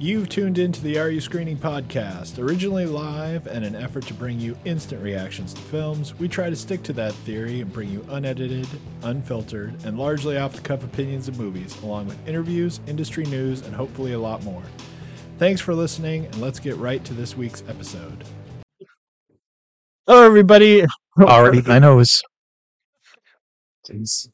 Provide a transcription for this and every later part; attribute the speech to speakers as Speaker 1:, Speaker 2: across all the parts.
Speaker 1: You've tuned into the Are You Screening podcast, originally live and an effort to bring you instant reactions to films. We try to stick to that theory and bring you unedited, unfiltered, and largely off the cuff opinions of movies, along with interviews, industry news, and hopefully a lot more. Thanks for listening, and let's get right to this week's episode.
Speaker 2: Hello, everybody.
Speaker 3: Already.
Speaker 2: I know it's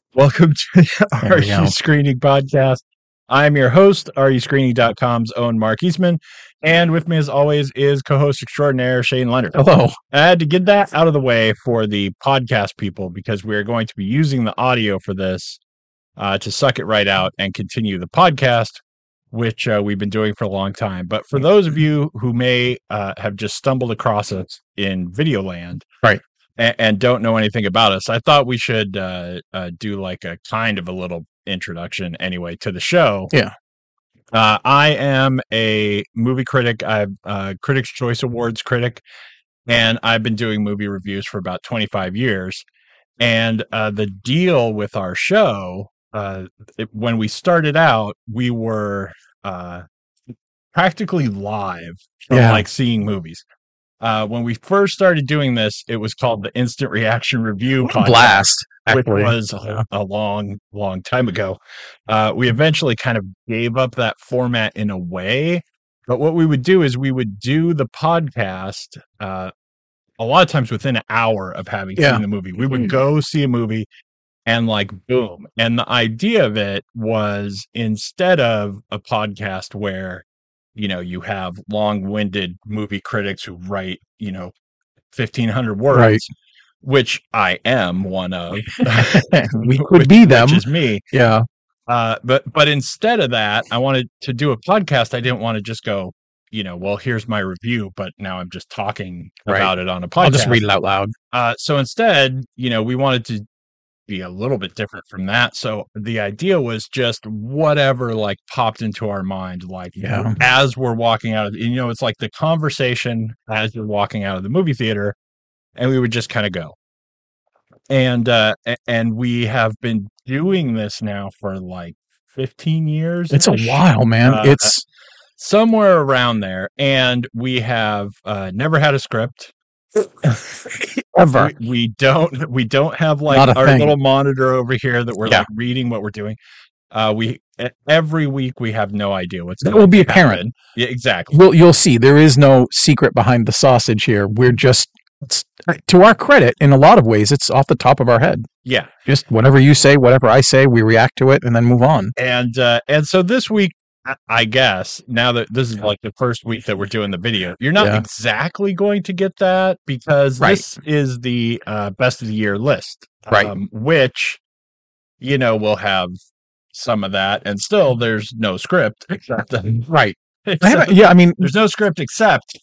Speaker 2: welcome to the
Speaker 3: There
Speaker 2: Are
Speaker 3: we go.
Speaker 2: You Screening podcast. I'm your host, RUScreening.com's own Mark Eastman. And with me, as always, is co host extraordinaire Shane Leonard.
Speaker 3: Hello.
Speaker 2: I had to get that out of the way for the podcast people because we are going to be using the audio for this uh, to suck it right out and continue the podcast, which uh, we've been doing for a long time. But for those of you who may uh, have just stumbled across us in video land,
Speaker 3: Right.
Speaker 2: and, and don't know anything about us, I thought we should uh, uh, do like a kind of a little introduction anyway to the show.
Speaker 3: Yeah.
Speaker 2: Uh, I am a movie critic. I'm a Critics' Choice Awards critic and I've been doing movie reviews for about 25 years. And uh, the deal with our show, uh, it- when we started out, we were uh, practically live from
Speaker 3: Yeah.
Speaker 2: like seeing movies. Uh, when we first started doing this, it was called the Instant Reaction Review Podcast
Speaker 3: Blast.
Speaker 2: which
Speaker 3: Actually.
Speaker 2: was a,
Speaker 3: Yeah.
Speaker 2: a long, long time ago. Uh, we eventually kind of gave up that format in a way. But what we would do is we would do the podcast uh, a lot of times within an hour of having
Speaker 3: Yeah.
Speaker 2: seen the movie. We would
Speaker 3: Mhm.
Speaker 2: go see a movie and like boom. And the idea of it was instead of a podcast where you know you have long-winded movie critics who write you know 1500 words
Speaker 3: Right.
Speaker 2: which i am one of
Speaker 3: we could be them.
Speaker 2: which is me
Speaker 3: yeah.
Speaker 2: uh, but but instead of that i wanted to do a podcast i didn't want to just go you know well here's my review but now i'm just talking
Speaker 3: Right.
Speaker 2: about it on a podcast
Speaker 3: I'll just read it out loud.
Speaker 2: uh, so instead, you know, we wanted to be a little bit different from that. So the idea was just whatever like popped into our mind, like
Speaker 3: Yeah.
Speaker 2: as we're walking out of, you know, it's like the conversation as you're walking out of the movie theater, and we would just kind of go. And uh, a- and we have been doing this now for like 15 years.
Speaker 3: It's a
Speaker 2: ish
Speaker 3: while, man.
Speaker 2: Uh,
Speaker 3: it's
Speaker 2: somewhere around there, and we have uh, never had a script.
Speaker 3: ever.
Speaker 2: We, we don't we don't have
Speaker 3: Not
Speaker 2: like
Speaker 3: a
Speaker 2: our
Speaker 3: thing.
Speaker 2: little monitor over here that we're
Speaker 3: Yeah.
Speaker 2: like reading what we're doing. Uh, we e- every week we have no idea what's
Speaker 3: That
Speaker 2: going
Speaker 3: will be
Speaker 2: to
Speaker 3: apparent.
Speaker 2: happen. Yeah, exactly.
Speaker 3: Well, you'll see. There is no secret behind the sausage here. We're just, it's, to our credit, in a lot of ways, it's off the top of our head.
Speaker 2: Yeah,
Speaker 3: Just whatever you say, whatever I say, we react to it and then move on.
Speaker 2: and uh, and so this week, I- I guess now that this is like the first week that we're doing the video, you're not
Speaker 3: Yeah.
Speaker 2: exactly going to get that because
Speaker 3: Right.
Speaker 2: this is the uh, best of the year list, um,
Speaker 3: Right.
Speaker 2: which you know will have some of that, and still there's no script.
Speaker 3: Right. I haven't- yeah, I mean,
Speaker 2: There's no script except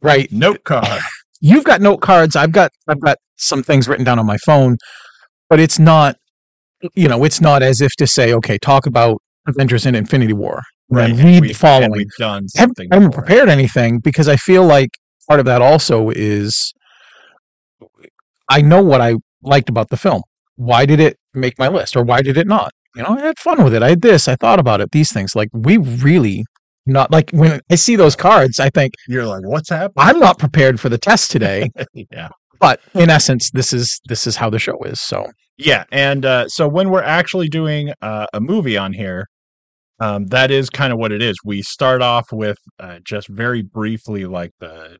Speaker 3: right.
Speaker 2: note card.
Speaker 3: you've got note cards i've got i've got some things written down on my phone but it's not you know it's not as if to say okay talk about avengers and infinity war and then
Speaker 2: and
Speaker 3: read
Speaker 2: we've-
Speaker 3: the
Speaker 2: and
Speaker 3: following
Speaker 2: We've done
Speaker 3: I haven't,
Speaker 2: something.
Speaker 3: I haven't
Speaker 2: for it.
Speaker 3: prepared anything because i feel like part of that also is i know what i liked about the film why did it make my list or why did it not you know i had fun with it i had this i thought about it these things like we really not like when i see those cards i think
Speaker 2: You're like, what's happening?
Speaker 3: i'm not prepared for the test today
Speaker 2: yeah.
Speaker 3: but in essence this is this is how the show is so
Speaker 2: Yeah. And uh, so when we're actually doing uh, a movie on here, um, that is kind of what it is. We start off with uh, just very briefly, like the,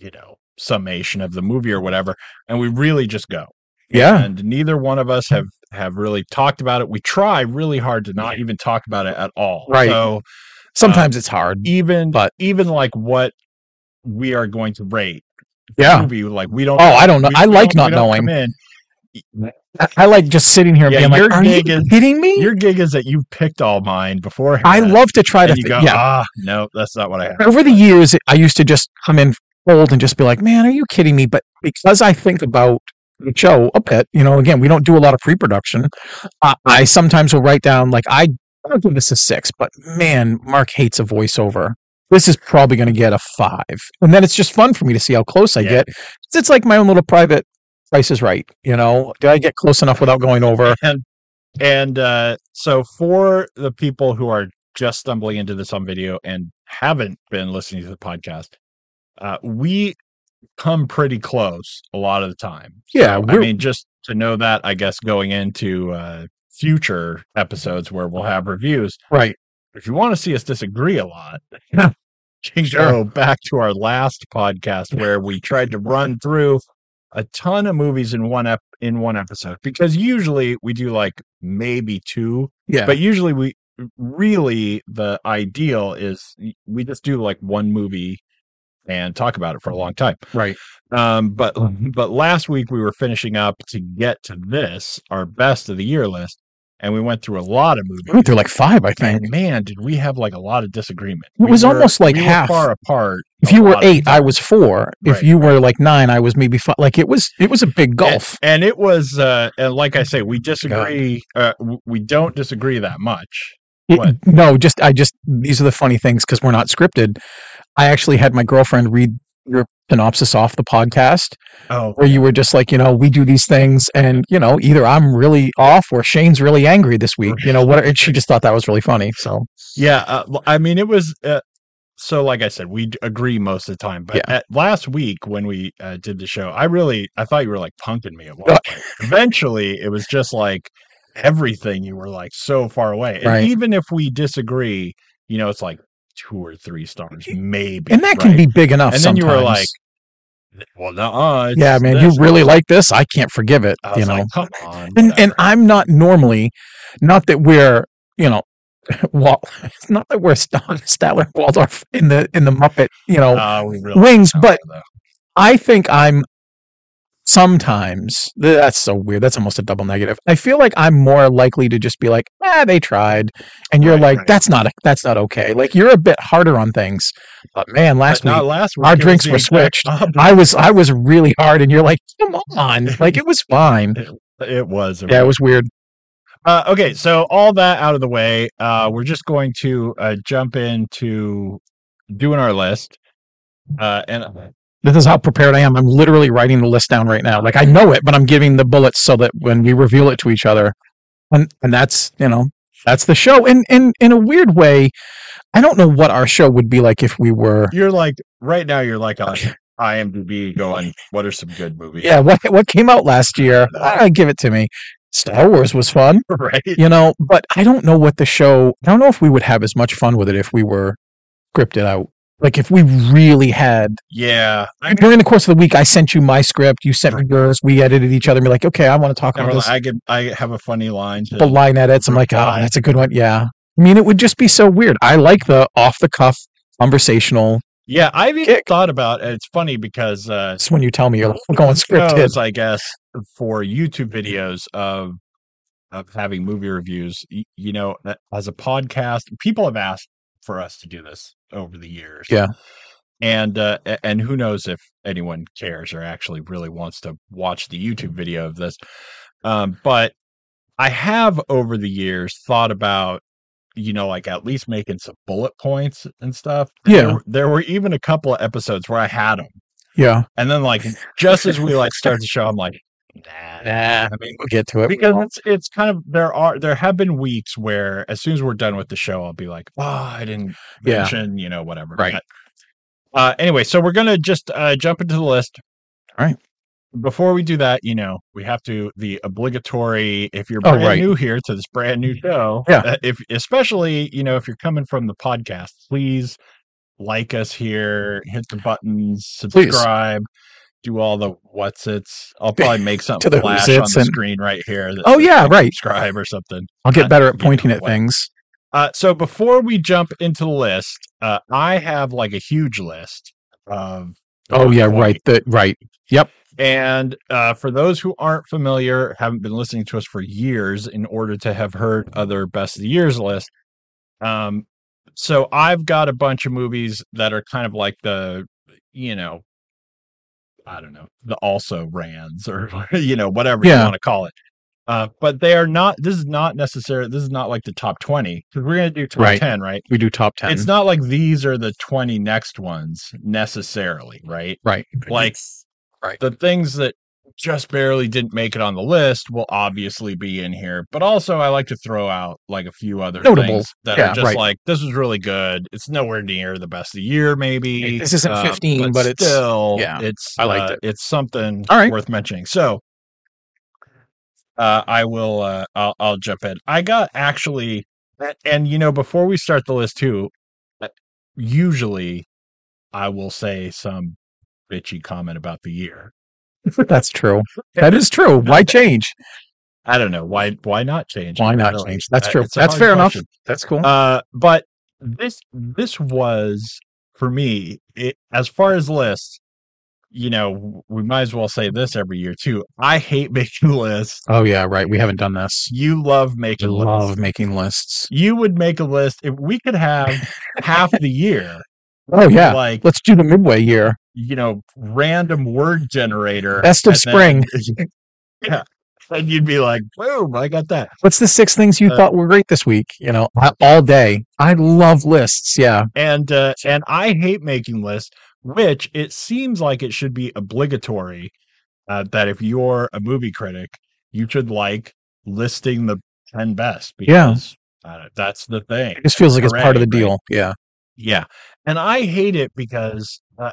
Speaker 2: you know, summation of the movie or whatever. And we really just go.
Speaker 3: yeah
Speaker 2: And neither one of us have have really talked about it. We try really hard to not even talk about it at all.
Speaker 3: Right.
Speaker 2: So
Speaker 3: sometimes it's hard
Speaker 2: even
Speaker 3: But-
Speaker 2: even like what we are going to rate the
Speaker 3: yeah
Speaker 2: movie like we don't
Speaker 3: Oh, I don't know. I like not
Speaker 2: don't come in.
Speaker 3: I- i like just sitting here and
Speaker 2: Yeah,
Speaker 3: being
Speaker 2: your
Speaker 3: like are you
Speaker 2: gig is-
Speaker 3: kidding me
Speaker 2: your gig is that you've picked all mine before
Speaker 3: i love to try to
Speaker 2: you
Speaker 3: thi-
Speaker 2: go
Speaker 3: yeah
Speaker 2: ah no that's not what i have
Speaker 3: over the years i used to just come in cold and just be like man are you kidding me but because i think about the show a bit you know again we don't do a lot of pre-production uh, i sometimes will write down like i i'll give this a six but man mark hates a voiceover this is probably going to get a five and then it's just fun for me to see how close i
Speaker 2: Yeah.
Speaker 3: get it's, it's like my own little private price is right you know did i get close enough without going over
Speaker 2: and and uh so for the people who are just stumbling into this on video and haven't been listening to the podcast, uh, we come pretty close a lot of the time.
Speaker 3: Yeah,
Speaker 2: I
Speaker 3: we're,
Speaker 2: mean, just to know that, I guess going into uh, future episodes where we'll have reviews,
Speaker 3: right.
Speaker 2: if you want to see us disagree a lot, go Oh, back to our last podcast where we tried to run through a ton of movies in one ep- in one episode because usually we do like maybe two,
Speaker 3: Yeah,
Speaker 2: but usually we really the ideal is we just do like one movie and talk about it for a long time.
Speaker 3: right.
Speaker 2: Um, but but last week we were finishing up to get to this our best of the year list, and we went through a lot of movies.
Speaker 3: We went through like five, I think.
Speaker 2: And man, did we have like a lot of disagreement.
Speaker 3: It
Speaker 2: We
Speaker 3: was
Speaker 2: were-
Speaker 3: almost like
Speaker 2: we were
Speaker 3: half.
Speaker 2: far apart.
Speaker 3: If
Speaker 2: a
Speaker 3: you were
Speaker 2: lot of
Speaker 3: eight,
Speaker 2: the
Speaker 3: I
Speaker 2: time.
Speaker 3: was four. If
Speaker 2: Right. Eh,
Speaker 3: you were like nine, I was maybe five. Like it was, it was a big gulf.
Speaker 2: and it was uh, and like I
Speaker 3: Oh,
Speaker 2: say, we disagree. Uh, w- we don't disagree that much.
Speaker 3: It-
Speaker 2: What?
Speaker 3: no, just I just these are the funny things because we're not scripted. I actually had my girlfriend read your synopsis off the podcast
Speaker 2: Oh,
Speaker 3: where you were just like, you know, we do these things, and you know, either I'm really off or Shane's really angry this week. You know what? And she just thought that was really funny. So
Speaker 2: yeah. Uh, l- I mean, it was. Uh, so, like I said, we d- agree most of the time. But
Speaker 3: Yeah.
Speaker 2: at, last week when we uh, did the show, I really I thought you were like punking me at
Speaker 3: Uh,
Speaker 2: one point. Eventually, it was just like everything. You were like so far away, and
Speaker 3: Right.
Speaker 2: even if we disagree, you know, it's like two or three stars, maybe,
Speaker 3: and that can
Speaker 2: right?
Speaker 3: be big enough.
Speaker 2: and then you were
Speaker 3: sometimes.
Speaker 2: like, "Well, no,
Speaker 3: yeah, man, you really like this. I can't forgive it.
Speaker 2: I
Speaker 3: You
Speaker 2: was
Speaker 3: know,
Speaker 2: like, come on,
Speaker 3: and and
Speaker 2: whatever."
Speaker 3: I'm not normally, not that we're you know, Walt, not that we're St- Statler and Waldorf in the in the Muppet you know
Speaker 2: Uh, we really
Speaker 3: wings,
Speaker 2: don't
Speaker 3: but
Speaker 2: know,
Speaker 3: I think I'm sometimes that's so weird. That's almost a double negative. I feel like I'm more likely to just be like, ah, they tried, and you're
Speaker 2: Right,
Speaker 3: like,
Speaker 2: right.
Speaker 3: that's not that's not okay. Like you're a bit harder on things, but man,
Speaker 2: though.
Speaker 3: last
Speaker 2: But not
Speaker 3: week.
Speaker 2: last week.
Speaker 3: our
Speaker 2: it was
Speaker 3: drinks
Speaker 2: the
Speaker 3: were
Speaker 2: exact
Speaker 3: switched.
Speaker 2: opposite.
Speaker 3: I was I was really hard, and you're like, come on, like it was fine.
Speaker 2: It was. a
Speaker 3: Yeah, it was weird.
Speaker 2: Uh, okay, so all that out of the way, uh, we're just going to uh, jump into doing our list. Uh, and
Speaker 3: This is how prepared I am. I'm literally writing the list down right now. Like I know it, but I'm giving the bullets so that when we reveal it to each other, and and that's you know that's the show. And and in a weird way, I don't know what our show would be like if we were.
Speaker 2: you're like, right now, you're like on IMDb going, what are some good movies?
Speaker 3: Yeah, what what came out last year? Ah, give it to me. Star Wars was fun,
Speaker 2: Right?
Speaker 3: you know, but I don't know what the show. I don't know if we would have as much fun with it if we were scripted out. Like if we really had
Speaker 2: Yeah. I, mean,
Speaker 3: during the course of the week, I sent you my script, you sent me yours, we edited each other, and be like, okay, I want to talk
Speaker 2: I
Speaker 3: about
Speaker 2: remember
Speaker 3: this.
Speaker 2: I, could, I have a funny line. To,
Speaker 3: the line edits. I'm like, ah,
Speaker 2: Right.
Speaker 3: that's a good one. Yeah. I mean, it would just be so weird. I like the off the cuff conversational.
Speaker 2: yeah, I've even
Speaker 3: Kick.
Speaker 2: thought about and It's funny because uh,
Speaker 3: It's when you tell me you're like, we're going scripted.
Speaker 2: shows, I guess, for YouTube videos of of having movie reviews. y- You know, that- as a podcast, people have asked for us to do this over the years.
Speaker 3: Yeah.
Speaker 2: And uh, a- and who knows if anyone cares or actually really wants to watch the YouTube video of this, um, but I have over the years thought about you know like at least making some bullet points and stuff.
Speaker 3: Yeah.
Speaker 2: there, there were even a couple of episodes where I had them,
Speaker 3: Yeah.
Speaker 2: and then like just as we like start the show, I'm like, nah.
Speaker 3: Nah,
Speaker 2: I mean,
Speaker 3: we'll get to it.
Speaker 2: because it's it's kind of there are there have been weeks where as soon as we're done with the show, I'll be like, oh, I didn't
Speaker 3: Yeah.
Speaker 2: mention, you know, whatever.
Speaker 3: Right.
Speaker 2: But, uh, anyway, so we're gonna just uh, jump into the list.
Speaker 3: All right.
Speaker 2: Before we do that, you know, we have to the obligatory. If you're
Speaker 3: Oh,
Speaker 2: brand
Speaker 3: right. Mm-hmm.
Speaker 2: new here to this brand new show,
Speaker 3: Yeah.
Speaker 2: uh, if especially you know if you're coming from the podcast, please like us here, hit the buttons,
Speaker 3: Please.
Speaker 2: subscribe, do all the what's it's. I'll probably make something
Speaker 3: the
Speaker 2: flash on
Speaker 3: who's-its
Speaker 2: the
Speaker 3: and-
Speaker 2: screen right here. that
Speaker 3: Oh,
Speaker 2: says,
Speaker 3: yeah,
Speaker 2: like,
Speaker 3: right.
Speaker 2: Subscribe or something.
Speaker 3: I'll get better at
Speaker 2: you know
Speaker 3: pointing at
Speaker 2: what?
Speaker 3: things.
Speaker 2: Uh, so before we jump into the list, uh, I have like a huge list of.
Speaker 3: Oh yeah,
Speaker 2: points.
Speaker 3: right. The right.
Speaker 2: And uh, for those who aren't familiar, haven't been listening to us for years, in order to have heard other best of the years list, um, so I've got a bunch of movies that are kind of like the, you know, I don't know, the also rans or you know whatever you
Speaker 3: Yeah.
Speaker 2: want to call it. Uh, but they are not. This is not necessarily. This is not like the top twenty because we're gonna do top
Speaker 3: Right.
Speaker 2: ten, right?
Speaker 3: We do top ten.
Speaker 2: It's not like these are the twenty next ones necessarily, right?
Speaker 3: right.
Speaker 2: Like
Speaker 3: Right.
Speaker 2: the things that just barely didn't make it on the list will obviously be in here. But also, I like to throw out like a few other
Speaker 3: Notable.
Speaker 2: things that
Speaker 3: Yeah,
Speaker 2: are just
Speaker 3: right.
Speaker 2: like this was really good. It's nowhere near the best of the year, maybe.
Speaker 3: This isn't 15, but it's-
Speaker 2: uh, still,
Speaker 3: yeah,
Speaker 2: it's
Speaker 3: I liked
Speaker 2: uh,
Speaker 3: it.
Speaker 2: It's something
Speaker 3: All right.
Speaker 2: worth mentioning. So. Uh, I will. Uh, I'll, I'll jump in. I got actually, and- and you know, before we start the list too, uh, usually I will say some bitchy comment about the year.
Speaker 3: That's true. That is true. Why change?
Speaker 2: I don't know why. Why not change? it?
Speaker 3: Why not
Speaker 2: Really,
Speaker 3: change? That's
Speaker 2: uh,
Speaker 3: true.
Speaker 2: it's a
Speaker 3: That's
Speaker 2: hard
Speaker 3: fair enough.
Speaker 2: question.
Speaker 3: That's cool.
Speaker 2: Uh, but this this was for me it, as far as lists. You know, we might as well say this every year too. I hate making lists.
Speaker 3: oh yeah, right. We haven't done this.
Speaker 2: You love
Speaker 3: I
Speaker 2: making
Speaker 3: love
Speaker 2: lists.
Speaker 3: making lists.
Speaker 2: You would make a list if we could have half the year.
Speaker 3: Oh yeah.
Speaker 2: like
Speaker 3: Let's do the midway year.
Speaker 2: you know, random word generator.
Speaker 3: Best of
Speaker 2: and then-
Speaker 3: spring.
Speaker 2: yeah, and you'd be like, boom! I got that.
Speaker 3: What's the six things you
Speaker 2: Uh,
Speaker 3: thought were great this week? You know, I- all day. I love lists. Yeah.
Speaker 2: and uh, and I hate making lists, which it seems like it should be obligatory uh, that if you're a movie critic, you should like listing the ten best
Speaker 3: Yeah.
Speaker 2: because uh, that's the thing.
Speaker 3: It just feels like it's part of the
Speaker 2: Hooray, right.
Speaker 3: deal. Yeah.
Speaker 2: Yeah, and I hate it because uh,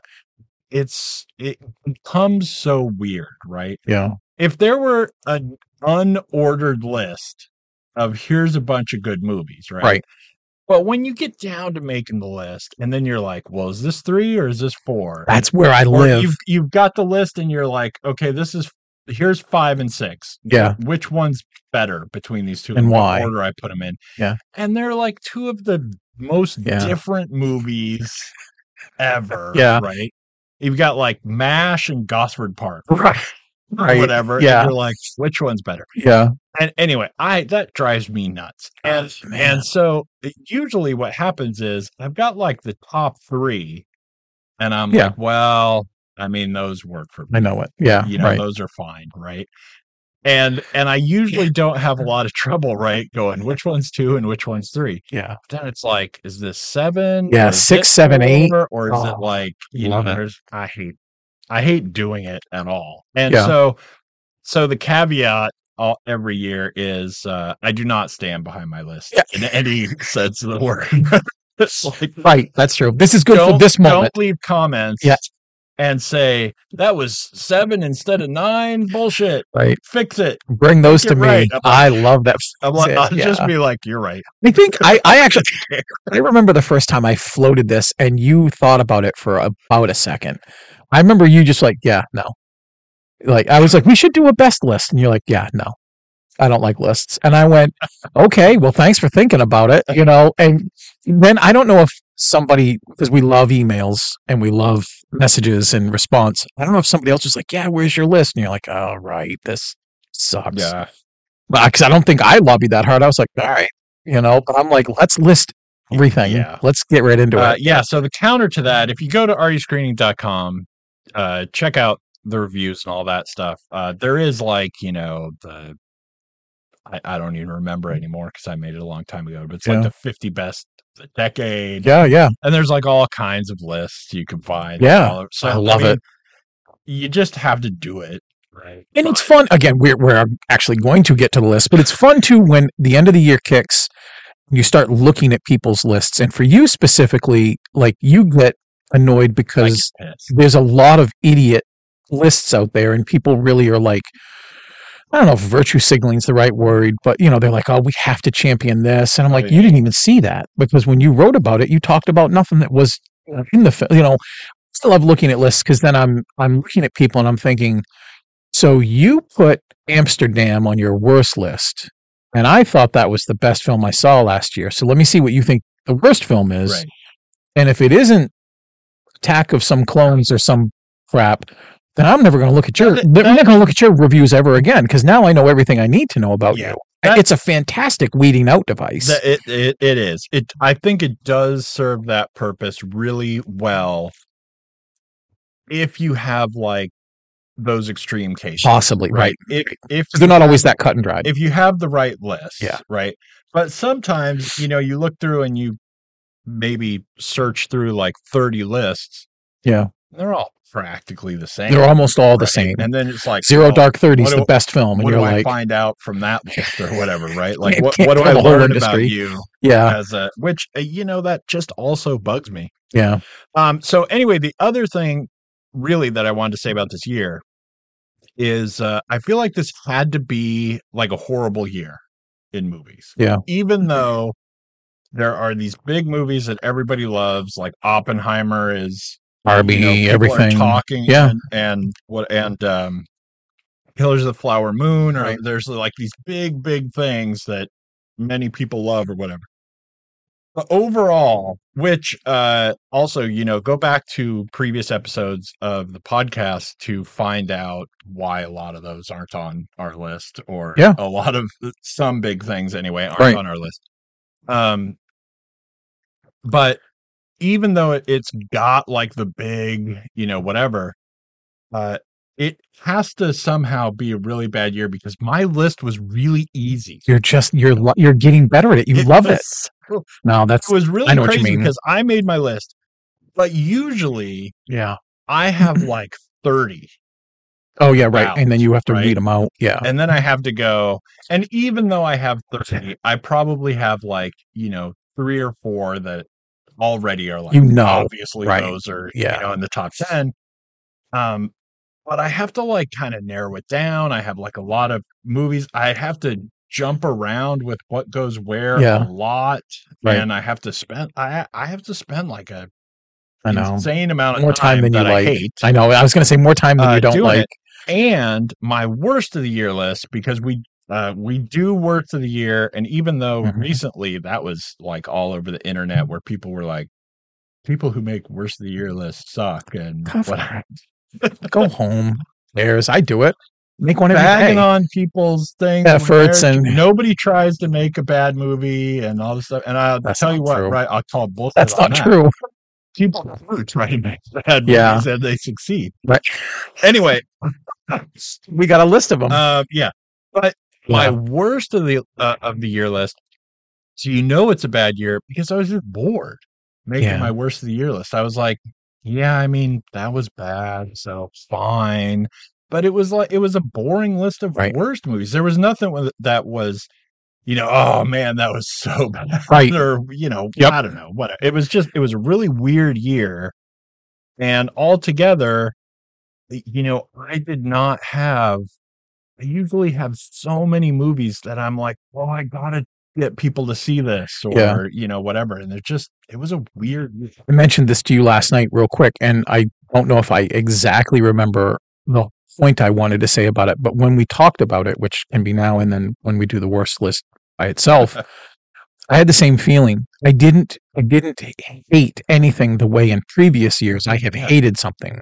Speaker 2: it's it becomes so weird, right?
Speaker 3: Yeah.
Speaker 2: if there were an unordered list of here's a bunch of good movies, right?
Speaker 3: Right.
Speaker 2: But when you get down to making the list, and then you're like, well, is this three or is this four?
Speaker 3: That's where I
Speaker 2: Or
Speaker 3: live.
Speaker 2: You've you've got the list, and you're like, okay, this is here's five and six.
Speaker 3: Yeah.
Speaker 2: Which one's better between these two?
Speaker 3: And
Speaker 2: what
Speaker 3: why?
Speaker 2: order I put them in?
Speaker 3: Yeah.
Speaker 2: and they're like two of the most
Speaker 3: Yeah.
Speaker 2: different movies ever.
Speaker 3: Yeah.
Speaker 2: right. You've got like Mash and Gosford Park
Speaker 3: Right.
Speaker 2: or
Speaker 3: Right.
Speaker 2: whatever. and
Speaker 3: Yeah.
Speaker 2: you're like, which one's better?
Speaker 3: Yeah.
Speaker 2: And anyway, I that drives me nuts. And
Speaker 3: Oh, man.
Speaker 2: and so it- usually what happens is I've got like the top three, and I'm
Speaker 3: Yeah.
Speaker 2: like, well, I mean, those work for me.
Speaker 3: I know it. Yeah.
Speaker 2: You know,
Speaker 3: right.
Speaker 2: those are fine, right? And and I usually don't have a lot of trouble, right? Going which one's two and which one's three.
Speaker 3: Yeah.
Speaker 2: Then it's like, is this seven?
Speaker 3: Yeah,
Speaker 2: Or is
Speaker 3: six,
Speaker 2: it
Speaker 3: seven, eight.
Speaker 2: four? or is
Speaker 3: Oh,
Speaker 2: it like you know?
Speaker 3: love it.
Speaker 2: There's, I hate, I hate doing it at all. And
Speaker 3: Yeah.
Speaker 2: so, so the caveat all, every year is uh, I do not stand behind my list
Speaker 3: Yeah.
Speaker 2: in any sense of the word. it's like
Speaker 3: Right. That's true. This is good for
Speaker 2: don't-
Speaker 3: this moment.
Speaker 2: Don't leave comments.
Speaker 3: Yeah.
Speaker 2: And say that was seven instead of nine. Bullshit.
Speaker 3: Right.
Speaker 2: Fix it.
Speaker 3: Bring those
Speaker 2: You're
Speaker 3: to me.
Speaker 2: right. I'm
Speaker 3: I love that.
Speaker 2: I'm like,
Speaker 3: That's
Speaker 2: I'll
Speaker 3: it,
Speaker 2: just
Speaker 3: yeah.
Speaker 2: be like, you're right.
Speaker 3: I think I, I actually I remember the first time I floated this and you thought about it for about a second. I remember you just like, yeah, no. Like I was like, we should do a best list. And you're like, yeah, no. I don't like lists. And I went, okay, well, thanks for thinking about it, you know. And then I don't know if somebody because we love emails and we love messages and response. I don't know if somebody else was like, yeah, where's your list? And you're like, oh right, this sucks because I don't think I lobbied that hard. I was like, all right, you know, but I'm like, let's list everything.
Speaker 2: Yeah.
Speaker 3: Let's get right into
Speaker 2: Uh,
Speaker 3: it.
Speaker 2: yeah. So the counter to that, if you go to rescreening.com, uh, check out the reviews and all that stuff. Uh, there is like, you know, the, I, I don't even remember anymore because I made it a long time ago, but it's
Speaker 3: Mm. Yeah.
Speaker 2: like the 50 best of the decade.
Speaker 3: Yeah, yeah.
Speaker 2: And there's like all kinds of lists you can find.
Speaker 3: Yeah,
Speaker 2: All- So
Speaker 3: I love it.
Speaker 2: You just have to do it. Right.
Speaker 3: And it's fun. Again, we're, we're actually going to get to the list, but it's fun too when the end of the year kicks, you start looking at people's lists. And for you specifically, like you get annoyed
Speaker 2: I get
Speaker 3: because
Speaker 2: pissed.
Speaker 3: there's a lot of idiot lists out there and people really are like i don't know if virtue signaling's the right word but you know they're like oh we have to champion this and i'm like you didn't even see that because when you wrote about it you talked about nothing that was in the fi- you know I still love looking at lists because then i'm i'm looking at people and i'm thinking so you put amsterdam on your worst list and i thought that was the best film i saw last year so let me see what you think the worst film is
Speaker 2: Right.
Speaker 3: and if it isn't attack of some clones or some crap, then I'm never going to look at your.
Speaker 2: That-
Speaker 3: I'm not going to look at your reviews ever again because now I know everything I need to know about
Speaker 2: Yeah,
Speaker 3: you.
Speaker 2: that-
Speaker 3: it's a fantastic weeding out device.
Speaker 2: That it, it it is. It I think it does serve that purpose really well. If you have like those extreme cases,
Speaker 3: Possibly right.
Speaker 2: If if
Speaker 3: 'Cause they're
Speaker 2: you
Speaker 3: not
Speaker 2: have-
Speaker 3: always that cut and dried.
Speaker 2: if you have the right list,
Speaker 3: Yeah.
Speaker 2: right. But sometimes you know you look through and you maybe search through like thirty lists,
Speaker 3: yeah,
Speaker 2: They're all practically the same.
Speaker 3: They're almost all the
Speaker 2: right?
Speaker 3: same.
Speaker 2: And then it's like
Speaker 3: Zero
Speaker 2: oh,
Speaker 3: Dark Thirty is
Speaker 2: what
Speaker 3: the
Speaker 2: do-
Speaker 3: best film, and
Speaker 2: What
Speaker 3: you're
Speaker 2: do I
Speaker 3: like,
Speaker 2: find out from that list or whatever, right? Like
Speaker 3: Can't-
Speaker 2: what,
Speaker 3: can't
Speaker 2: what do
Speaker 3: tell
Speaker 2: I
Speaker 3: the whole
Speaker 2: learn about
Speaker 3: industry.
Speaker 2: you
Speaker 3: yeah,
Speaker 2: as a which uh, you know that just also bugs me.
Speaker 3: yeah,
Speaker 2: Um, so anyway, the other thing really that I wanted to say about this year is uh, I feel like this had to be like a horrible year in movies.
Speaker 3: Yeah.
Speaker 2: Even though there are these big movies that everybody loves, like Oppenheimer is
Speaker 3: Barbie,
Speaker 2: you know, people are
Speaker 3: everything.
Speaker 2: talking
Speaker 3: Yeah.
Speaker 2: and, and what and um Killers of the Flower Moon or
Speaker 3: Right.
Speaker 2: there's like these big big things that many people love or whatever. But overall, which uh also, you know, go back to previous episodes of the podcast to find out why a lot of those aren't on our list or
Speaker 3: Yeah.
Speaker 2: a lot of uh, some big things anyway aren't
Speaker 3: Right.
Speaker 2: on our list. Um but even though it, it's got like the big, you know, whatever, uh, it has to somehow be a really bad year because my list was really easy.
Speaker 3: You're just you're lo- you're getting better at it. You love it.
Speaker 2: was,
Speaker 3: No, that's
Speaker 2: It was really
Speaker 3: I know what you
Speaker 2: crazy
Speaker 3: mean.
Speaker 2: because I made my list, but usually
Speaker 3: yeah.
Speaker 2: I have like 30
Speaker 3: Oh yeah, right. And then
Speaker 2: rounds,
Speaker 3: you have to
Speaker 2: right?
Speaker 3: read them out. Yeah.
Speaker 2: and then I have to go. And even though I have 30, I probably have like, you know, three or four that already are like,
Speaker 3: You know,
Speaker 2: obviously
Speaker 3: right.
Speaker 2: those are,
Speaker 3: Yeah.
Speaker 2: you know, in the top 10. Um, but I have to like kind of narrow it down. I have like a lot of movies. I have to jump around with what goes where
Speaker 3: Yeah.
Speaker 2: a lot.
Speaker 3: Right.
Speaker 2: And I have to spend, I, I have to spend like a
Speaker 3: I know.
Speaker 2: insane amount of
Speaker 3: More time than you
Speaker 2: that I
Speaker 3: like.
Speaker 2: hate.
Speaker 3: I know. I was going to say more time than
Speaker 2: uh,
Speaker 3: you don't
Speaker 2: doing
Speaker 3: like.
Speaker 2: it. and my worst of the year list because we uh, we do worst of the year, and even though
Speaker 3: Mhm.
Speaker 2: recently that was like all over the internet where people were like, people who make worst of the year lists suck and
Speaker 3: Tough.
Speaker 2: what
Speaker 3: Go home. There's. I do it. Make one every
Speaker 2: bagging
Speaker 3: day.
Speaker 2: on people's things when
Speaker 3: Efforts
Speaker 2: they're-
Speaker 3: and
Speaker 2: nobody tries to make a bad movie and all this stuff. And I'll
Speaker 3: That's
Speaker 2: tell you
Speaker 3: not
Speaker 2: what,
Speaker 3: true.
Speaker 2: right? I'll call bullshit.
Speaker 3: that's
Speaker 2: on
Speaker 3: not
Speaker 2: that.
Speaker 3: true.
Speaker 2: people who try to make bad
Speaker 3: Yeah.
Speaker 2: movies and they succeed.
Speaker 3: Right.
Speaker 2: Anyway,
Speaker 3: We got a list of them.
Speaker 2: uh, yeah, but my worst of the uh, of the year list. So you know it's a bad year because I was just bored making
Speaker 3: Yeah.
Speaker 2: my worst of the year list. I was like, yeah, I mean that was bad, so fine. But it was like it was a boring list of
Speaker 3: Right.
Speaker 2: worst movies. There was nothing with- that was, you know, oh man, that was so bad.
Speaker 3: Right.
Speaker 2: Or you know,
Speaker 3: Yep.
Speaker 2: I don't know. What it was just it was a really weird year, and altogether, you know, I did not have I usually have so many movies that I'm like, well, I gotta get people to see this or
Speaker 3: Yeah.
Speaker 2: you know whatever, and they're just it was a weird. year.
Speaker 3: I mentioned this to you last night, real quick, and I don't know if I exactly remember the point I wanted to say about it, but when we talked about it, which can be now and then when we do the worst list by itself, I had the same feeling. I didn't. I didn't hate anything the way in previous years I have
Speaker 2: Yeah.
Speaker 3: hated something.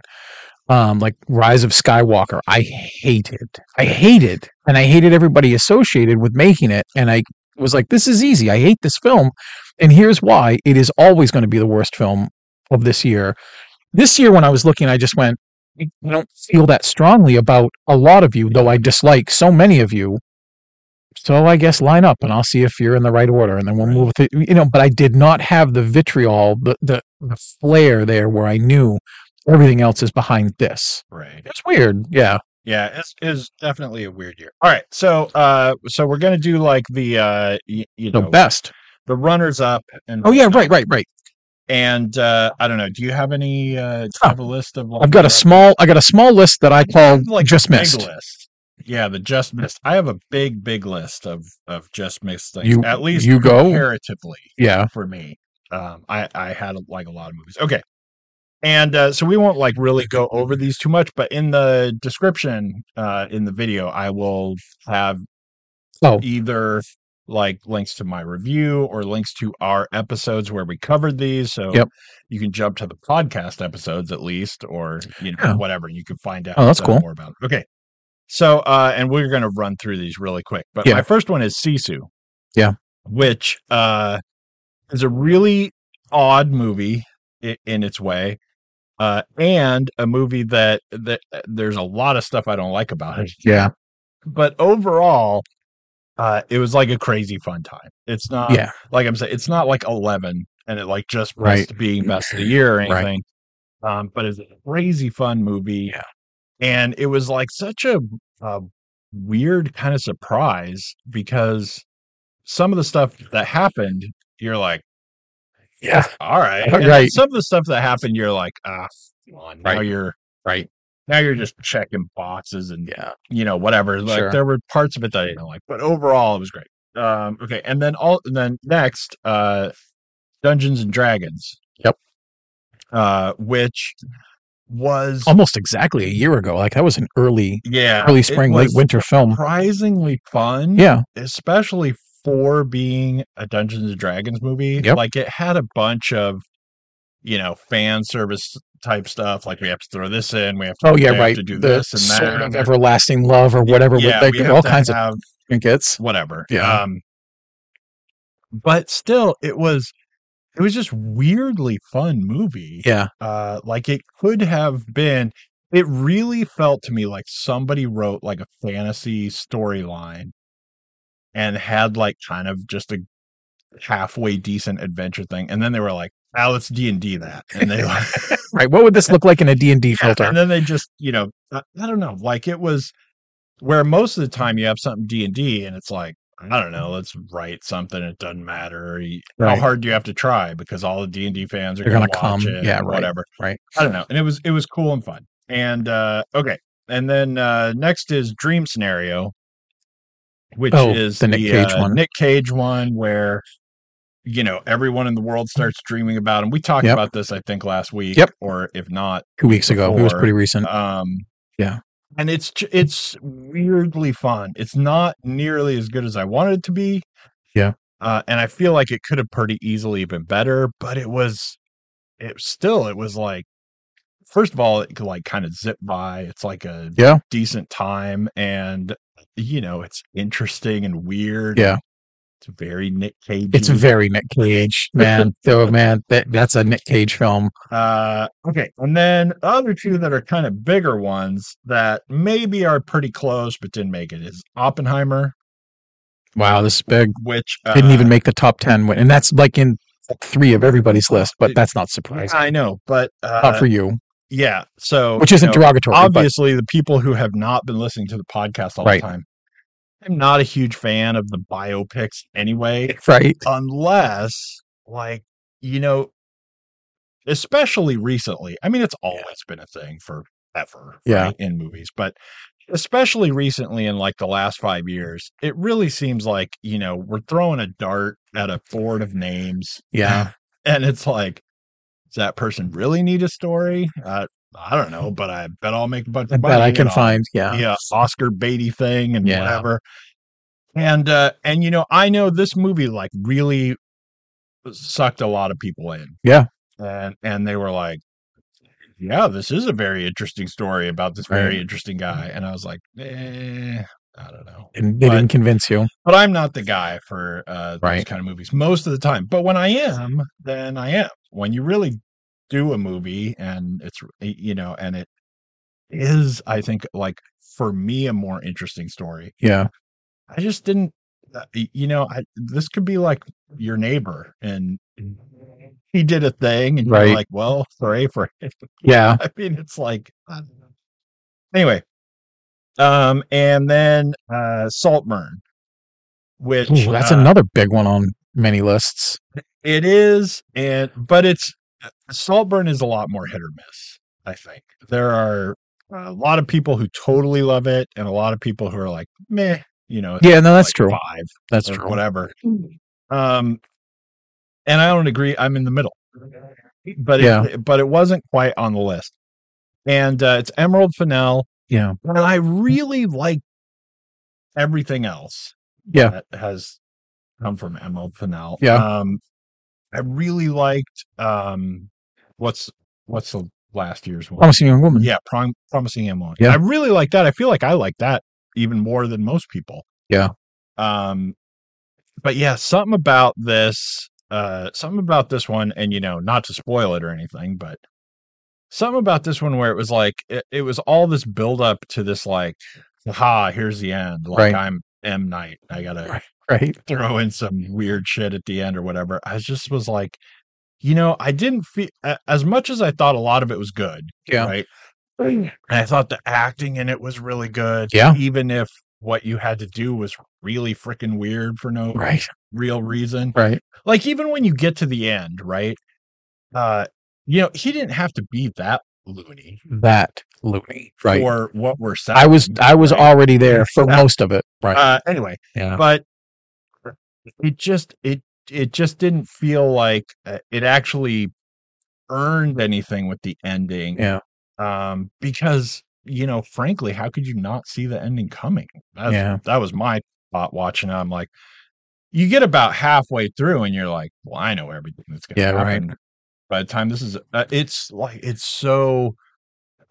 Speaker 3: Um, like Rise of Skywalker, I hated. I hated, and I hated everybody associated with making it. And I was like, "This is easy. I hate this film, and here's why: it is always going to be the worst film of this year." This year, when I was looking, I just went, "I don't feel that strongly about a lot of you, though I dislike so many of you." So I guess line up, and I'll see if you're in the right order, and then we'll
Speaker 2: Right.
Speaker 3: move with it. You know, but I did not have the vitriol, the the, the flair there, where I knew everything else is behind this.
Speaker 2: Right.
Speaker 3: It's weird. Yeah.
Speaker 2: Yeah, it's is definitely a weird year. All right, so uh, so we're gonna do like the uh, y- you
Speaker 3: The
Speaker 2: know,
Speaker 3: best.
Speaker 2: the runners up and
Speaker 3: Oh yeah,
Speaker 2: whatnot.
Speaker 3: right, right, right.
Speaker 2: and uh, I don't know. Do you have any? Uh, do you have a list of? uh,
Speaker 3: I've got a
Speaker 2: runner-up?
Speaker 3: small I got a small list that I call
Speaker 2: like
Speaker 3: just
Speaker 2: big
Speaker 3: missed.
Speaker 2: list. Yeah, the just missed. I have a big, big list of of just missed things.
Speaker 3: You-
Speaker 2: At least
Speaker 3: you go?
Speaker 2: comparatively.
Speaker 3: Yeah.
Speaker 2: for me. Um, I I had like a lot of movies. Okay, and uh, so we won't like really go over these too much, but in the description, uh, in the video, I will have
Speaker 3: Oh.
Speaker 2: either like links to my review or links to our episodes where we covered these. So
Speaker 3: Yep.
Speaker 2: you can jump to the podcast episodes at least, or you know
Speaker 3: Yeah.
Speaker 2: whatever you can find out.
Speaker 3: Oh, that's
Speaker 2: uh,
Speaker 3: cool.
Speaker 2: More about it. Okay. So, uh, and we're going to run through these really quick. But
Speaker 3: Yeah.
Speaker 2: my first one is Sisu.
Speaker 3: Yeah.
Speaker 2: Which uh, is a really odd movie i- in its way, uh, and a movie that that uh, there's a lot of stuff I don't like about it.
Speaker 3: Yeah.
Speaker 2: But overall, uh, it was like a crazy fun time. It's not
Speaker 3: yeah.
Speaker 2: like I'm saying, it's not like 11 and it like just
Speaker 3: Right.
Speaker 2: missed being best of the year or
Speaker 3: Right.
Speaker 2: anything. um, but it's a crazy fun movie.
Speaker 3: Yeah.
Speaker 2: And it was like such a, a weird kind of surprise because some of the stuff that happened, you're like,
Speaker 3: Yeah.
Speaker 2: all right.
Speaker 3: All
Speaker 2: And
Speaker 3: right.
Speaker 2: Some of the stuff that happened, you're like, ah, come on, now
Speaker 3: Right.
Speaker 2: you're
Speaker 3: Right.
Speaker 2: now you're just checking boxes and
Speaker 3: Yeah.
Speaker 2: you know whatever. Like
Speaker 3: Sure.
Speaker 2: there were parts of it that I didn't like, but overall it was great. Um, okay, and then all and then next, uh, Dungeons and Dragons.
Speaker 3: Yep.
Speaker 2: Uh, which was
Speaker 3: Almost exactly a year ago. Like that was an early,
Speaker 2: yeah
Speaker 3: Um, early
Speaker 2: it
Speaker 3: spring,
Speaker 2: was
Speaker 3: late winter film.
Speaker 2: surprisingly fun.
Speaker 3: Yeah.
Speaker 2: especially for being a Dungeons and Dragons movie.
Speaker 3: Yep.
Speaker 2: Like it had a bunch of, you know, fan service type stuff. Like we have to throw this in, we have to,
Speaker 3: Oh yeah,
Speaker 2: we have
Speaker 3: right.
Speaker 2: to do
Speaker 3: the
Speaker 2: this and that.
Speaker 3: sort of everlasting love or whatever. with
Speaker 2: yeah,
Speaker 3: like,
Speaker 2: we have
Speaker 3: all
Speaker 2: to
Speaker 3: kinds of
Speaker 2: have
Speaker 3: trinkets.
Speaker 2: whatever.
Speaker 3: Yeah.
Speaker 2: Um, but still, it was it was just weirdly fun movie.
Speaker 3: Yeah.
Speaker 2: Uh, like it could have been. It really felt to me like somebody wrote like a fantasy storyline and had like kind of just a halfway decent adventure thing, and then they were like, "Ah, let's D and D that," and they like,
Speaker 3: Right. What would this look like in a D and D
Speaker 2: yeah,
Speaker 3: filter?
Speaker 2: And then they just, you know, I, I don't know. Like it was where most of the time you have something D and D, and it's like I don't know. Let's write something. It doesn't matter you-
Speaker 3: Right.
Speaker 2: how hard do you have to try because all the D and D fans are
Speaker 3: They're
Speaker 2: going to
Speaker 3: gonna
Speaker 2: watch
Speaker 3: come.
Speaker 2: it.
Speaker 3: Yeah,
Speaker 2: or
Speaker 3: right,
Speaker 2: whatever.
Speaker 3: right.
Speaker 2: I don't know. And it was it was cool and fun. And uh okay, and then uh next is Dream Scenario, which
Speaker 3: Oh,
Speaker 2: is
Speaker 3: the Nick Cage
Speaker 2: uh,
Speaker 3: one.
Speaker 2: Nick Cage one where you know everyone in the world starts dreaming about him. We talked
Speaker 3: Mm. Yep.
Speaker 2: about this, I think, last week.
Speaker 3: Yep.
Speaker 2: Or if not,
Speaker 3: Two weeks ago. It was
Speaker 2: before,
Speaker 3: pretty recent.
Speaker 2: um
Speaker 3: Yeah.
Speaker 2: and it's j- it's weirdly fun it's not nearly as good as i wanted it to be
Speaker 3: Yeah.
Speaker 2: uh and i feel like it could have pretty easily been better but it was it still it was like first of all it could like kind of zip by it's like a
Speaker 3: Yeah.
Speaker 2: decent time and you know it's interesting and weird
Speaker 3: Yeah.
Speaker 2: it's very nick cage
Speaker 3: It's very Nick Cage, man. oh man, that, that's a Nick Cage film.
Speaker 2: Uh, okay. And then the other two that are kind of bigger ones that maybe are pretty close but didn't make it is Oppenheimer,
Speaker 3: Wow, this is big.
Speaker 2: which
Speaker 3: Didn't
Speaker 2: uh,
Speaker 3: even make the top ten, and that's like in three of everybody's list. But that's not surprising.
Speaker 2: I know, but uh,
Speaker 3: Not Oh, for you,
Speaker 2: yeah. So
Speaker 3: which
Speaker 2: you
Speaker 3: isn't
Speaker 2: know,
Speaker 3: derogatory. But
Speaker 2: obviously the people who have not been listening to the podcast all
Speaker 3: Right.
Speaker 2: the time. I'm not a huge fan of the biopics anyway.
Speaker 3: right,
Speaker 2: unless like you know especially recently i mean it's always been a thing for ever
Speaker 3: Yeah.
Speaker 2: right, in movies but especially recently in like the last five years it really seems like you know we're throwing a dart at a board of names
Speaker 3: yeah,
Speaker 2: and it's like does that person really need a story uh, i don't know but i bet i'll make a bunch
Speaker 3: I
Speaker 2: of money
Speaker 3: bet I
Speaker 2: and
Speaker 3: can
Speaker 2: I'll-
Speaker 3: find. Yeah,
Speaker 2: yeah oscar beatty thing and
Speaker 3: Uh, Yeah.
Speaker 2: whatever and uh and you know i know this movie like really sucked a lot of people in
Speaker 3: Yeah.
Speaker 2: and and they were like yeah this is a very interesting story about this very
Speaker 3: Right.
Speaker 2: interesting guy and i was like eh, i don't know
Speaker 3: and they
Speaker 2: But-
Speaker 3: didn't convince you.
Speaker 2: but i'm not the guy for uh those
Speaker 3: Right.
Speaker 2: kind of movies most of the time but when i am then i am when you really do a movie and it's you know and it is i think like for me a more interesting story
Speaker 3: Yeah,
Speaker 2: I just didn't, uh, y- you know, I, this could be like your neighbor and he did a thing and
Speaker 3: Right.
Speaker 2: you're like, well, hooray for him.
Speaker 3: yeah,
Speaker 2: I mean, it's like, I don't know. Anyway. Um, and then, uh, Saltburn, which
Speaker 3: Ooh, that's
Speaker 2: uh,
Speaker 3: another big one on many lists.
Speaker 2: it is. And, but it's, uh, Saltburn is a lot more hit or miss. I think there are a lot of people who totally love it and a lot of people who are like, meh, you know, it's
Speaker 3: Yeah, no, that's
Speaker 2: like
Speaker 3: true.
Speaker 2: Five.
Speaker 3: That's
Speaker 2: or
Speaker 3: true.
Speaker 2: Whatever. Um, and I don't agree. I'm in the middle, but it,
Speaker 3: Yeah.
Speaker 2: but it wasn't quite on the list. And uh, it's Emerald Fennell,
Speaker 3: Yeah,
Speaker 2: and I really like everything else.
Speaker 3: Yeah.
Speaker 2: that has come from Emerald Fennell.
Speaker 3: Yeah.
Speaker 2: um, I really liked um, what's what's the last year's one?
Speaker 3: promising young woman.
Speaker 2: Yeah, prom- promising young woman.
Speaker 3: Yeah.
Speaker 2: I really like that. I feel like I like that even more than most people.
Speaker 3: Yeah.
Speaker 2: Um, but yeah, something about this, uh, something about this one, and you know, not to spoil it or anything, but something about this one where it was like it, it was all this build up to this like, ha, here's the end. Like
Speaker 3: Right.
Speaker 2: I'm M Night. I gotta
Speaker 3: Right.
Speaker 2: throw in some weird shit at the end or whatever. I just was like, you know, I didn't feel as much as I thought a lot of it was good.
Speaker 3: Yeah.
Speaker 2: Right. And I thought the acting in it was really good.
Speaker 3: Yeah.
Speaker 2: Even if what you had to do was really freaking weird for no
Speaker 3: Right.
Speaker 2: real reason.
Speaker 3: Right.
Speaker 2: Like even when you get to the end, right? Uh, you know, he didn't have to be that loony
Speaker 3: That loony. Right.
Speaker 2: for what we're saying.
Speaker 3: I was I was
Speaker 2: right?
Speaker 3: already there for
Speaker 2: Yeah.
Speaker 3: most of it. Right.
Speaker 2: uh anyway,
Speaker 3: yeah.
Speaker 2: but it just it it just didn't feel like uh, it actually earned anything with the ending
Speaker 3: Yeah.
Speaker 2: um because you know frankly how could you not see the ending coming That's,
Speaker 3: Yeah.
Speaker 2: that was my thought watching it. i'm like you get about halfway through and you're like well i know everything that's gonna
Speaker 3: Yeah, right.
Speaker 2: happen by the time this is uh, it's like it's so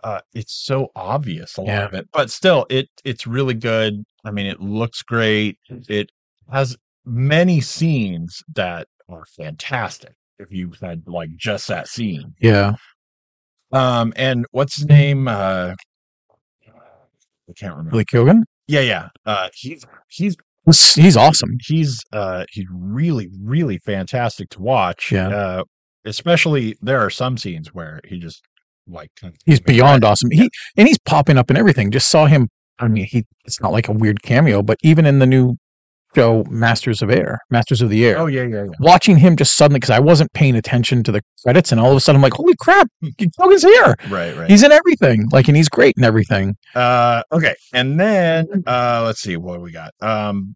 Speaker 2: uh it's so obvious a lot
Speaker 3: Yeah.
Speaker 2: of it but still it it's really good i mean it looks great it has many scenes that are fantastic if you had like just that scene
Speaker 3: Yeah.
Speaker 2: um, and what's his
Speaker 3: Mm-hmm.
Speaker 2: name? Uh, I can't remember.
Speaker 3: Billy Kogan.
Speaker 2: Yeah, yeah. Uh, he's he's
Speaker 3: He's, he's awesome.
Speaker 2: he's uh he's really really fantastic to watch.
Speaker 3: Yeah.
Speaker 2: Uh, especially there are some scenes where he just like kind of-
Speaker 3: He's beyond awesome. He and he's popping up and everything. Just saw him. I mean, he. It's not like a weird cameo, but even in the new show, Masters of Air, Masters of the Air.
Speaker 2: Oh yeah, yeah, yeah.
Speaker 3: Watching him just suddenly because I wasn't paying attention to the credits, and all of a sudden I'm like, "Holy crap! Kogan's here!
Speaker 2: Right, right.
Speaker 3: He's in everything! Like, and he's great in everything."
Speaker 2: Uh, okay. And then uh, let's see what we got. Um,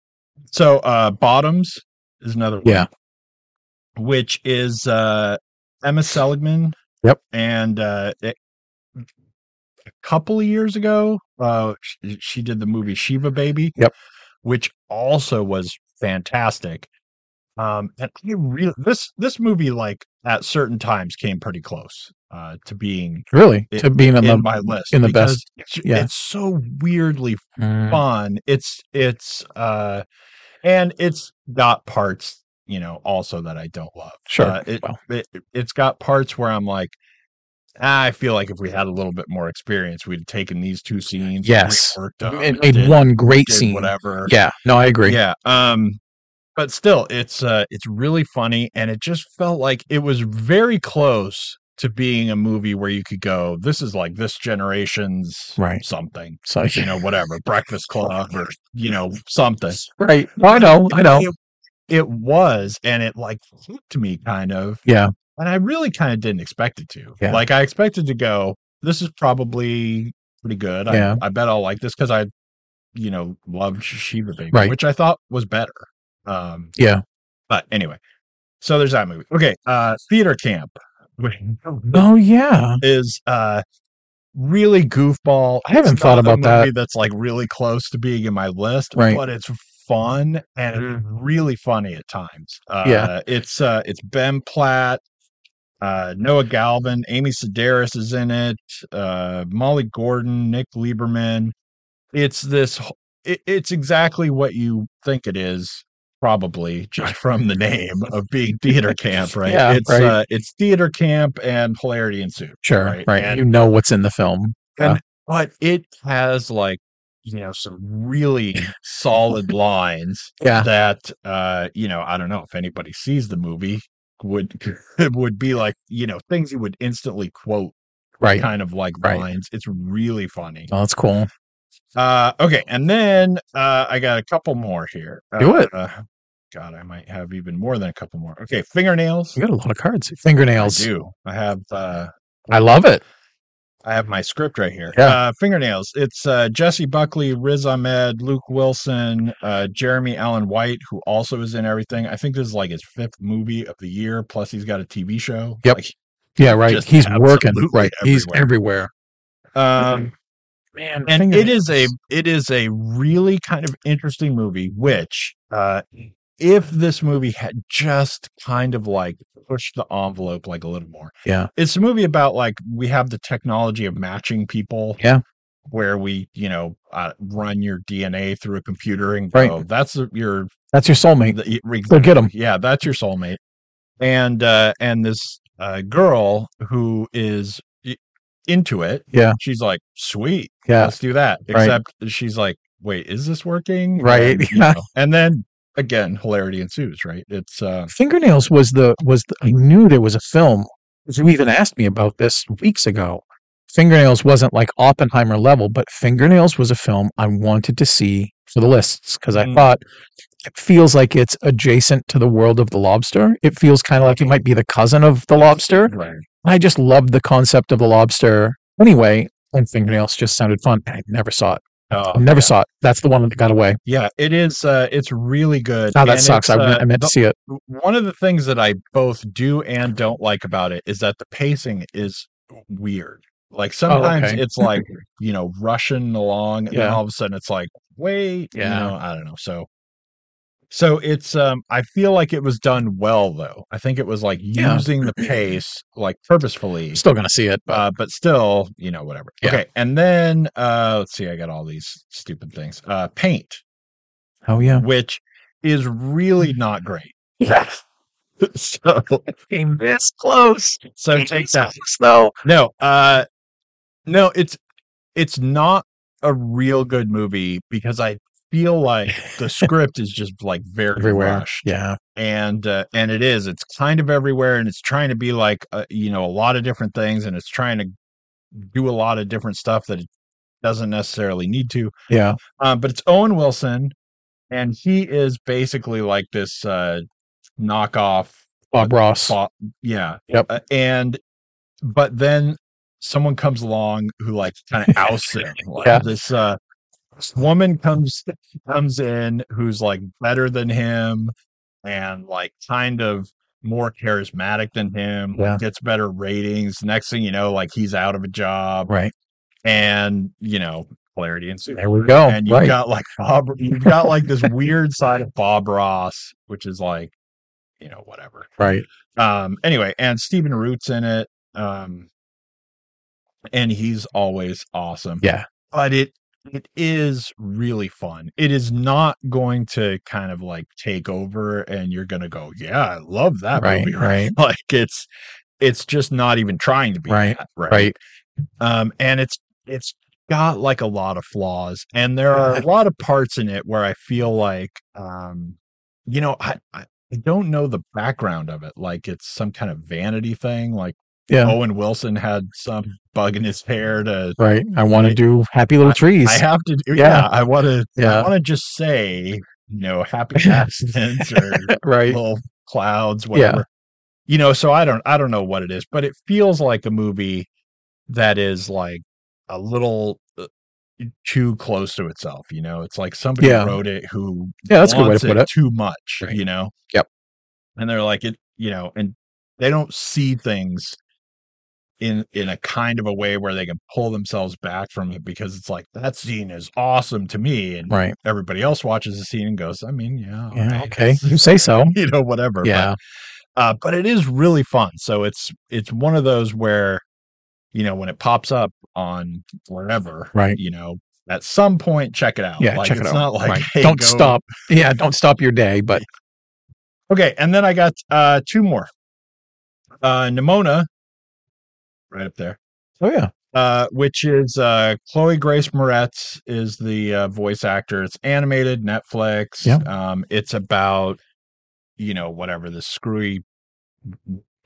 Speaker 2: so uh, bottoms is another one.
Speaker 3: Yeah.
Speaker 2: which is uh Emma Seligman.
Speaker 3: Yep.
Speaker 2: And uh it- a couple of years ago, uh she, she did the movie Shiva Baby.
Speaker 3: Yep.
Speaker 2: Which also was fantastic. Um and I really this this movie like at certain times came pretty close uh to being
Speaker 3: Really,
Speaker 2: It-
Speaker 3: to being in
Speaker 2: in,
Speaker 3: the
Speaker 2: my list
Speaker 3: in the
Speaker 2: because
Speaker 3: best-
Speaker 2: it's-
Speaker 3: yeah.
Speaker 2: it's so weirdly
Speaker 3: Mm,
Speaker 2: fun. It's it's uh and it's got parts, you know, also that I don't love.
Speaker 3: Sure.
Speaker 2: Uh, it,
Speaker 3: Well.
Speaker 2: it it's got parts where I'm like ah, I feel like if we had a little bit more experience, we'd have taken these two scenes,
Speaker 3: Yes.
Speaker 2: worked up,
Speaker 3: it made
Speaker 2: did-
Speaker 3: one great
Speaker 2: did
Speaker 3: scene.
Speaker 2: whatever.
Speaker 3: Yeah, no, I agree.
Speaker 2: Yeah. Um but still it's uh it's really funny and it just felt like it was very close to being a movie where you could go, this is like this generation's
Speaker 3: Right.
Speaker 2: something
Speaker 3: So
Speaker 2: you know, whatever, Breakfast Club or you know, something.
Speaker 3: right. No, I know. I know.
Speaker 2: It, it was, and it like hooked me kind of.
Speaker 3: Yeah.
Speaker 2: And I really kind of didn't expect it to.
Speaker 3: Yeah.
Speaker 2: Like I expected to go, this is probably pretty good. I,
Speaker 3: Yeah.
Speaker 2: I bet I'll like this because I, you know, loved Shiva Baby,
Speaker 3: Right.
Speaker 2: which I thought was better. Um
Speaker 3: Yeah.
Speaker 2: but anyway. So there's that movie. Okay. Uh theater camp.
Speaker 3: Oh yeah.
Speaker 2: is uh really goofball.
Speaker 3: I haven't
Speaker 2: It's
Speaker 3: thought
Speaker 2: another
Speaker 3: about that.
Speaker 2: movie That's like really close to being in my list,
Speaker 3: Right. Mm.
Speaker 2: but it's fun and it's really funny at times. Uh,
Speaker 3: Yeah.
Speaker 2: it's uh, it's Ben Platt. Uh, Noah Galvin, Amy Sedaris is in it. Uh, Molly Gordon, Nick Lieberman. It's this. wh- It, it's exactly what you think it is, probably just from the name of being theater camp, right?
Speaker 3: Yeah,
Speaker 2: it's
Speaker 3: right.
Speaker 2: Uh, it's theater camp and hilarity ensues
Speaker 3: Sure. Right.
Speaker 2: Right, and-
Speaker 3: you know what's in the film.
Speaker 2: but it has like you know some really solid lines
Speaker 3: Yeah.
Speaker 2: that uh you know i don't know if anybody sees the movie would would be like you know things you would instantly quote
Speaker 3: Right.
Speaker 2: kind of like
Speaker 3: Right.
Speaker 2: lines it's really funny
Speaker 3: Oh, that's cool.
Speaker 2: uh okay and then uh i got a couple more here
Speaker 3: Do it.
Speaker 2: Uh, god i might have even more than a couple more okay fingernails
Speaker 3: We got a lot of cards.
Speaker 2: i
Speaker 3: Fingernails. I,
Speaker 2: do i have uh
Speaker 3: love it.
Speaker 2: I have my script right here.
Speaker 3: Yeah.
Speaker 2: Uh, fingernails. It's uh, Jesse Buckley, Riz Ahmed, Luke Wilson, uh, Jeremy Allen White, who also is in everything. I think this is like his fifth movie of the year. Plus, he's got a TV show.
Speaker 3: Yep.
Speaker 2: Like,
Speaker 3: Yeah, right.
Speaker 2: Just
Speaker 3: He's working.
Speaker 2: absolutely
Speaker 3: Right. He's everywhere.
Speaker 2: um,
Speaker 3: Man,
Speaker 2: and it is a it is a really kind of interesting movie. Which, uh, if this movie had just kind of like pushed the envelope like a little more,
Speaker 3: Yeah.
Speaker 2: it's a movie about like we have the technology of matching people.
Speaker 3: Yeah.
Speaker 2: Where we, you know, uh, run your DNA through a computer and
Speaker 3: Right.
Speaker 2: go, that's your,
Speaker 3: That's your soulmate.
Speaker 2: the- e, re-
Speaker 3: So get him.
Speaker 2: yeah, that's your soulmate. And, uh, and this uh, girl who is i- into it,
Speaker 3: Yeah.
Speaker 2: she's like, sweet,
Speaker 3: Yeah.
Speaker 2: let's do that.
Speaker 3: Right.
Speaker 2: Except she's like, wait, is this working?
Speaker 3: Right.
Speaker 2: And, you know, and then again, hilarity ensues, right? It's uh,
Speaker 3: Fingernails was the was the, I knew there was a film because you even asked me about this weeks ago. Fingernails wasn't like Oppenheimer level, but Fingernails was a film I wanted to see for the lists because I
Speaker 2: Mm.
Speaker 3: thought it feels like it's adjacent to the world of the lobster. It feels kind of like it might be the cousin of the lobster.
Speaker 2: right.
Speaker 3: I just loved the concept of the lobster anyway, and Fingernails just sounded fun. And I never saw it.
Speaker 2: Uh,
Speaker 3: I never saw it. That's the one that got away.
Speaker 2: yeah, it is. Uh, it's really good.
Speaker 3: Oh, that
Speaker 2: and
Speaker 3: sucks. I,
Speaker 2: it's,
Speaker 3: re-
Speaker 2: uh,
Speaker 3: I meant
Speaker 2: the-
Speaker 3: to see it.
Speaker 2: one of the things that I both do and don't like about it is that the pacing is weird. Like sometimes
Speaker 3: Oh, okay.
Speaker 2: it's like you know rushing along, and then
Speaker 3: Yeah.
Speaker 2: all of a sudden it's like wait,
Speaker 3: Yeah.
Speaker 2: you know, I don't know. So, so it's um, I feel like it was done well though. I think it was like
Speaker 3: Yeah.
Speaker 2: using the pace like purposefully,
Speaker 3: Still gonna see it, but
Speaker 2: uh, but still, you know, whatever.
Speaker 3: Yeah.
Speaker 2: Okay, and then uh, let's see, I got all these stupid things. Uh, paint,
Speaker 3: oh yeah,
Speaker 2: which is really not great.
Speaker 3: yes,
Speaker 2: So
Speaker 3: came this close.
Speaker 2: so take that.
Speaker 3: though.
Speaker 2: No, uh no, it's it's not a real good movie because I feel like the script is just like very
Speaker 3: Everywhere.
Speaker 2: rushed.
Speaker 3: Yeah,
Speaker 2: And uh, and it is. It's kind of everywhere and it's trying to be like uh, you know a lot of different things and it's trying to do a lot of different stuff that it doesn't necessarily need to.
Speaker 3: yeah.
Speaker 2: Uh, but it's Owen Wilson and he is basically like this uh knockoff
Speaker 3: Bob Ross.
Speaker 2: Bo- yeah.
Speaker 3: Yep.
Speaker 2: Uh, and but then someone comes along who like kind of ousts him. Like,
Speaker 3: Yeah.
Speaker 2: This uh this woman comes comes in who's like better than him and like kind of more charismatic than him,
Speaker 3: Yeah.
Speaker 2: gets better ratings. Next thing you know, like he's out of a job
Speaker 3: Right
Speaker 2: and you know, clarity ensues
Speaker 3: there we go.
Speaker 2: and you've
Speaker 3: Oh, right.
Speaker 2: got like Bob, you've got like this weird side of Bob Ross, which is like, you know, whatever.
Speaker 3: right.
Speaker 2: Um, anyway, and Stephen Root's in it. Um, and he's always awesome.
Speaker 3: Yeah.
Speaker 2: But it it is really fun. It is not going to kind of like take over, and you're gonna go, yeah, I love that
Speaker 3: Right,
Speaker 2: movie.
Speaker 3: right.
Speaker 2: Like it's it's just not even trying to be
Speaker 3: Right,
Speaker 2: that,
Speaker 3: Right.
Speaker 2: um and it's it's got like a lot of flaws and there are a lot of parts in it where i feel like um you know i i, I don't know the background of it like it's some kind of vanity thing like
Speaker 3: Yeah.
Speaker 2: owen wilson had some bug in his hair to
Speaker 3: Right. I want
Speaker 2: I-
Speaker 3: to do Happy Little Trees.
Speaker 2: i have to do yeah,
Speaker 3: Yeah.
Speaker 2: i want to i
Speaker 3: Yeah.
Speaker 2: want to just say you know happy accidents or
Speaker 3: right.
Speaker 2: little clouds, whatever. You know, so I don't I don't know what it is, but it feels like a movie that is like a little uh, too close to itself. You know, it's like somebody
Speaker 3: Yeah.
Speaker 2: wrote it who
Speaker 3: Yeah, that's a good way
Speaker 2: wants
Speaker 3: to put it.
Speaker 2: too much.
Speaker 3: Right.
Speaker 2: You know.
Speaker 3: Yep.
Speaker 2: And they're like it. You know, and they don't see things in in a kind of a way where they can pull themselves back from it because it's like that scene is awesome to me and
Speaker 3: Right.
Speaker 2: everybody else watches the scene and goes i mean yeah, all
Speaker 3: Yeah.
Speaker 2: right,
Speaker 3: Okay.
Speaker 2: it's-
Speaker 3: You say so.
Speaker 2: you know whatever but-
Speaker 3: Yeah.
Speaker 2: uh, but it is really fun. So it's it's one of those where, you know, when it pops up on wherever,
Speaker 3: Right.
Speaker 2: You know, at some point, check it out.
Speaker 3: Yeah.
Speaker 2: Like,
Speaker 3: check it
Speaker 2: it's
Speaker 3: out.
Speaker 2: Not like
Speaker 3: Right.
Speaker 2: hey,
Speaker 3: don't
Speaker 2: go-
Speaker 3: stop. Yeah. Don't stop your day. But
Speaker 2: Okay, and then I got uh two more. Uh, Nimona, right up there.
Speaker 3: oh yeah.
Speaker 2: Uh, which is uh, Chloe Grace Moretz is the uh, voice actor. It's animated Netflix.
Speaker 3: Yeah.
Speaker 2: Um, it's about you know whatever the screwy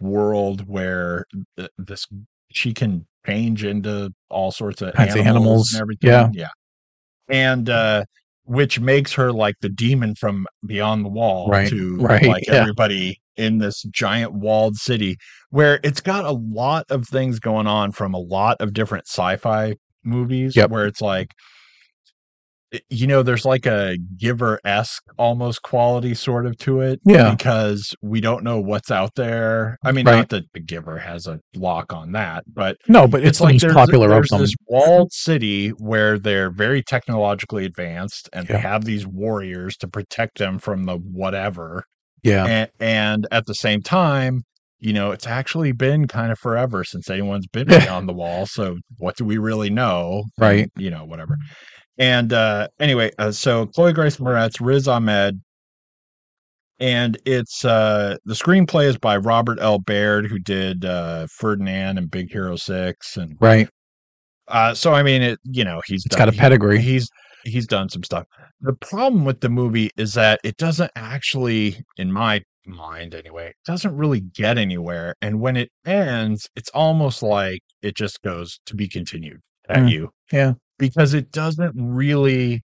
Speaker 2: world where th- this she can change into all sorts of
Speaker 3: Kinds
Speaker 2: animals,
Speaker 3: of animals,
Speaker 2: and everything.
Speaker 3: yeah.
Speaker 2: yeah. And uh, which makes her like the demon from beyond the wall
Speaker 3: Right,
Speaker 2: to
Speaker 3: right,
Speaker 2: like
Speaker 3: yeah.
Speaker 2: everybody in this giant walled city where it's got a lot of things going on from a lot of different sci-fi movies
Speaker 3: Yep.
Speaker 2: where it's like i- you know there's like a giver-esque almost quality sort of to it
Speaker 3: Yeah.
Speaker 2: because we don't know what's out there i mean
Speaker 3: Right.
Speaker 2: not that the giver has a lock on that but
Speaker 3: No, but it's,
Speaker 2: it's, like
Speaker 3: the
Speaker 2: there's,
Speaker 3: most popular
Speaker 2: there's
Speaker 3: of them.
Speaker 2: this walled city where they're very technologically advanced and they
Speaker 3: Yeah.
Speaker 2: have these warriors to protect them from the whatever
Speaker 3: yeah.
Speaker 2: and, and at the same time, you know, it's actually been kind of forever since anyone's been
Speaker 3: Yeah.
Speaker 2: beyond the wall. So what do we really know?
Speaker 3: Right.
Speaker 2: You know, whatever. And uh, anyway, uh, so Chloe Grace Moretz, Riz Ahmed, and it's uh, the screenplay is by Robert L. Baird, who did uh, Ferdinand and Big Hero Six, and
Speaker 3: Right.
Speaker 2: uh, so I mean, it you know he's
Speaker 3: It's got a
Speaker 2: he-
Speaker 3: pedigree.
Speaker 2: He's he's done some stuff. The problem with the movie is that it doesn't actually, in my mind anyway, it doesn't really get anywhere. And when it ends, it's almost like it just goes to be continued at
Speaker 3: Mm,
Speaker 2: you.
Speaker 3: yeah.
Speaker 2: Because it doesn't really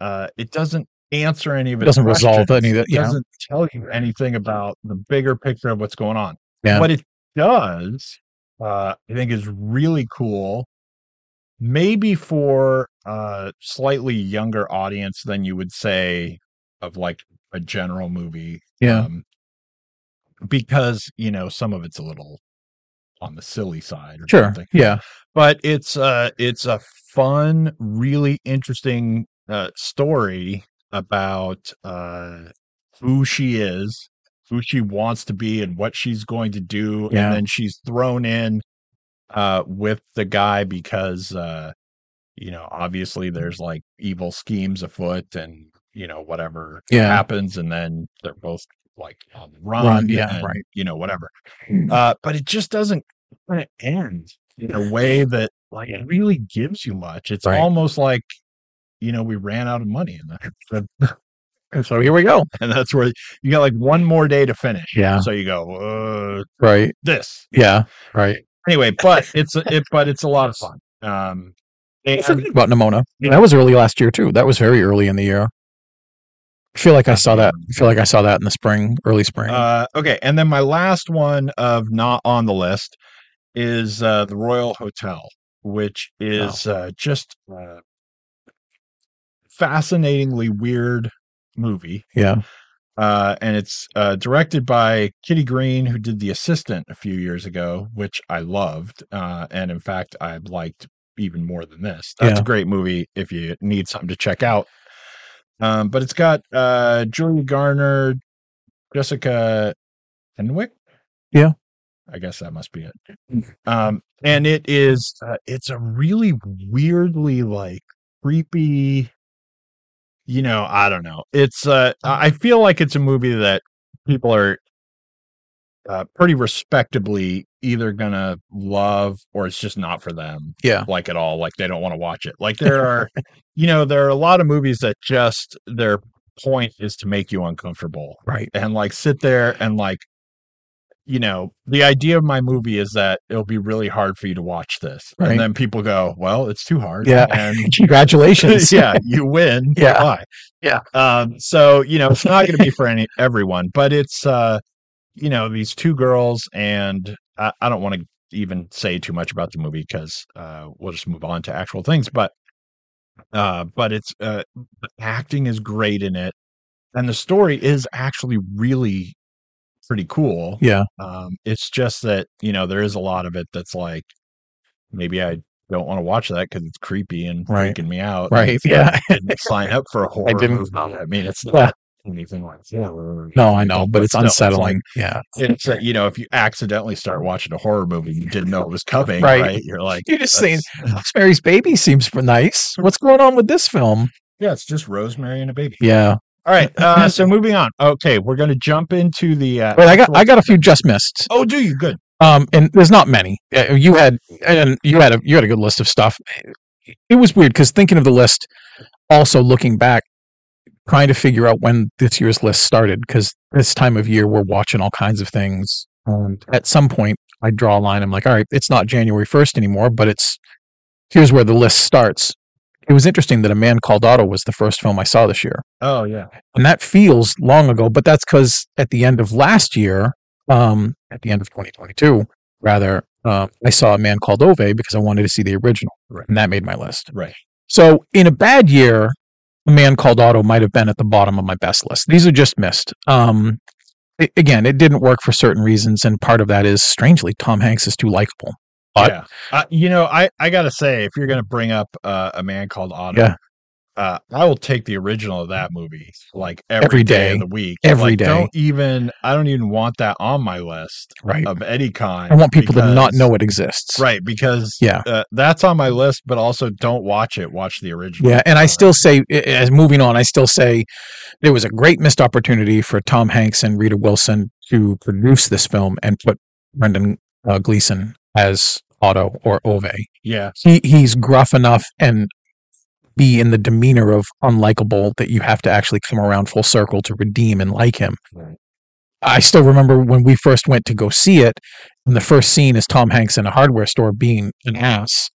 Speaker 2: uh it doesn't answer any of
Speaker 3: It
Speaker 2: it.
Speaker 3: doesn't resolve any of that.
Speaker 2: It
Speaker 3: Yeah.
Speaker 2: doesn't tell you anything about the bigger picture of what's going on.
Speaker 3: Yeah.
Speaker 2: What it does, uh, I think, is really cool. Maybe for a slightly younger audience than you would say of like a general movie.
Speaker 3: Yeah.
Speaker 2: Um, because, you know, some of it's a little on the silly side or
Speaker 3: Sure.
Speaker 2: something
Speaker 3: Yeah.
Speaker 2: but it's uh it's a fun really interesting uh story about uh who she is who she wants to be and what she's going to do
Speaker 3: Yeah.
Speaker 2: and then she's thrown in uh with the guy because uh you know obviously there's like evil schemes afoot and you know whatever
Speaker 3: Yeah.
Speaker 2: happens and then they're both like on the run,
Speaker 3: Run, yeah,
Speaker 2: and,
Speaker 3: right. Hmm.
Speaker 2: you know whatever uh but it just doesn't kind of end in a way that like it really gives you much it's
Speaker 3: Right.
Speaker 2: almost like you know we ran out of money and, that,
Speaker 3: So here we go.
Speaker 2: and that's where you got like one more day to finish
Speaker 3: Yeah.
Speaker 2: so you go uh
Speaker 3: Right.
Speaker 2: this
Speaker 3: Yeah. Right.
Speaker 2: anyway but it's a, it but it's a lot of fun um
Speaker 3: I
Speaker 2: and-
Speaker 3: forgot about Nimona.
Speaker 2: Yeah.
Speaker 3: That was early last year too. That was very early in the year. I feel like I saw that. I feel like I saw that in the spring, early spring.
Speaker 2: Uh, okay, and then my last one of not on the list is uh, the Royal Hotel, which is uh, just uh, fascinatingly weird movie,
Speaker 3: yeah.
Speaker 2: uh, and it's uh, directed by Kitty Green, who did The Assistant a few years ago, which I loved, uh, and in fact I liked even more than this. That's
Speaker 3: Yeah.
Speaker 2: a great movie if you need something to check out. Um, but it's got uh, Julia Garner, Jessica Henwick.
Speaker 3: Yeah.
Speaker 2: I guess that must be it. Um, and it is uh, it's a really weirdly like creepy. You know, I don't know. It's uh,
Speaker 3: Mm-hmm.
Speaker 2: I I feel like it's a movie that people are uh, pretty respectably either gonna love or it's just not for them
Speaker 3: Yeah.
Speaker 2: like at all like they don't want to watch it like there are you know there are a lot of movies that just their point is to make you uncomfortable
Speaker 3: Right.
Speaker 2: and like sit there and like you know the idea of my movie is that it'll be really hard for you to watch this
Speaker 3: Right.
Speaker 2: and then people go well it's too hard
Speaker 3: Yeah.
Speaker 2: and
Speaker 3: Congratulations.
Speaker 2: yeah you win
Speaker 3: Yeah.
Speaker 2: Bye.
Speaker 3: Yeah.
Speaker 2: um so you know it's not going to be for any everyone but it's uh you know these two girls and i, I don't want to even say too much about the movie because uh we'll just move on to actual things but uh but it's uh the acting is great in it and the story is actually really pretty cool
Speaker 3: Yeah.
Speaker 2: um it's just that you know there is a lot of it that's like maybe i don't want to watch that because it's creepy and
Speaker 3: Right.
Speaker 2: freaking me out and
Speaker 3: Right. Yeah.
Speaker 2: I didn't sign up for a horror
Speaker 3: didn't-
Speaker 2: movie. I mean, it's not
Speaker 3: Yeah.
Speaker 2: anything like that.
Speaker 3: No, I know, but it's
Speaker 2: still, it's like-
Speaker 3: unsettling. yeah.
Speaker 2: It's uh, you know, if you accidentally start watching a horror movie, you didn't know it was coming,
Speaker 3: Right.
Speaker 2: right? You're like,
Speaker 3: You're just saying
Speaker 2: "That's-
Speaker 3: Rosemary's Baby seems nice. What's going on with this film?
Speaker 2: yeah, it's just Rosemary and a baby.
Speaker 3: Yeah.
Speaker 2: All right, uh, so moving on. Okay, we're gonna jump into the. Uh,
Speaker 3: But I got
Speaker 2: actual-
Speaker 3: I got a few just missed.
Speaker 2: Oh, do you good?
Speaker 3: Um, and there's not many. Uh, You had and you had a you had a good list of stuff. It was weird because thinking of the list, also looking back, trying to figure out when this year's list started because this time of year we're watching all kinds of things. And at some point, I draw a line. I'm like, all right, it's not January 1st anymore, but it's here's where the list starts. It was interesting that A Man Called Otto was the first film I saw this year
Speaker 2: Oh yeah,
Speaker 3: and that feels long ago but that's because at the end of last year um at the end of 2022 rather um, i saw a man called ove because i wanted to see the original
Speaker 2: Right.
Speaker 3: and that made my list
Speaker 2: right.
Speaker 3: so in a bad year a man called otto might have been at the bottom of my best list these are just missed um a- again it didn't work for certain reasons and part of that is strangely tom hanks is too likable But-
Speaker 2: yeah, uh, you know, I I gotta say, if you're gonna bring up uh, a man called Otto,
Speaker 3: Yeah.
Speaker 2: uh, I will take the original of that movie like every,
Speaker 3: Every
Speaker 2: day,
Speaker 3: day.
Speaker 2: of the week.
Speaker 3: Every
Speaker 2: Every
Speaker 3: day.
Speaker 2: Don't even I don't even want that on my list
Speaker 3: right
Speaker 2: of any kind.
Speaker 3: i want people to not know it exists
Speaker 2: right because
Speaker 3: yeah
Speaker 2: uh, that's on my list, but also don't watch it. Watch the original.
Speaker 3: Yeah, and I still say, i- as moving on, I still say there was a great missed opportunity for Tom Hanks and Rita Wilson to produce this film and put Brendan uh, Gleeson as Otto or Ove.
Speaker 2: yeah,
Speaker 3: He he's gruff enough and be in the demeanor of unlikable that you have to actually come around full circle to redeem and like him.
Speaker 4: Right.
Speaker 3: I still remember when we first went to go see it, and the first scene is Tom Hanks in a hardware store being an ass,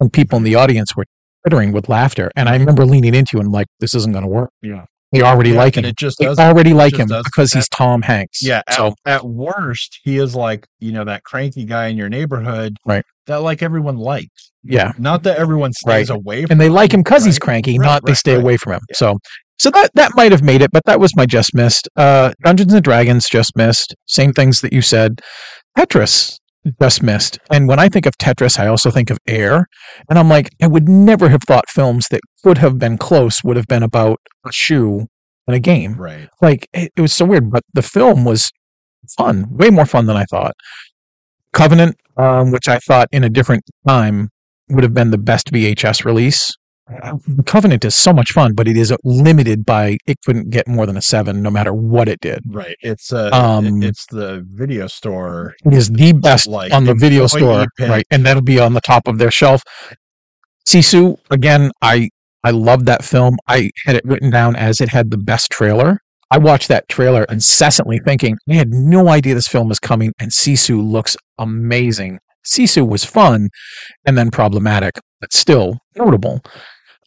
Speaker 3: and people in the audience were tittering with laughter. And I remember leaning into you and like, this isn't going to work.
Speaker 2: Yeah.
Speaker 3: They already like him.
Speaker 2: and it just
Speaker 3: They
Speaker 2: doesn't.
Speaker 3: already like
Speaker 2: just
Speaker 3: him
Speaker 2: doesn't-
Speaker 3: because he's Tom Hanks.
Speaker 2: Yeah. At,
Speaker 3: So
Speaker 2: at worst, he is like, you know, that cranky guy in your neighborhood.
Speaker 3: Right.
Speaker 2: That like everyone likes.
Speaker 3: yeah,
Speaker 2: Not that everyone stays away from
Speaker 3: and they like him because he's
Speaker 2: Right.
Speaker 3: cranky,
Speaker 2: Right,
Speaker 3: not they
Speaker 2: right,
Speaker 3: stay
Speaker 2: right.
Speaker 3: away from him.
Speaker 2: Yeah.
Speaker 3: So, so that that might have made it, but that was my just missed. Uh, Dungeons and Dragons just missed. Same things that you said. Tetris just missed. And when I think of Tetris, I also think of Air, and I'm like, I would never have thought films that would have been close would have been about a shoe and a game.
Speaker 2: Right.
Speaker 3: like it, it was so weird but the film was fun way more fun than i thought covenant um, which i thought in a different time would have been the best vhs release Uh, covenant is so much fun but it is limited by it couldn't get more than a seven no matter what it did
Speaker 2: Right. It's uh,
Speaker 3: Um,
Speaker 2: it- it's the video store.
Speaker 3: it is the best
Speaker 2: Like
Speaker 3: on the video
Speaker 2: employee
Speaker 3: store
Speaker 2: pick.
Speaker 3: right and that'll be on the top of their shelf sisu again i i love that film i had it written down as it had the best trailer i watched that trailer incessantly thinking i had no idea this film was coming and sisu looks amazing sisu was fun and then problematic but still notable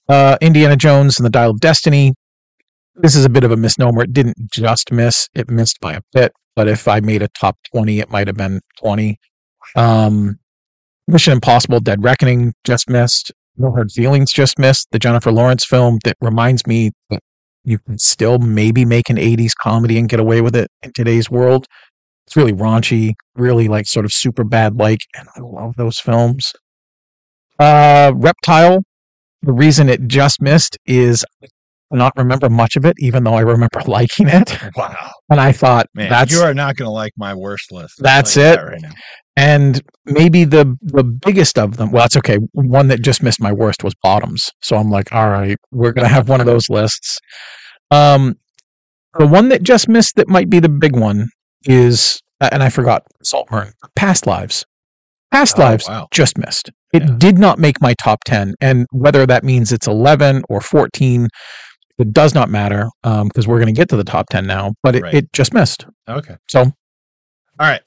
Speaker 3: uh indiana jones and the dial of destiny this is a bit of a misnomer it didn't just miss it missed by a bit but if i made a top 20 it might have been 20 um, Mission Impossible: Dead Reckoning just missed. No Hard Feelings just missed. The Jennifer Lawrence film that reminds me that you can still maybe make an '80s comedy and get away with it in today's world. It's really raunchy, really like sort of super bad like, and I love those films. Uh, Reptile. The reason it just missed is I not remember much of it, even though I remember liking it.
Speaker 2: Wow.
Speaker 3: And I thought
Speaker 2: Man,
Speaker 3: that's
Speaker 2: you are not going to like my worst list. I'll
Speaker 3: That's
Speaker 2: tell you
Speaker 3: it.
Speaker 2: that right now.
Speaker 3: and maybe the the biggest of them well that's okay one that just missed my worst was bottoms so i'm like all right we're gonna have one of those lists um the one that just missed that might be the big one is uh, and i forgot saltburn past lives past
Speaker 2: Oh,
Speaker 3: lives
Speaker 2: wow.
Speaker 3: just missed it
Speaker 2: Yeah.
Speaker 3: did not make my top 10 and whether that means it's 11 or 14 it does not matter because we're going to get to the top 10 now but it,
Speaker 2: Right.
Speaker 3: it just missed
Speaker 2: Okay.
Speaker 3: so
Speaker 2: All right.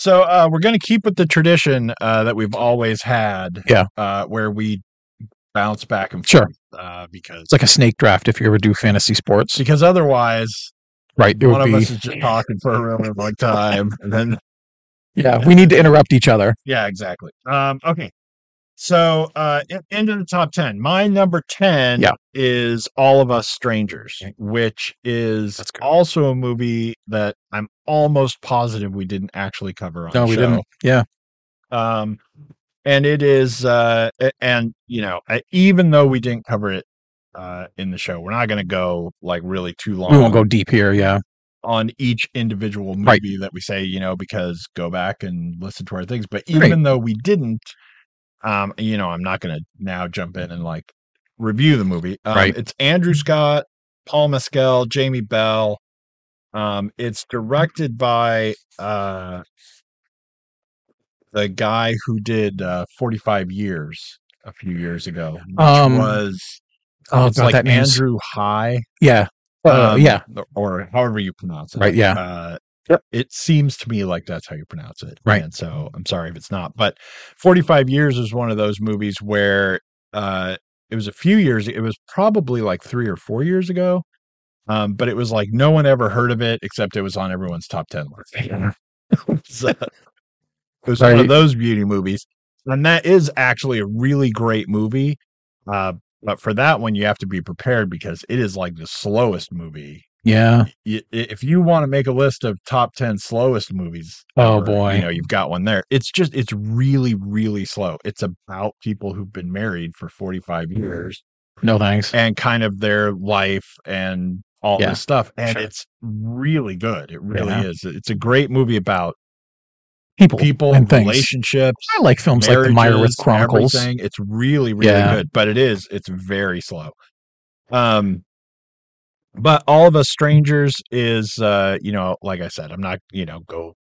Speaker 2: So uh, we're going to keep with the tradition uh, that we've always had.
Speaker 3: Yeah.
Speaker 2: Uh, where we bounce back and
Speaker 3: Sure.
Speaker 2: forth. Uh, because
Speaker 3: it's like a snake draft if you ever do fantasy sports
Speaker 2: because otherwise
Speaker 3: right it
Speaker 2: one
Speaker 3: would
Speaker 2: of
Speaker 3: be
Speaker 2: us is just talking for a really long time and then
Speaker 3: Yeah, we need to interrupt each other.
Speaker 2: Yeah, exactly. Um, okay. So uh in- into the top ten. My number ten
Speaker 3: Yeah.
Speaker 2: is All of Us Strangers, which is
Speaker 3: That's good.
Speaker 2: also a movie that I'm almost positive we didn't actually cover on
Speaker 3: No,
Speaker 2: the
Speaker 3: we
Speaker 2: show.
Speaker 3: didn't. Yeah,
Speaker 2: Um and it is uh a- and you know, I- even though we didn't cover it uh in the show, we're not gonna go like really too long
Speaker 3: we won't go deep here. Yeah,
Speaker 2: on each individual movie
Speaker 3: Right.
Speaker 2: that we say, you know, because go back and listen to our things. But
Speaker 3: Right.
Speaker 2: even though we didn't, um, you know, I'm not going to now jump in and like review the movie. Um,
Speaker 3: Right.
Speaker 2: It's Andrew Scott, Paul Mescal, Jamie Bell. Um, it's directed by uh, the guy who did uh, 45 Years a few years ago, which
Speaker 3: Um,
Speaker 2: was
Speaker 3: oh
Speaker 2: it's
Speaker 3: god,
Speaker 2: like
Speaker 3: that name's
Speaker 2: Andrew High
Speaker 3: yeah, uh,
Speaker 2: um,
Speaker 3: yeah,
Speaker 2: or however you pronounce it.
Speaker 3: Right, yeah.
Speaker 2: Uh,
Speaker 3: Yep.
Speaker 2: It seems to me like that's how you pronounce it.
Speaker 3: Right.
Speaker 2: And so I'm sorry if it's not, but 45 Years is one of those movies where uh, it was a few years, it was probably like three or four years ago. Um, but it was like no one ever heard of it except it was on everyone's top 10 list. so, it was one
Speaker 3: Right.
Speaker 2: of those beauty movies. And that is actually a really great movie. Uh, but for that one, you have to be prepared because it is like the slowest movie
Speaker 3: yeah.
Speaker 2: y- i- if you want to make a list of top 10 slowest movies
Speaker 3: Oh,
Speaker 2: ever,
Speaker 3: boy.
Speaker 2: you know you've got one there it's just it's really really slow it's about people who've been married for 45
Speaker 3: Mm-hmm.
Speaker 2: years
Speaker 3: No thanks.
Speaker 2: and kind of their life and all
Speaker 3: Yeah,
Speaker 2: this stuff and
Speaker 3: sure.
Speaker 2: it's really good it really
Speaker 3: Yeah.
Speaker 2: is it's a great movie about
Speaker 3: People,
Speaker 2: people
Speaker 3: and things.
Speaker 2: relationships
Speaker 3: I like films like the
Speaker 2: marriages,
Speaker 3: Meyerowitz Chronicles.
Speaker 2: everything. It's really, really
Speaker 3: Yeah.
Speaker 2: good, but it is, it's very slow. Um, but all of us strangers is, uh, you know, like I said, I'm not, you know, go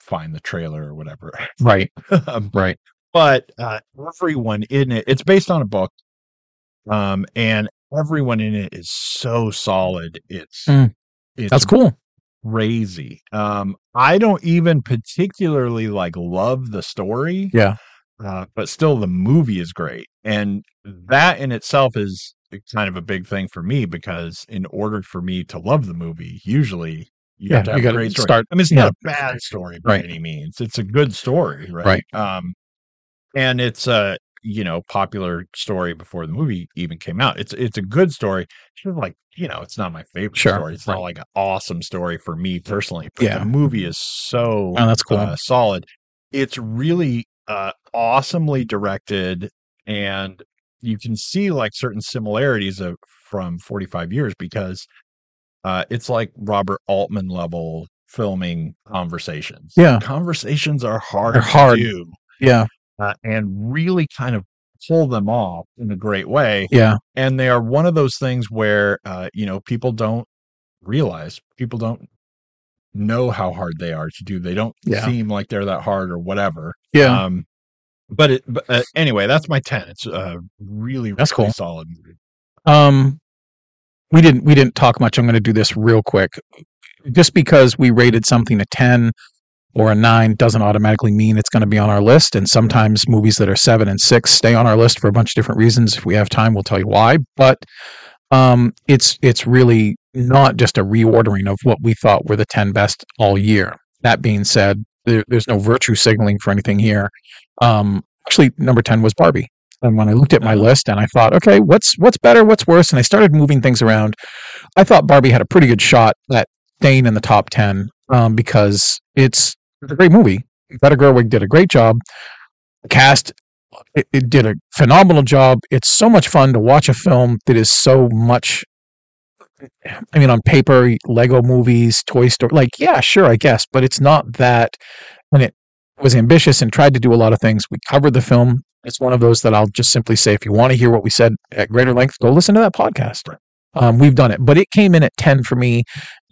Speaker 2: find the trailer or whatever.
Speaker 3: Right,
Speaker 2: um,
Speaker 3: right.
Speaker 2: but uh, everyone in it, it's based on a book. um, and everyone in it is so solid. It's
Speaker 3: Mm.
Speaker 2: it's
Speaker 3: That's cool.
Speaker 2: crazy. Um, I don't even particularly like love the story.
Speaker 3: Yeah.
Speaker 2: Uh, but still, the movie is great, and
Speaker 3: Mm-hmm.
Speaker 2: that in itself is kind of a big thing for me because in order for me to love the movie, usually you
Speaker 3: Yeah,
Speaker 2: have to
Speaker 3: you
Speaker 2: have a
Speaker 3: gotta
Speaker 2: great story.
Speaker 3: start-
Speaker 2: I mean, it's
Speaker 3: yeah.
Speaker 2: not a bad story by
Speaker 3: Right.
Speaker 2: any means. It's a good story, right? Um, and it's a you know popular story before the movie even came out. It's it's a good story. It's just like you know, it's not my favorite
Speaker 3: Sure,
Speaker 2: story. It's
Speaker 3: right.
Speaker 2: not like an awesome story for me personally. But
Speaker 3: Yeah.
Speaker 2: the movie is so
Speaker 3: Oh, that's cool.
Speaker 2: uh, solid. It's really uh, awesomely directed, and you can see like certain similarities of, from 45 years because uh, it's like Robert Altman level filming conversations.
Speaker 3: Yeah.
Speaker 2: conversations are hard.
Speaker 3: They're hard.
Speaker 2: To do,
Speaker 3: yeah.
Speaker 2: uh, and really kind of pull them off in a great way.
Speaker 3: Yeah.
Speaker 2: And they are one of those things where uh, you know people don't realize, people don't know how hard they are to do. They don't
Speaker 3: Yeah.
Speaker 2: seem like they're that hard or whatever.
Speaker 3: Yeah.
Speaker 2: Um, but it, but uh, anyway, that's my ten. It's uh, really
Speaker 3: That's
Speaker 2: really
Speaker 3: cool.
Speaker 2: solid. movie.
Speaker 3: Um, we didn't we didn't talk much. I'm going to do this real quick. Just because we rated something a 10 or a 9 doesn't automatically mean it's going to be on our list and sometimes movies that are 7 and 6 stay on our list for a bunch of different reasons. If we have time, we'll tell you why, but um it's it's really not just a reordering of what we thought were the 10 best all year. That being said, there, there's no virtue signaling for anything here. Um actually number 10 was Barbie. And when I looked at my
Speaker 2: Uh-huh.
Speaker 3: list and I thought, okay, what's what's better, what's worse, and I started moving things around. I thought Barbie had a pretty good shot at staying in the top ten um, because it's a great movie. Greta Gerwig did a great job. The cast it, it did a phenomenal job. It's so much fun to watch a film that is so much. I mean, on paper, Lego movies, Toy Story, like yeah, sure, I guess, but it's not that. And it was ambitious and tried to do a lot of things. We covered the film. It's one of those that I'll just simply say, if you want to hear what we said at greater length, go listen to that podcast.
Speaker 2: Right.
Speaker 3: Um, we've done it, but it came in at ten for me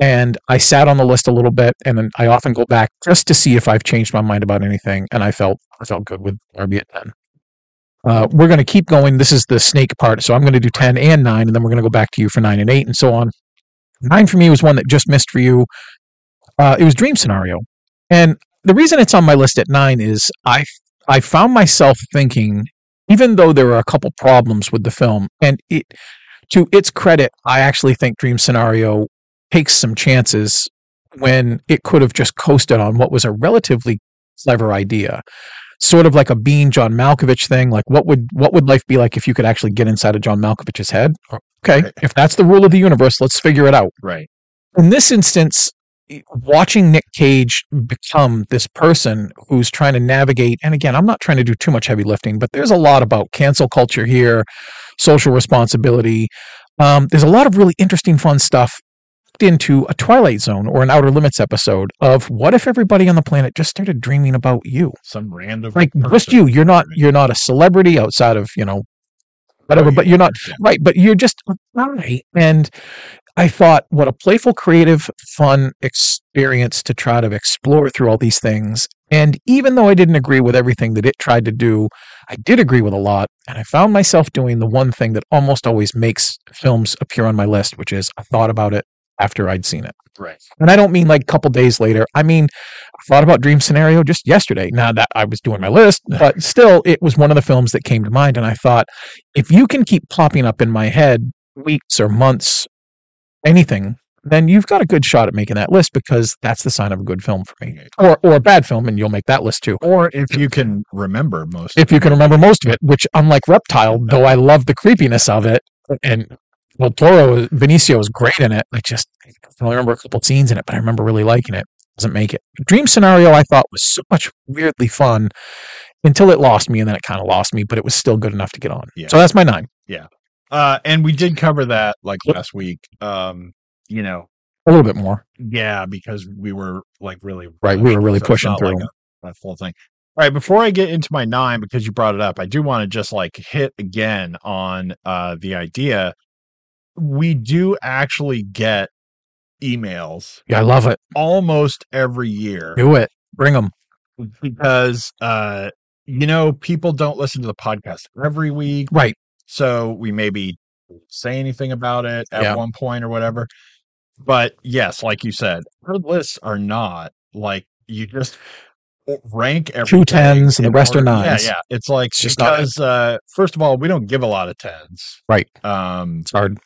Speaker 3: and I sat on the list a little bit, and then I often go back just to see if I've changed my mind about anything, and I felt I felt good with Barbie at ten. Uh, we're going to keep going. This is the snake part, so I'm going to do ten and nine, and then we're going to go back to you for nine and eight, and so on. Nine for me was one that just missed for you. Uh, it was Dream Scenario, and the reason it's on my list at nine is I I found myself thinking, even though there were a couple problems with the film, and it to its credit, I actually think Dream Scenario takes some chances when it could have just coasted on what was a relatively clever idea sort of like a bean john malkovich thing like what would what would life be like if you could actually get inside of john malkovich's head okay
Speaker 2: Right.
Speaker 3: if that's the rule of the universe let's figure it out
Speaker 2: Right.
Speaker 3: in this instance, e, watching Nick Cage become this person who's trying to navigate, and again, I'm not trying to do too much heavy lifting, but there's a lot about cancel culture here, social responsibility. Um, there's a lot of really interesting, fun stuff tucked into a Twilight Zone or an Outer Limits episode of what if everybody on the planet just started dreaming about you?
Speaker 2: Some random
Speaker 3: Like just
Speaker 2: person.
Speaker 3: you. You're not
Speaker 2: Right.
Speaker 3: you're not a celebrity outside of, you know, whatever,
Speaker 2: Oh,
Speaker 3: but
Speaker 2: yeah,
Speaker 3: you're not
Speaker 2: understand.
Speaker 3: right, but you're just a guy. And I thought, what a playful, creative, fun experience to try to explore through all these things. And even though I didn't agree with everything that it tried to do, I did agree with a lot. And I found myself doing the one thing that almost always makes films appear on my list, which is I thought about it after I'd seen it.
Speaker 2: Right.
Speaker 3: And I don't mean like a couple days later. I mean, I thought about Dream Scenario just yesterday. Now that I was doing my list, but still, it was one of the films that came to mind. And I thought, if you can keep popping up in my head weeks or months, anything, then you've got a good shot at making that list because that's the sign of a good film for me, or or a bad film, and you'll make that list too.
Speaker 2: Or if you can remember most.
Speaker 3: If you can remember most of it, which unlike Reptile, though I love the creepiness of it, and well, Toro Benicio is great in it. I just I don't remember a couple scenes in it, but I remember really liking it. Doesn't make it. Dream scenario I thought was so much weirdly fun until it lost me, and then it kind of lost me, but it was still good enough to get on.
Speaker 2: Yeah.
Speaker 3: So that's my nine.
Speaker 2: uh, and we did cover that like
Speaker 3: Yep.
Speaker 2: last week. Um, you know,
Speaker 3: A little bit more.
Speaker 2: yeah, because we were like really
Speaker 3: Right, we were really
Speaker 2: it's
Speaker 3: pushing
Speaker 2: not
Speaker 3: through.
Speaker 2: like a, a full thing. All right, before I get into my nine, because you brought it up, I do want to just like hit again on uh, the idea. We do actually get emails
Speaker 3: Yeah, I love it.
Speaker 2: almost every year
Speaker 3: Do it. Bring them.
Speaker 2: because uh, you know people don't listen to the podcast every week.
Speaker 3: Right.
Speaker 2: So we maybe say anything about it at
Speaker 3: Yeah.
Speaker 2: one point or whatever. But yes, like you said, her lists are not like you just rank every
Speaker 3: Two tens and the
Speaker 2: in
Speaker 3: rest are
Speaker 2: order-
Speaker 3: nines.
Speaker 2: Yeah, yeah. It's like
Speaker 3: It's just not-
Speaker 2: because uh, first of all, we don't give a lot of tens.
Speaker 3: Right.
Speaker 2: Um,
Speaker 3: It's hard.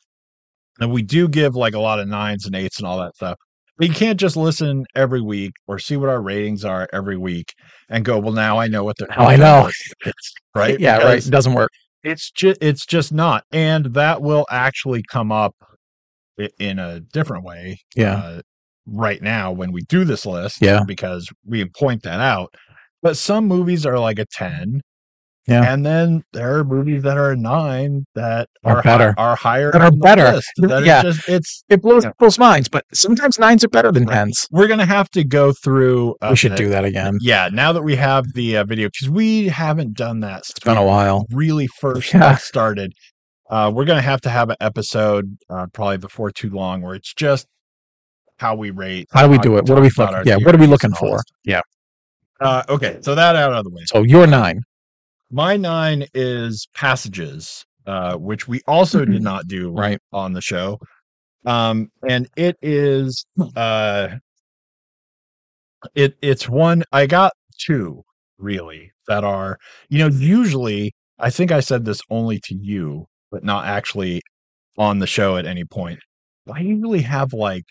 Speaker 2: and we do give like a lot of nines and eights and all that stuff. But you can't just listen every week or see what our ratings are every week and go, well, now I know what the
Speaker 3: Now I know.
Speaker 2: right?
Speaker 3: Yeah, right.
Speaker 2: Because
Speaker 3: It doesn't work.
Speaker 2: It's just it's just not, and that will actually come up i- in a different way.
Speaker 3: Yeah.
Speaker 2: Uh, right now, when we do this list,
Speaker 3: Yeah.
Speaker 2: because we point that out. But some movies are like a ten,
Speaker 3: Yeah.
Speaker 2: and then there are movies that are a nine that
Speaker 3: Are
Speaker 2: are, hi-
Speaker 3: better.
Speaker 2: are higher
Speaker 3: That are
Speaker 2: on the
Speaker 3: better.
Speaker 2: list, that
Speaker 3: Yeah.
Speaker 2: it's just it's
Speaker 3: It blows
Speaker 2: Yeah.
Speaker 3: people's minds, but sometimes nines are better than
Speaker 2: Right.
Speaker 3: tens.
Speaker 2: we're gonna have to go through. Uh,
Speaker 3: We should
Speaker 2: the-
Speaker 3: do that again.
Speaker 2: Yeah, now that we have the uh, video, because we haven't done that.
Speaker 3: It's been a while.
Speaker 2: really first
Speaker 3: Yeah.
Speaker 2: got started. Uh, we're gonna have to have an episode uh, probably before too long where it's just how we rate.
Speaker 3: How do we
Speaker 2: talk-
Speaker 3: do it? What are we
Speaker 2: talk about
Speaker 3: looking?
Speaker 2: our
Speaker 3: Yeah, what are we
Speaker 2: theories
Speaker 3: looking
Speaker 2: and all
Speaker 3: for?
Speaker 2: this.
Speaker 3: Yeah.
Speaker 2: Uh, okay, so that out of the way.
Speaker 3: So you're nine.
Speaker 2: My nine is passages, uh, which we also
Speaker 3: Mm-hmm.
Speaker 2: did not do
Speaker 3: Right.
Speaker 2: on the show. Um, and it is uh it it's one I got two really that are you know, usually I think I said this only to you, but not actually on the show at any point. I usually have like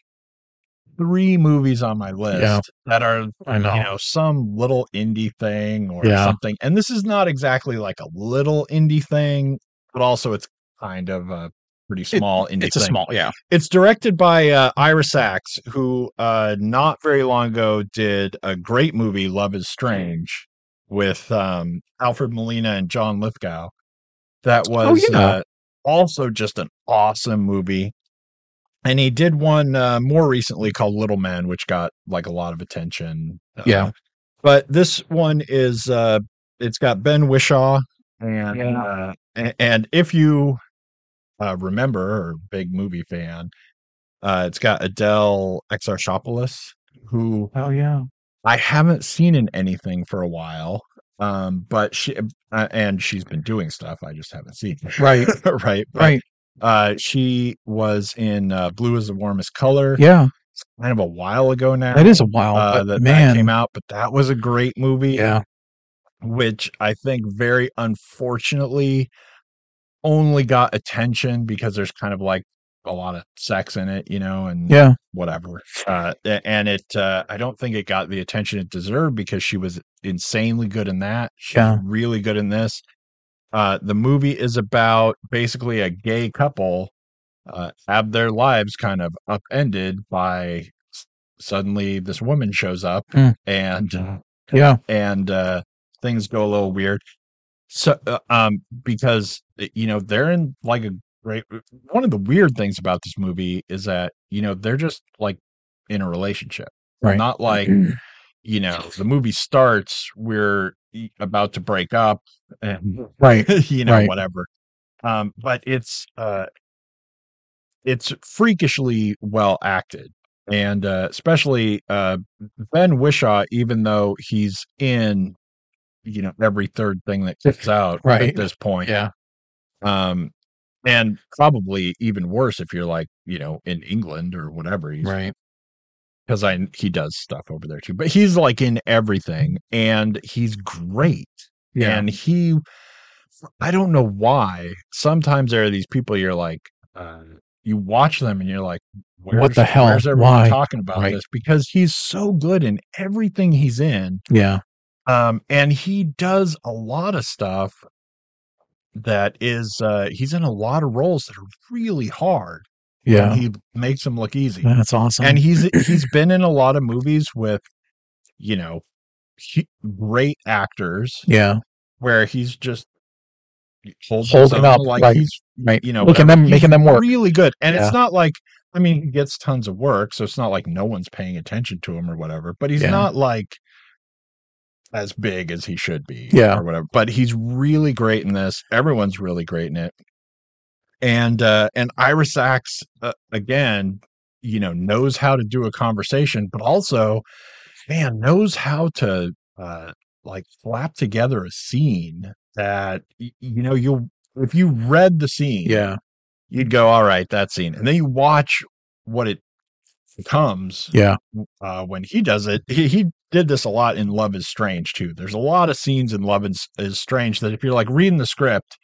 Speaker 2: three movies on my list that are
Speaker 3: I know.
Speaker 2: you know some little indie thing or
Speaker 3: Oh. Yeah.
Speaker 2: something and this is not exactly like a little indie thing but also it's kind of a pretty small indie
Speaker 3: it's a
Speaker 2: thing
Speaker 3: small, yeah.
Speaker 2: it's directed by uh, ira sachs who uh not very long ago did a great movie love is strange with um alfred molina and john lithgow that was
Speaker 3: Oh, yeah.
Speaker 2: uh, also just an awesome movie and he did one uh, more recently called little men which got like a lot of attention Uh,
Speaker 3: Yeah.
Speaker 2: but this one is uh it's got ben wishaw and uh, a- and if you uh, remember or big movie fan uh it's got adele exarchopoulos who
Speaker 3: Oh yeah.
Speaker 2: I haven't seen in anything for a while. Um, but she uh, and she's been doing stuff. I just haven't seen.
Speaker 3: Right.
Speaker 2: right. But,
Speaker 3: Right.
Speaker 2: Uh, she was in uh, Blue is the Warmest Color.
Speaker 3: Yeah.
Speaker 2: Kind of a while ago now.
Speaker 3: That is a while,
Speaker 2: uh,
Speaker 3: but
Speaker 2: that,
Speaker 3: man.
Speaker 2: that came out, but that was a great movie.
Speaker 3: Yeah.
Speaker 2: Which I think very unfortunately only got attention because there's kind of like a lot of sex in it, you know, and
Speaker 3: Yeah.
Speaker 2: whatever. Uh, a- and it, uh, I don't think it got the attention it deserved because she was insanely good in that. She's
Speaker 3: Yeah.
Speaker 2: really good in this. Uh, the movie is about basically a gay couple uh, have their lives kind of upended by s- suddenly this woman shows up
Speaker 3: Hmm.
Speaker 2: and uh,
Speaker 3: Yeah.
Speaker 2: and uh, things go a little weird. So, uh, um, because uh, you know they're in like a great. uh, One of the weird things about this movie is that you know they're just like in a relationship,
Speaker 3: Right.
Speaker 2: not like you know the movie starts we're e- about to break up and
Speaker 3: Right.
Speaker 2: you know
Speaker 3: Right.
Speaker 2: whatever um but it's uh it's freakishly well acted and uh especially uh ben wishaw even though he's in you know every third thing that comes out
Speaker 3: Right.
Speaker 2: at this point
Speaker 3: Yeah.
Speaker 2: um and probably even worse if you're like you know in england or whatever he's
Speaker 3: Right.
Speaker 2: because I he does stuff over there too. But he's like in everything, and he's great.
Speaker 3: Yeah.
Speaker 2: And he, I don't know why. Sometimes there are these people you're like, uh, you watch them and you're like,
Speaker 3: What
Speaker 2: "Where's-
Speaker 3: the hell?
Speaker 2: Where's everyone
Speaker 3: Why?"
Speaker 2: talking about
Speaker 3: Right.
Speaker 2: this? Because he's so good in everything he's in,
Speaker 3: Yeah.
Speaker 2: um, and he does a lot of stuff that is uh he's in a lot of roles that are really hard and
Speaker 3: Yeah.
Speaker 2: he makes them look easy
Speaker 3: That's awesome.
Speaker 2: and he's he's been in a lot of movies with you know hu- great actors
Speaker 3: yeah.
Speaker 2: where he's just holds
Speaker 3: Holding
Speaker 2: his own,
Speaker 3: up,
Speaker 2: like
Speaker 3: right,
Speaker 2: he's
Speaker 3: Right.
Speaker 2: you know
Speaker 3: looking
Speaker 2: whatever.
Speaker 3: them,
Speaker 2: He's
Speaker 3: making them work.
Speaker 2: really good and
Speaker 3: Yeah.
Speaker 2: it's not like i mean he gets tons of work so it's not like no one's paying attention to him or whatever but he's
Speaker 3: Yeah.
Speaker 2: not like as big as he should be
Speaker 3: Yeah.
Speaker 2: or whatever but he's really great in this everyone's really great in it and uh and Ira Sachs uh, again you know knows how to do a conversation but also man knows how to uh like flap together a scene that y- you know you'll if you read the scene,
Speaker 3: Yeah.
Speaker 2: you'd go, all right, that scene. And then you watch what it becomes
Speaker 3: Yeah.
Speaker 2: uh, when he does it. He, he did this a lot in Love is Strange, too. There's a lot of scenes in Love is, is Strange that if you're like reading the script,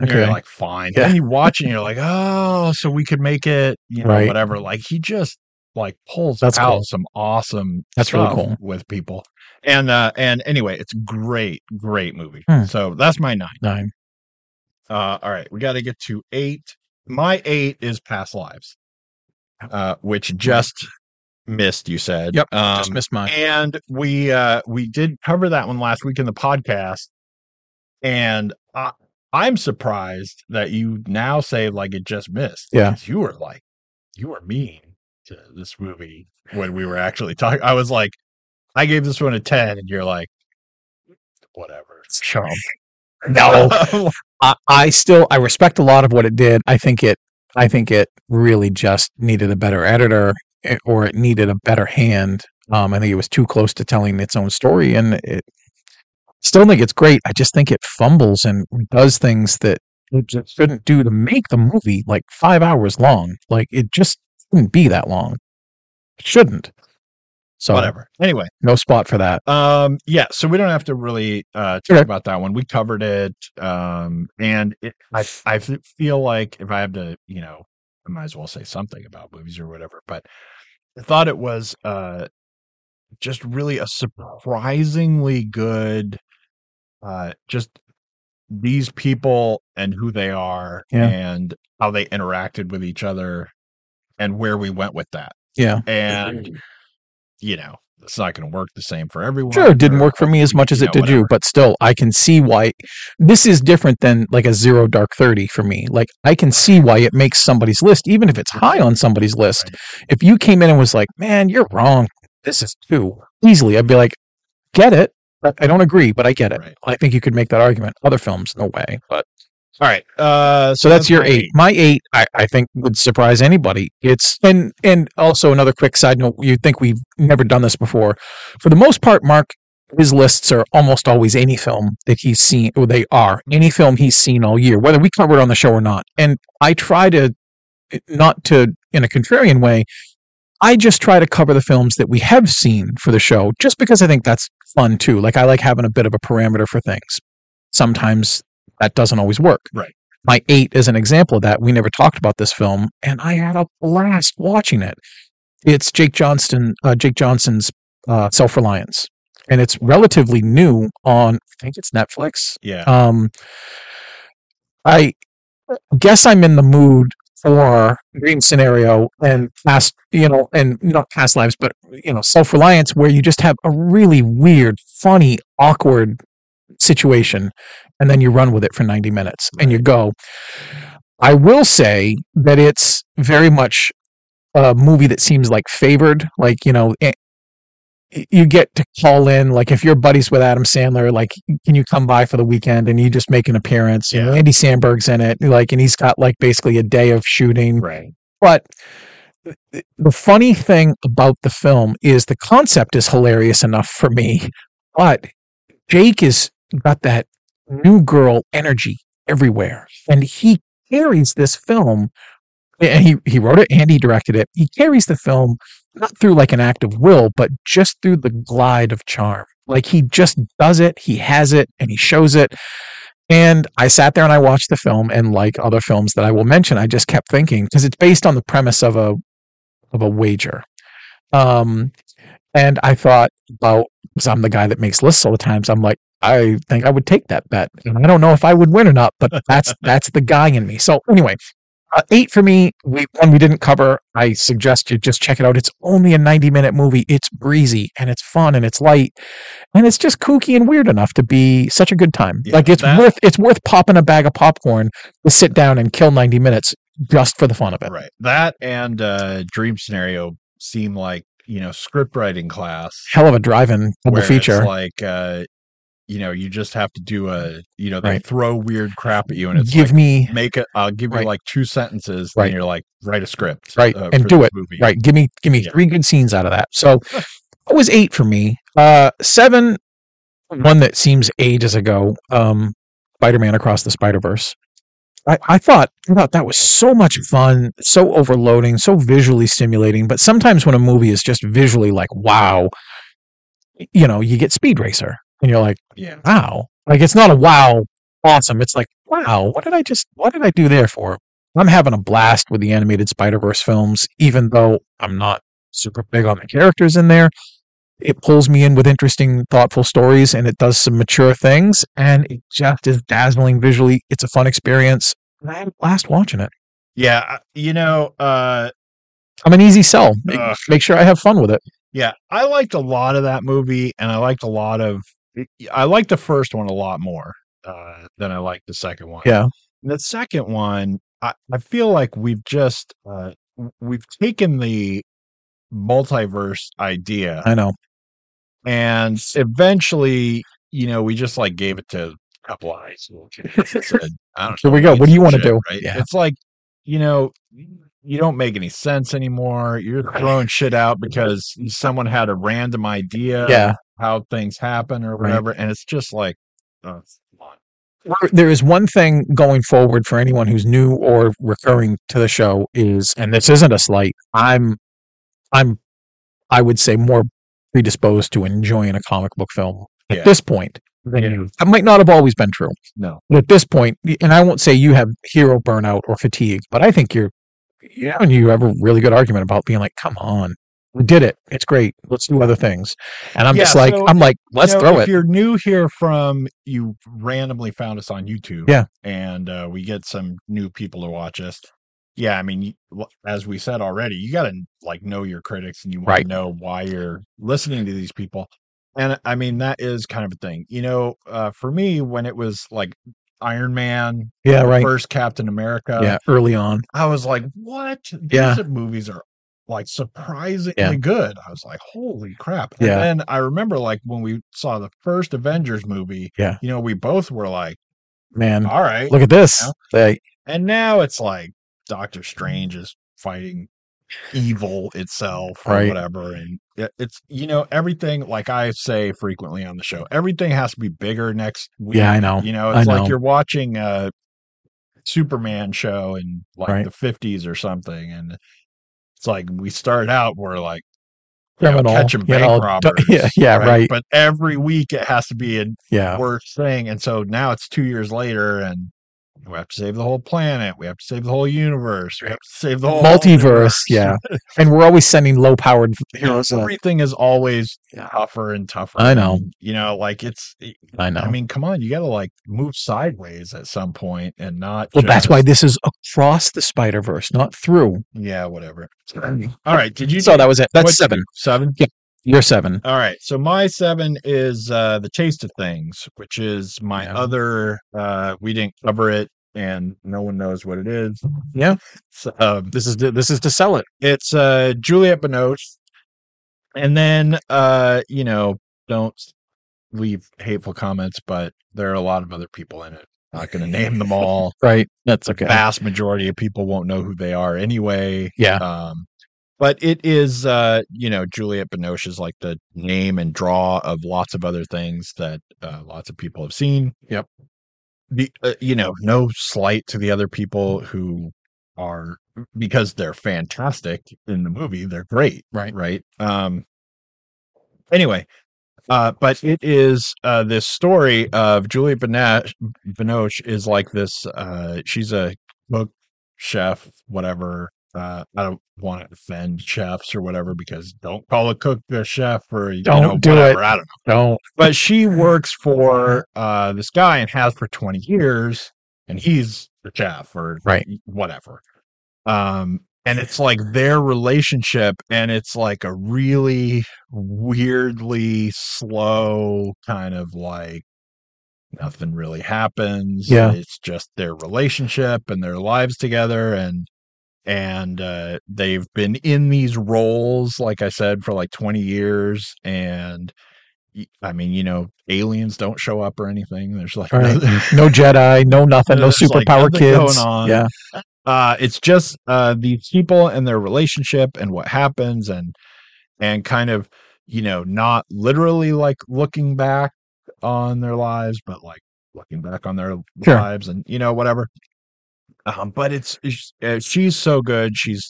Speaker 2: you're
Speaker 3: Okay.
Speaker 2: like, fine.
Speaker 3: Yeah.
Speaker 2: Then you watch it and you're like, oh, so we could make it, you know,
Speaker 3: Right.
Speaker 2: whatever. Like he just like pulls
Speaker 3: That's
Speaker 2: out
Speaker 3: cool.
Speaker 2: some awesome
Speaker 3: That's really
Speaker 2: stuff
Speaker 3: cool.
Speaker 2: with people. And uh and anyway, it's great, great movie.
Speaker 3: Hmm.
Speaker 2: So that's my nine.
Speaker 3: Nine.
Speaker 2: Uh, all right, we got to get to eight. My eight is past lives, uh, which just missed. You said,
Speaker 3: Oh. Mm-hmm. Yep,
Speaker 2: Um,
Speaker 3: Just missed mine.
Speaker 2: and we uh, we did cover that one last week in the podcast, and I, I'm surprised that you now say like it just missed.
Speaker 3: Yeah.
Speaker 2: 'cause you were like, you were mean to this movie when we were actually talking. I was like, I gave this one a ten, and you're like, whatever.
Speaker 3: Sure. No. I, I still I respect a lot of what it did. I think it I think it really just needed a better editor eh, or it needed a better hand. Um, I think it was too close to telling its own story, and it still think it's great. I just think it fumbles and does things that it just shouldn't do to make the movie like five hours long. Like it just shouldn't be that long. It shouldn't. So
Speaker 2: whatever. Anyway.
Speaker 3: no spot for that.
Speaker 2: Um, yeah, so we don't have to really uh talk
Speaker 3: Okay.
Speaker 2: about that one. We covered it. Um, and it, I I f- feel like if I have to, you know, I might as well say something about movies or whatever. But I thought it was uh just really a surprisingly good uh just these people and who they are
Speaker 3: Yeah.
Speaker 2: and how they interacted with each other and where we went with that.
Speaker 3: Yeah.
Speaker 2: And you know, it's not going to work the same for everyone.
Speaker 3: Sure, it didn't
Speaker 2: or-
Speaker 3: work for me as much as
Speaker 2: you
Speaker 3: it
Speaker 2: know,
Speaker 3: did you,
Speaker 2: whatever.
Speaker 3: but still, I can see why this is different than like a zero dark 30 for me. Like, I can see why it makes somebody's list, even if it's high on somebody's list. If you came in and was like, man, you're wrong, this is two, easily, I'd be like, get it. I I don't agree, but I get it.
Speaker 2: Right.
Speaker 3: I think you could make that argument. Other films, no way. But
Speaker 2: All right. Uh,
Speaker 3: so that's your
Speaker 2: my
Speaker 3: eight. My eight, I, I think, would surprise anybody. It's and and also another quick side note. You'd think we've never done this before. For the most part, Mark, his lists are almost always any film that he's seen. Or they are any film he's seen all year, whether we cover it on the show or not. And I try to not to in a contrarian way. I just try to cover the films that we have seen for the show, just because I think that's fun too. Like I like having a bit of a parameter for things. Sometimes that doesn't always work my eight is an example of that. We never talked about this film, and I had a blast watching it. It's Jake Johnston, uh, Jake Johnson's uh, Self Reliance, and it's relatively new on. I think it's Netflix.
Speaker 2: Yeah.
Speaker 3: Um, I guess I'm in the mood for dream scenario and past, you know, and not past lives, but you know, self reliance, where you just have a really weird, funny, awkward situation, and then you run with it for 90 minutes and you go. I will say that it's very much a movie that seems like favored, like you know. eh, you get to call in like if you're buddies with Adam Sandler like can you come by for the weekend and you just make an appearance you know,
Speaker 2: Yeah.
Speaker 3: Andy Sandberg's in it like and he's got like basically a day of shooting
Speaker 2: right.
Speaker 3: but th- th- the funny thing about the film is the concept is hilarious enough for me, but Jake is got that new girl energy everywhere, and he carries this film. And he he wrote it and he directed it. He carries the film not through like an act of will, but just through the glide of charm. Like he just does it, he has it, and he shows it. And I sat there and I watched the film, and like other films that I will mention, I just kept thinking because it's based on the premise of a of a wager. Um, and I thought about because I'm the guy that makes lists all the times. I'm like, I think I would take that bet, and I don't know if I would win or not, but that's that's the guy in me. So anyway, uh, eight for me. We one we didn't cover. I suggest you just check it out. It's only a 90 minute movie. It's breezy and it's fun and it's light and it's just kooky and weird enough to be such a good time.
Speaker 2: Yeah,
Speaker 3: like it's
Speaker 2: that-
Speaker 3: worth it's worth popping a bag of popcorn to sit down and kill 90 minutes just for the fun of it.
Speaker 2: Right. That and uh, dream scenario seem like you know script writing class
Speaker 3: Hell of a drive-in double
Speaker 2: where
Speaker 3: feature.
Speaker 2: It's like uh, you know, you just have to do a you know they
Speaker 3: Right.
Speaker 2: throw weird crap at you and it's
Speaker 3: Give me
Speaker 2: like, make it. I'll give
Speaker 3: Right.
Speaker 2: you like two sentences.
Speaker 3: Right.
Speaker 2: Then you're like write a script. uh,
Speaker 3: Right, and
Speaker 2: for
Speaker 3: do
Speaker 2: this Movie.
Speaker 3: right. Give me give me
Speaker 2: Yeah.
Speaker 3: three good scenes out of that. So that was eight for me. Uh, seven, one that seems ages ago. Um, Spider-Man Across the Spider-Verse. I, I thought I thought that was so much fun, so overloading, so visually stimulating. But sometimes when a movie is just visually like wow, you know, you get Speed Racer, and you're like
Speaker 2: Yeah.
Speaker 3: wow, like it's not a wow, awesome. It's like wow, what did I just what did I do there for? I'm having a blast with the animated Spider-Verse films, even though I'm not super big on the characters in there. It pulls me in with interesting, thoughtful stories, and it does some mature things, and it just is dazzling visually. It's a fun experience. And I had a blast watching it.
Speaker 2: Yeah. I- You know, uh,
Speaker 3: I'm an easy sell. Make,
Speaker 2: Ugh.
Speaker 3: make sure I have fun with it.
Speaker 2: yeah, I liked a lot of that movie and I liked a lot of, I liked the first one a lot more uh, than I liked the second one.
Speaker 3: Yeah.
Speaker 2: the second one i, I feel like we've just uh, w- we've taken the multiverse idea
Speaker 3: I know.
Speaker 2: and eventually you know we just like gave it to a couple eyes Said, I don't
Speaker 3: Here we
Speaker 2: know,
Speaker 3: go. What do you
Speaker 2: it's
Speaker 3: wanna
Speaker 2: shit,
Speaker 3: do?
Speaker 2: right?
Speaker 3: Yeah.
Speaker 2: it's like you know you don't make any sense anymore you're throwing shit out because someone had a random idea of
Speaker 3: Yeah.
Speaker 2: how things happen or
Speaker 3: Right.
Speaker 2: whatever and it's just like oh, it's fun.
Speaker 3: There- There is one thing going forward for anyone who's new or recurring to the show is, and this isn't a slight. I'm, I'm, I would say more predisposed to enjoying a comic book film at
Speaker 2: Yeah.
Speaker 3: this point than
Speaker 2: Yeah.
Speaker 3: you. That might not have always been true.
Speaker 2: no
Speaker 3: But at this point, and I won't say you have hero burnout or fatigue, but I think you're, you know, and you have a really good argument about being like, come on, we did it. It's great. Let's do other things. And I'm just
Speaker 2: Yeah,
Speaker 3: like,
Speaker 2: so,
Speaker 3: I'm like, let's
Speaker 2: know,
Speaker 3: throw
Speaker 2: if
Speaker 3: it.
Speaker 2: you're new here from you randomly found us on YouTube,
Speaker 3: Yeah.
Speaker 2: and uh, we get some new people to watch us. Yeah, I mean, you- l- as we said already, you got to like know your critics and you want
Speaker 3: Right.
Speaker 2: to know why you're listening to these people. And I mean, that is kind of a thing. You know, uh, for me, when it was like Iron Man,
Speaker 3: Yeah, right.
Speaker 2: first Captain America,
Speaker 3: yeah, early on.
Speaker 2: I was like, what? These
Speaker 3: Yeah.
Speaker 2: movies are like surprisingly
Speaker 3: Yeah.
Speaker 2: good. I was like, holy crap. And
Speaker 3: Yeah.
Speaker 2: then I remember like when we saw the first Avengers movie,
Speaker 3: Yeah.
Speaker 2: you know, we both were like,
Speaker 3: Man,
Speaker 2: all right.
Speaker 3: look at this.
Speaker 2: Yeah.
Speaker 3: They-
Speaker 2: And now it's like Doctor Strange is fighting evil itself or
Speaker 3: Right.
Speaker 2: whatever. And it- it's, you know, everything, like I say frequently on the show, everything has to be bigger next week.
Speaker 3: yeah, I know.
Speaker 2: You know,
Speaker 3: I
Speaker 2: it's like
Speaker 3: know.
Speaker 2: you're watching a Superman show in like
Speaker 3: Right.
Speaker 2: the 50s or something. And it's like we start out, we're like you know,
Speaker 3: Criminal.
Speaker 2: catching
Speaker 3: you
Speaker 2: bank
Speaker 3: know, d-
Speaker 2: robbers.
Speaker 3: yeah, yeah, right.
Speaker 2: But every week it has to be a
Speaker 3: Yeah.
Speaker 2: worse thing. And so now it's two years later and we have to save the whole planet. We have to save the whole universe. We have to save the whole
Speaker 3: Multiverse.
Speaker 2: universe.
Speaker 3: Yeah. and we're always sending low powered heroes. up.
Speaker 2: Everything is always
Speaker 3: Yeah.
Speaker 2: tougher and tougher.
Speaker 3: I know.
Speaker 2: And, you know, like it's,
Speaker 3: I know.
Speaker 2: I mean, come on, you got to like move sideways at some point and not.
Speaker 3: well, that's why
Speaker 2: just-
Speaker 3: this is across the Spider Verse, not through.
Speaker 2: yeah, whatever. All right. Did you?
Speaker 3: So
Speaker 2: do-
Speaker 3: that was it. That's
Speaker 2: what'd you
Speaker 3: seven.
Speaker 2: do? Seven.
Speaker 3: You're seven.
Speaker 2: All right. So my seven is uh the taste of things, which is my
Speaker 3: Yeah.
Speaker 2: other uh we didn't cover it and no one knows what it is.
Speaker 3: Yeah.
Speaker 2: So, um
Speaker 3: This is to, this is to sell it.
Speaker 2: it's uh Juliette Binoche. And then uh, you know, don't leave hateful comments, but there are a lot of other people in it. Not gonna name them all.
Speaker 3: Right. That's okay.
Speaker 2: Vast majority of people won't know who they are anyway.
Speaker 3: Yeah.
Speaker 2: Um, but it is, uh, you know, Juliette Binoche is like the name and draw of lots of other things that uh, lots of people have seen.
Speaker 3: Yep.
Speaker 2: The, uh, you know, no slight to the other people who are because they're fantastic in the movie. They're great,
Speaker 3: Right.
Speaker 2: right? Um. Anyway, uh, but it is uh, this story of Juliette Binoche, Binoche is like this. Uh, she's a cook, chef, whatever. Uh, I don't want to offend chefs or whatever because don't call a cook a chef or you
Speaker 3: Don't
Speaker 2: know,
Speaker 3: do it.
Speaker 2: whatever. I don't know.
Speaker 3: Don't.
Speaker 2: But she works for uh, this guy and has for twenty years, and he's the chef or
Speaker 3: Right.
Speaker 2: whatever. Um, and it's like their relationship, and it's like a really weirdly slow kind of like nothing really happens.
Speaker 3: Yeah.
Speaker 2: It's just their relationship and their lives together and and uh they've been in these roles, like I said, for like 20 years. And y- I mean, you know, aliens don't show up or anything. There's like
Speaker 3: Right.
Speaker 2: no-
Speaker 3: No Jedi. No nothing. No
Speaker 2: There's, like,
Speaker 3: superpower
Speaker 2: nothing
Speaker 3: kids.
Speaker 2: going on.
Speaker 3: Yeah.
Speaker 2: uh it's just uh these people and their relationship and what happens and and kind of you know not literally like looking back on their lives but like looking back on their
Speaker 3: Sure.
Speaker 2: lives and you know whatever. Um, but it's, it's uh, she's so good. She's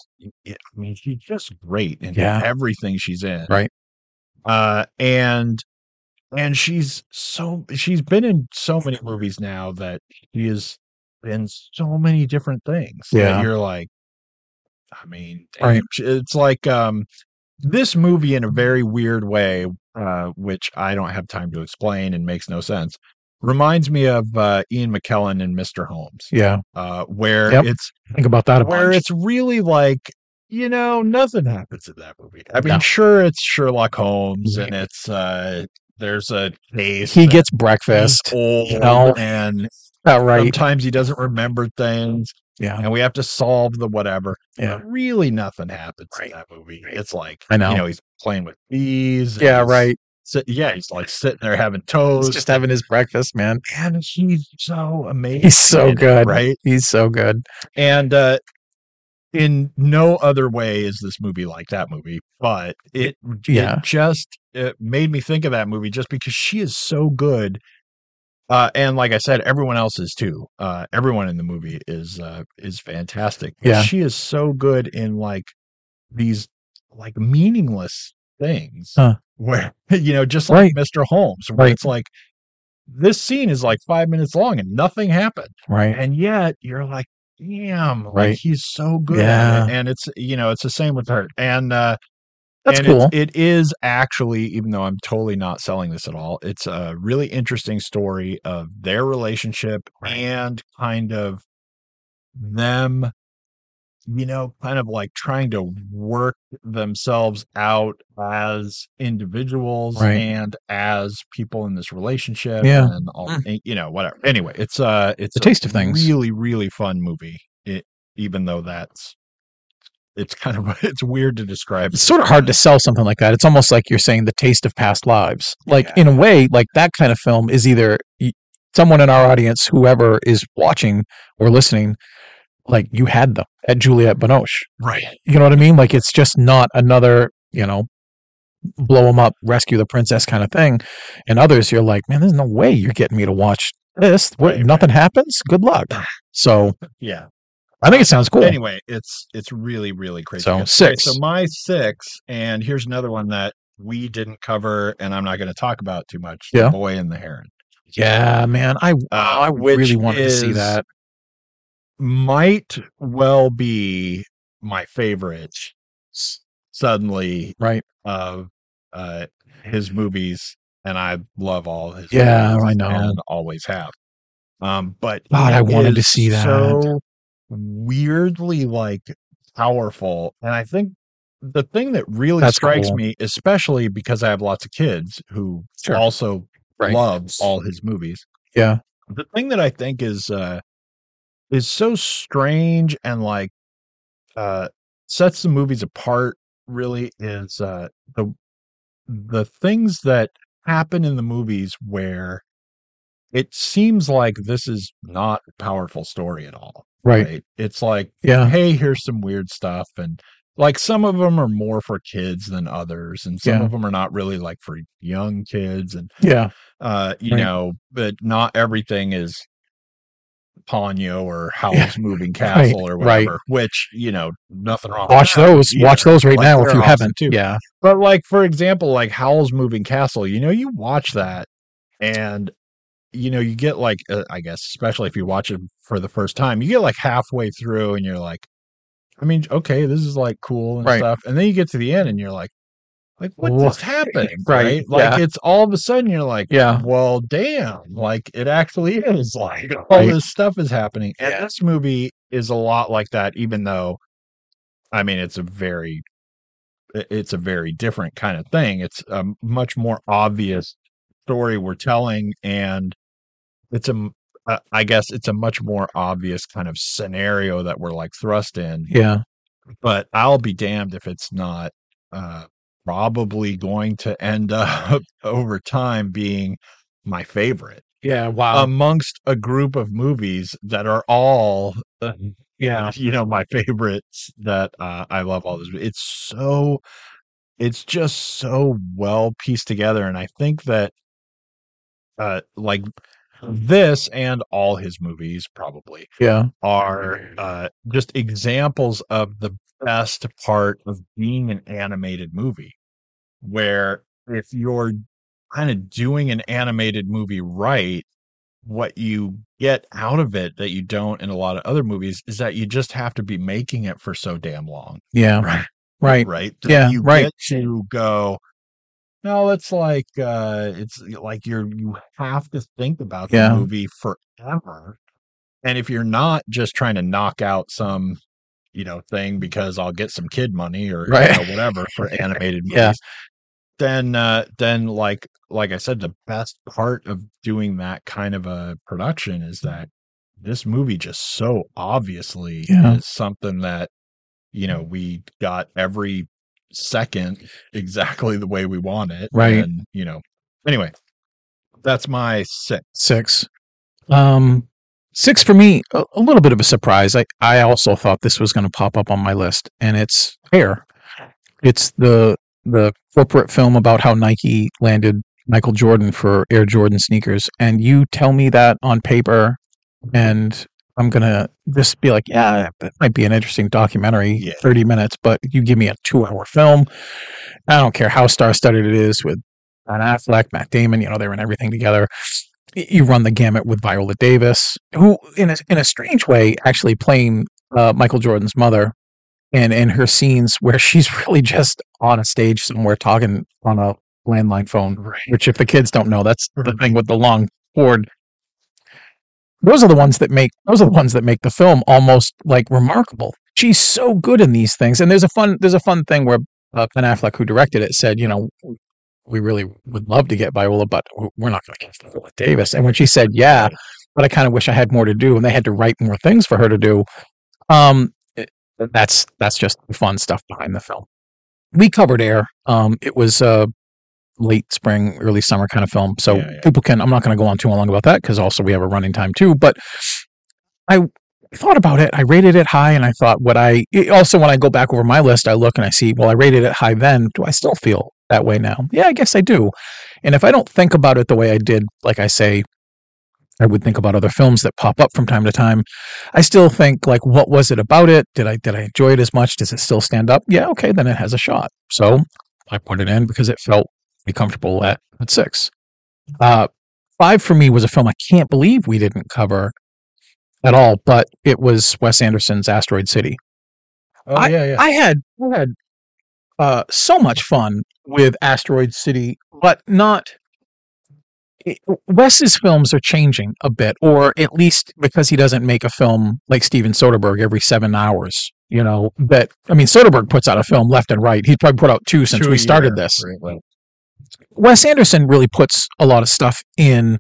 Speaker 2: I mean she's just great in
Speaker 3: Yeah.
Speaker 2: everything she's in.
Speaker 3: Right.
Speaker 2: Uh, and
Speaker 3: Uh-huh.
Speaker 2: and she's so she's been in so many movies now that she has been so many different things. that
Speaker 3: Yeah.
Speaker 2: you're like, I mean, damn,
Speaker 3: Right.
Speaker 2: sh- it's like um, this movie in a very weird way, uh, which I don't have time to explain and makes no sense. Reminds me of uh, Ian McKellen and Mr. Holmes,
Speaker 3: Yeah.
Speaker 2: uh, where
Speaker 3: Yep.
Speaker 2: it's
Speaker 3: Think about that a
Speaker 2: where
Speaker 3: bunch.
Speaker 2: it's really like you know nothing happens in that movie. I mean,
Speaker 3: No.
Speaker 2: sure it's Sherlock Holmes
Speaker 3: Yeah.
Speaker 2: and it's uh, there's a case
Speaker 3: He
Speaker 2: that
Speaker 3: gets
Speaker 2: he's
Speaker 3: breakfast.
Speaker 2: old
Speaker 3: you know?
Speaker 2: and
Speaker 3: All right.
Speaker 2: sometimes he doesn't remember things
Speaker 3: Yeah.
Speaker 2: and we have to solve the whatever.
Speaker 3: Yeah.
Speaker 2: But really, nothing happens
Speaker 3: Right.
Speaker 2: in that movie.
Speaker 3: Right.
Speaker 2: It's like
Speaker 3: I know.
Speaker 2: You know, he's playing with bees. and
Speaker 3: Yeah.
Speaker 2: he's
Speaker 3: Right.
Speaker 2: sit- yeah, he's like sitting there having
Speaker 3: He's
Speaker 2: toast,
Speaker 3: just having his breakfast, man.
Speaker 2: and he's so amazing.
Speaker 3: He's so
Speaker 2: in it,
Speaker 3: good.
Speaker 2: right?
Speaker 3: He's so good.
Speaker 2: And uh, in no other way is this movie like that movie, but it,
Speaker 3: Yeah.
Speaker 2: it just it made me think of that movie just because she is so good. Uh, and like I said, everyone else is too. Uh, everyone in the movie is uh, is fantastic. But
Speaker 3: Yeah.
Speaker 2: she is so good in like these like meaningless things
Speaker 3: Huh.
Speaker 2: where you know just like Mr. Holmes, where
Speaker 3: Right.
Speaker 2: it's like this scene is like five minutes long and nothing happened
Speaker 3: Right.
Speaker 2: and yet you're like damn like
Speaker 3: Right.
Speaker 2: he's so good at
Speaker 3: Yeah.
Speaker 2: it. and it's you know it's the same with her and uh
Speaker 3: That's
Speaker 2: and
Speaker 3: cool.
Speaker 2: it's, it is actually even though i'm totally not selling this at all it's a really interesting story of their relationship
Speaker 3: Right.
Speaker 2: and kind of them you know kind of like trying to work themselves out as individuals
Speaker 3: Right.
Speaker 2: and as people in this relationship
Speaker 3: Yeah. Mm.
Speaker 2: and all eh, you know whatever anyway it's uh it's
Speaker 3: The
Speaker 2: a
Speaker 3: taste of things.
Speaker 2: really really fun movie it even though that's it's kind of it's weird to describe
Speaker 3: it's sort of hard to sell something like that. It's almost like you're saying the taste of past lives. Like
Speaker 2: Yeah.
Speaker 3: in a way, like that kind of film is either y- someone in our audience, whoever is watching or listening, like you had them at Juliette Binoche.
Speaker 2: right
Speaker 3: You know what I mean? Like it's just not another, you know, blow them up, rescue the princess kind of thing. And others, you're like, man, there's no way you're getting me to watch this. What,
Speaker 2: Right, right.
Speaker 3: nothing happens. Good luck. So
Speaker 2: yeah
Speaker 3: I think it sounds cool.
Speaker 2: Anyway, it's it's really really crazy.
Speaker 3: So,
Speaker 2: Yes. Okay, So
Speaker 3: six.
Speaker 2: my six, and here's another one that we didn't cover, and I'm not going to talk about too much. The
Speaker 3: Yeah.
Speaker 2: Boy and the Heron
Speaker 3: yeah, man. I, I
Speaker 2: Uh, which
Speaker 3: really wanted to see
Speaker 2: is-
Speaker 3: that.
Speaker 2: might well be my favorite. s- Suddenly,
Speaker 3: Right.
Speaker 2: of uh, his movies, and I love all his.
Speaker 3: Yeah,
Speaker 2: movies
Speaker 3: I know.
Speaker 2: and always have. Um, but
Speaker 3: God,
Speaker 2: he
Speaker 3: I wanted to
Speaker 2: is
Speaker 3: see that.
Speaker 2: So weirdly, like powerful, and I think the thing that really
Speaker 3: That's
Speaker 2: strikes
Speaker 3: cool.
Speaker 2: me, especially because I have lots of kids who
Speaker 3: Sure.
Speaker 2: also
Speaker 3: Right.
Speaker 2: love all his movies.
Speaker 3: Yeah.
Speaker 2: The thing that I think is uh, is so strange and like uh, sets the movies apart really is uh, the the things that happen in the movies where it seems like this is not a powerful story at all.
Speaker 3: Right. Uh-huh.
Speaker 2: It's like,
Speaker 3: Yeah.
Speaker 2: hey, here's some weird stuff, and like some of them are more for kids than others, and some
Speaker 3: Yeah.
Speaker 2: of them are not really like for young kids, and
Speaker 3: Yeah.
Speaker 2: uh, you
Speaker 3: Right.
Speaker 2: know, but not everything is Ponyo or Howl's Moving
Speaker 3: Right,
Speaker 2: Castle or
Speaker 3: right.
Speaker 2: whatever, which, you know, nothing wrong. with
Speaker 3: Watch
Speaker 2: that
Speaker 3: those. Watch
Speaker 2: either.
Speaker 3: those right
Speaker 2: Like,
Speaker 3: now if
Speaker 2: they're
Speaker 3: you
Speaker 2: awesome
Speaker 3: haven't.
Speaker 2: too.
Speaker 3: Yeah.
Speaker 2: But like, for example, like Howl's Moving Castle, you know, you watch that and you know, you get like, uh, I guess, especially if you watch it for the first time, you get like halfway through and you're like, I mean, okay, this is like cool and
Speaker 3: Right.
Speaker 2: stuff. And then you get to the end and you're like, like what
Speaker 3: Wha-
Speaker 2: just happened?
Speaker 3: Right,
Speaker 2: Like
Speaker 3: yeah.
Speaker 2: it's all of a sudden you're like,
Speaker 3: Yeah.
Speaker 2: well, damn, like it actually is like all
Speaker 3: Right.
Speaker 2: this stuff is happening. And
Speaker 3: Yeah.
Speaker 2: this movie is a lot like that, even though I mean it's a very i- it's a very different kind of thing. It's a m- much more obvious story we're telling, and it's a m- uh, I guess it's a much more obvious kind of scenario that we're like thrust in
Speaker 3: Yeah.
Speaker 2: but I'll be damned if it's not uh, probably going to end up over time being my favorite
Speaker 3: Yeah. Wow.
Speaker 2: Um, amongst a group of movies that are all, uh,
Speaker 3: yeah.
Speaker 2: you know, my favorites that uh, I love all this. It's so, it's just so well pieced together. And I think that, uh, like, This and all his movies probably
Speaker 3: Yeah.
Speaker 2: are uh, just examples of the best part of being an animated movie, where if you're kind of doing an animated movie right, what you get out of it that you don't in a lot of other movies is that you just have to be making it for so damn long.
Speaker 3: Yeah.
Speaker 2: Right.
Speaker 3: Right.
Speaker 2: Right.
Speaker 3: Yeah,
Speaker 2: You
Speaker 3: right.
Speaker 2: get to go. No, it's like uh it's like you're you have to think about the
Speaker 3: Yeah.
Speaker 2: movie forever. And if you're not just trying to knock out some, you know, thing because I'll get some kid money or you
Speaker 3: Right.
Speaker 2: know, whatever for animated movies,
Speaker 3: Yeah.
Speaker 2: then uh then like like I said, the best part of doing that kind of a production is
Speaker 3: Mm-hmm.
Speaker 2: that this movie just so obviously
Speaker 3: Yeah.
Speaker 2: is something that you know we got every second exactly the way we want it
Speaker 3: Right.
Speaker 2: and you know anyway that's my six
Speaker 3: Six. Um, six for me, a, a little bit of a surprise. I, I also thought this was going to pop up on my list, and it's Hair. It's the the corporate film about how Nike landed Michael Jordan for Air Jordan sneakers. And you tell me that on paper, and I'm going to just be like, yeah, that might be an interesting documentary,
Speaker 2: Yeah.
Speaker 3: 30 minutes, but you give me a two hour film. I don't care how star studded it is with Ben Affleck, Matt Damon, you know, they were in everything together. You run the gamut with Viola Davis, who, in a, in a strange way, actually playing uh, Michael Jordan's mother, and and her scenes where she's really just on a stage somewhere talking on a landline phone.
Speaker 2: right
Speaker 3: Which, if the kids don't know, that's the thing with the long cord. Those are the ones that make those are the ones that make the film almost like remarkable. She's so good in these things, and there's a fun there's a fun thing where uh, Ben Affleck, who directed it, said, you know, we really would love to get Viola, but we're not going to get Viola Davis. And when she said, yeah, but I kind of wish I had more to do, and they had to write more things for her to do. Um, it- that's that's just the fun stuff behind the film. We covered Air. Um, it was a late spring, early summer kind of film, so
Speaker 2: Yeah, yeah.
Speaker 3: people can. I'm not going to go on too long about that because also we have a running time too. But I thought about it. I rated it high, and I thought, would I? it- Also, when I go back over my list, I look and I see, well, I rated it high then. Do I still feel that way now? Yeah, I guess I do. And if I don't think about it the way I did, like I say, I would think about other films that pop up from time to time. I still think like, what was it about it? Did I did I enjoy it as much? Does it still stand up? Yeah, okay, then it has a shot. So I put it in because it felt pretty comfortable at, at six. Uh, five for me was a film I can't believe we didn't cover at all, but it was Wes Anderson's Asteroid City.
Speaker 2: oh yeah yeah
Speaker 3: I had I had uh, so much fun with Asteroid City, but not. it- Wes's films are changing a bit, or at least because he doesn't make a film like Steven Soderbergh every seven hours. You know that I mean, Soderbergh puts out a film left and right. He's probably put out two since
Speaker 2: Two
Speaker 3: we
Speaker 2: a
Speaker 3: started
Speaker 2: year,
Speaker 3: this.
Speaker 2: right, well,
Speaker 3: Wes Anderson really puts a lot of stuff in,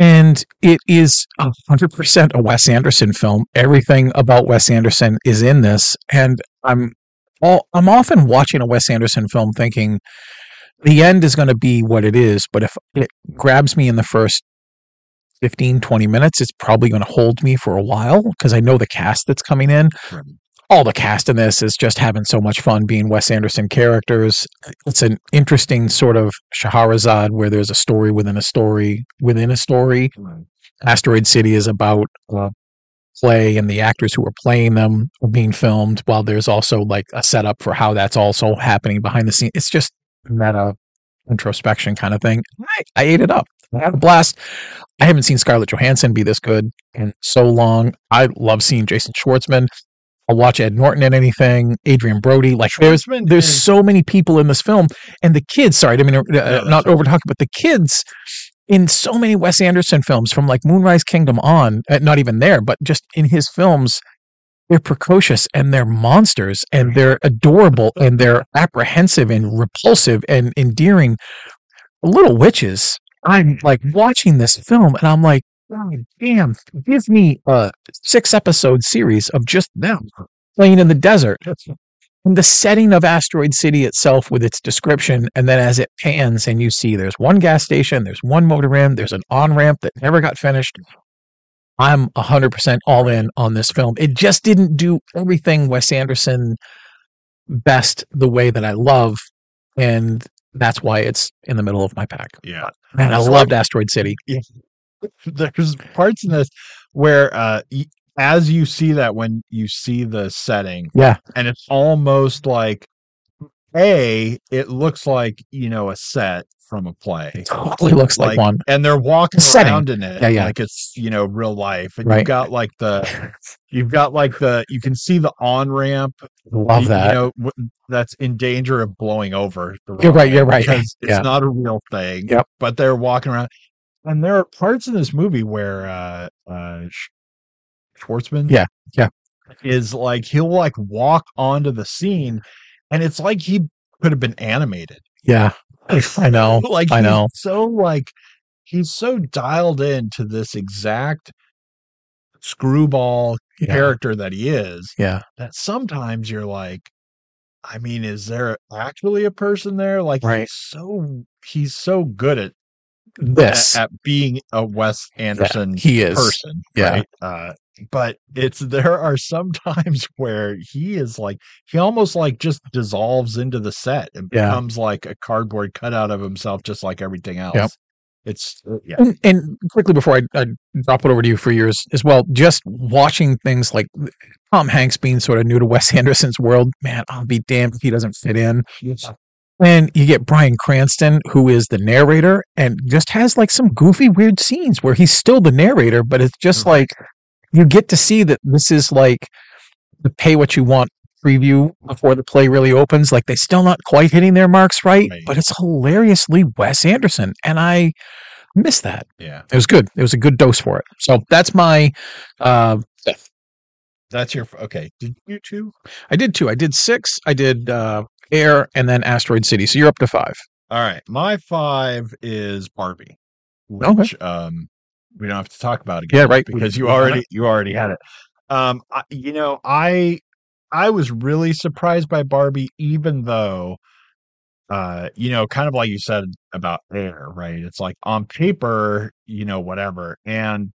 Speaker 3: and it is a hundred percent a Wes Anderson film. Everything about Wes Anderson is in this, and I'm all I'm often watching a Wes Anderson film thinking the end is going to be what it is, but if it grabs me in the first 15 20 minutes it's probably going to hold me for a while because i know the cast that's coming in
Speaker 2: right.
Speaker 3: all the cast in this is just having so much fun being Wes Anderson characters. It's an interesting sort of Shahrazad where there's a story within a story within a story.
Speaker 2: Right.
Speaker 3: Asteroid City is about uh, play and the actors who are playing them are being filmed, while there's also like a setup for how that's also happening behind the scenes. It's just meta introspection kind of thing. I, I ate it up. I had a blast. I haven't seen Scarlett Johansson be this good in so long. I love seeing Jason Schwartzman. I'll watch Ed Norton in anything. Adrian Brody. Like there's
Speaker 2: Schwartzman
Speaker 3: there's
Speaker 2: is-
Speaker 3: so many people in this film, and the kids. Sorry, I mean uh,
Speaker 2: that's
Speaker 3: not
Speaker 2: all
Speaker 3: over talking, but the kids in so many Wes Anderson films from like Moonrise Kingdom on. Uh, not even there, but just in his films, they're precocious and they're monsters and they're adorable and they're apprehensive and repulsive and endearing. Little witches. I'm like watching this film and I'm like, God damn, give me a six episode series of just them playing in the desert. And the setting of Asteroid City itself with its description, and then as it pans and you see there's one gas station, there's one motor inn, there's an on ramp that never got finished. I'm 100% all in on this film. It just didn't do everything Wes Anderson best the way that I love. And that's why it's in the middle of my pack.
Speaker 2: yeah
Speaker 3: Man, I
Speaker 2: So
Speaker 3: loved Asteroid City.
Speaker 2: there's parts in this where uh y- as you see that when you see the setting
Speaker 3: Yeah.
Speaker 2: and it's almost like a it looks like you know a set from a play
Speaker 3: Totally looks like, one.
Speaker 2: and they're walking
Speaker 3: The setting.
Speaker 2: around in it
Speaker 3: Yeah, yeah.
Speaker 2: like it's you know real life and
Speaker 3: Right.
Speaker 2: you've got like the you've got like the you can see the on ramp
Speaker 3: Love that.
Speaker 2: you know w- that's in danger of blowing over the
Speaker 3: You're
Speaker 2: wrong
Speaker 3: right, you're
Speaker 2: way
Speaker 3: right.
Speaker 2: because it's
Speaker 3: Yeah.
Speaker 2: not a real thing
Speaker 3: Yep.
Speaker 2: but they're walking around and there are parts in this movie where uh uh Sch- schwartzman
Speaker 3: Yeah, yeah.
Speaker 2: is like he'll like walk onto the scene and it's like he could have been animated
Speaker 3: yeah. I know.
Speaker 2: like
Speaker 3: I
Speaker 2: he's
Speaker 3: know.
Speaker 2: so like he's so dialed in to this exact screwball
Speaker 3: Yeah.
Speaker 2: character that he is
Speaker 3: Yeah.
Speaker 2: that sometimes you're like i mean is there actually a person there like
Speaker 3: Right.
Speaker 2: he's so he's so good at
Speaker 3: This.
Speaker 2: at, at being a wes anderson
Speaker 3: he is.
Speaker 2: person
Speaker 3: Yeah.
Speaker 2: right? uh but it's there are some times where he is like he almost like just dissolves into the set and
Speaker 3: Yeah.
Speaker 2: becomes like a cardboard cutout of himself just like everything else it's uh, yeah
Speaker 3: And, and quickly before I, I drop it over to you for yours as well, just watching things like Tom Hanks being sort of new to Wes Anderson's world, man, I'll be damned if he doesn't fit in. And you get Brian Cranston, who is the narrator and just has like some goofy, weird scenes where he's still the narrator, but it's just
Speaker 2: Mhm.
Speaker 3: like you get to see that this is like the pay what you want preview before the play really opens. Like they're still not quite hitting their marks right,
Speaker 2: Right.
Speaker 3: but it's hilariously Wes Anderson. And I miss that.
Speaker 2: yeah
Speaker 3: It was good. It was a good dose for it. So that's my, uh,
Speaker 2: that's your okay did you two
Speaker 3: I did two. I did six. I did, uh, Air and then Asteroid City. So you're up to five.
Speaker 2: All right. My five is Barbie,
Speaker 3: Okay.
Speaker 2: which um we don't have to talk about again
Speaker 3: Yeah, right. We-
Speaker 2: because you
Speaker 3: we had
Speaker 2: already you already had it. Um I, you know, I I was really surprised by Barbie even though uh you know, kind of like you said about Air, right? It's like on paper, you know, whatever. And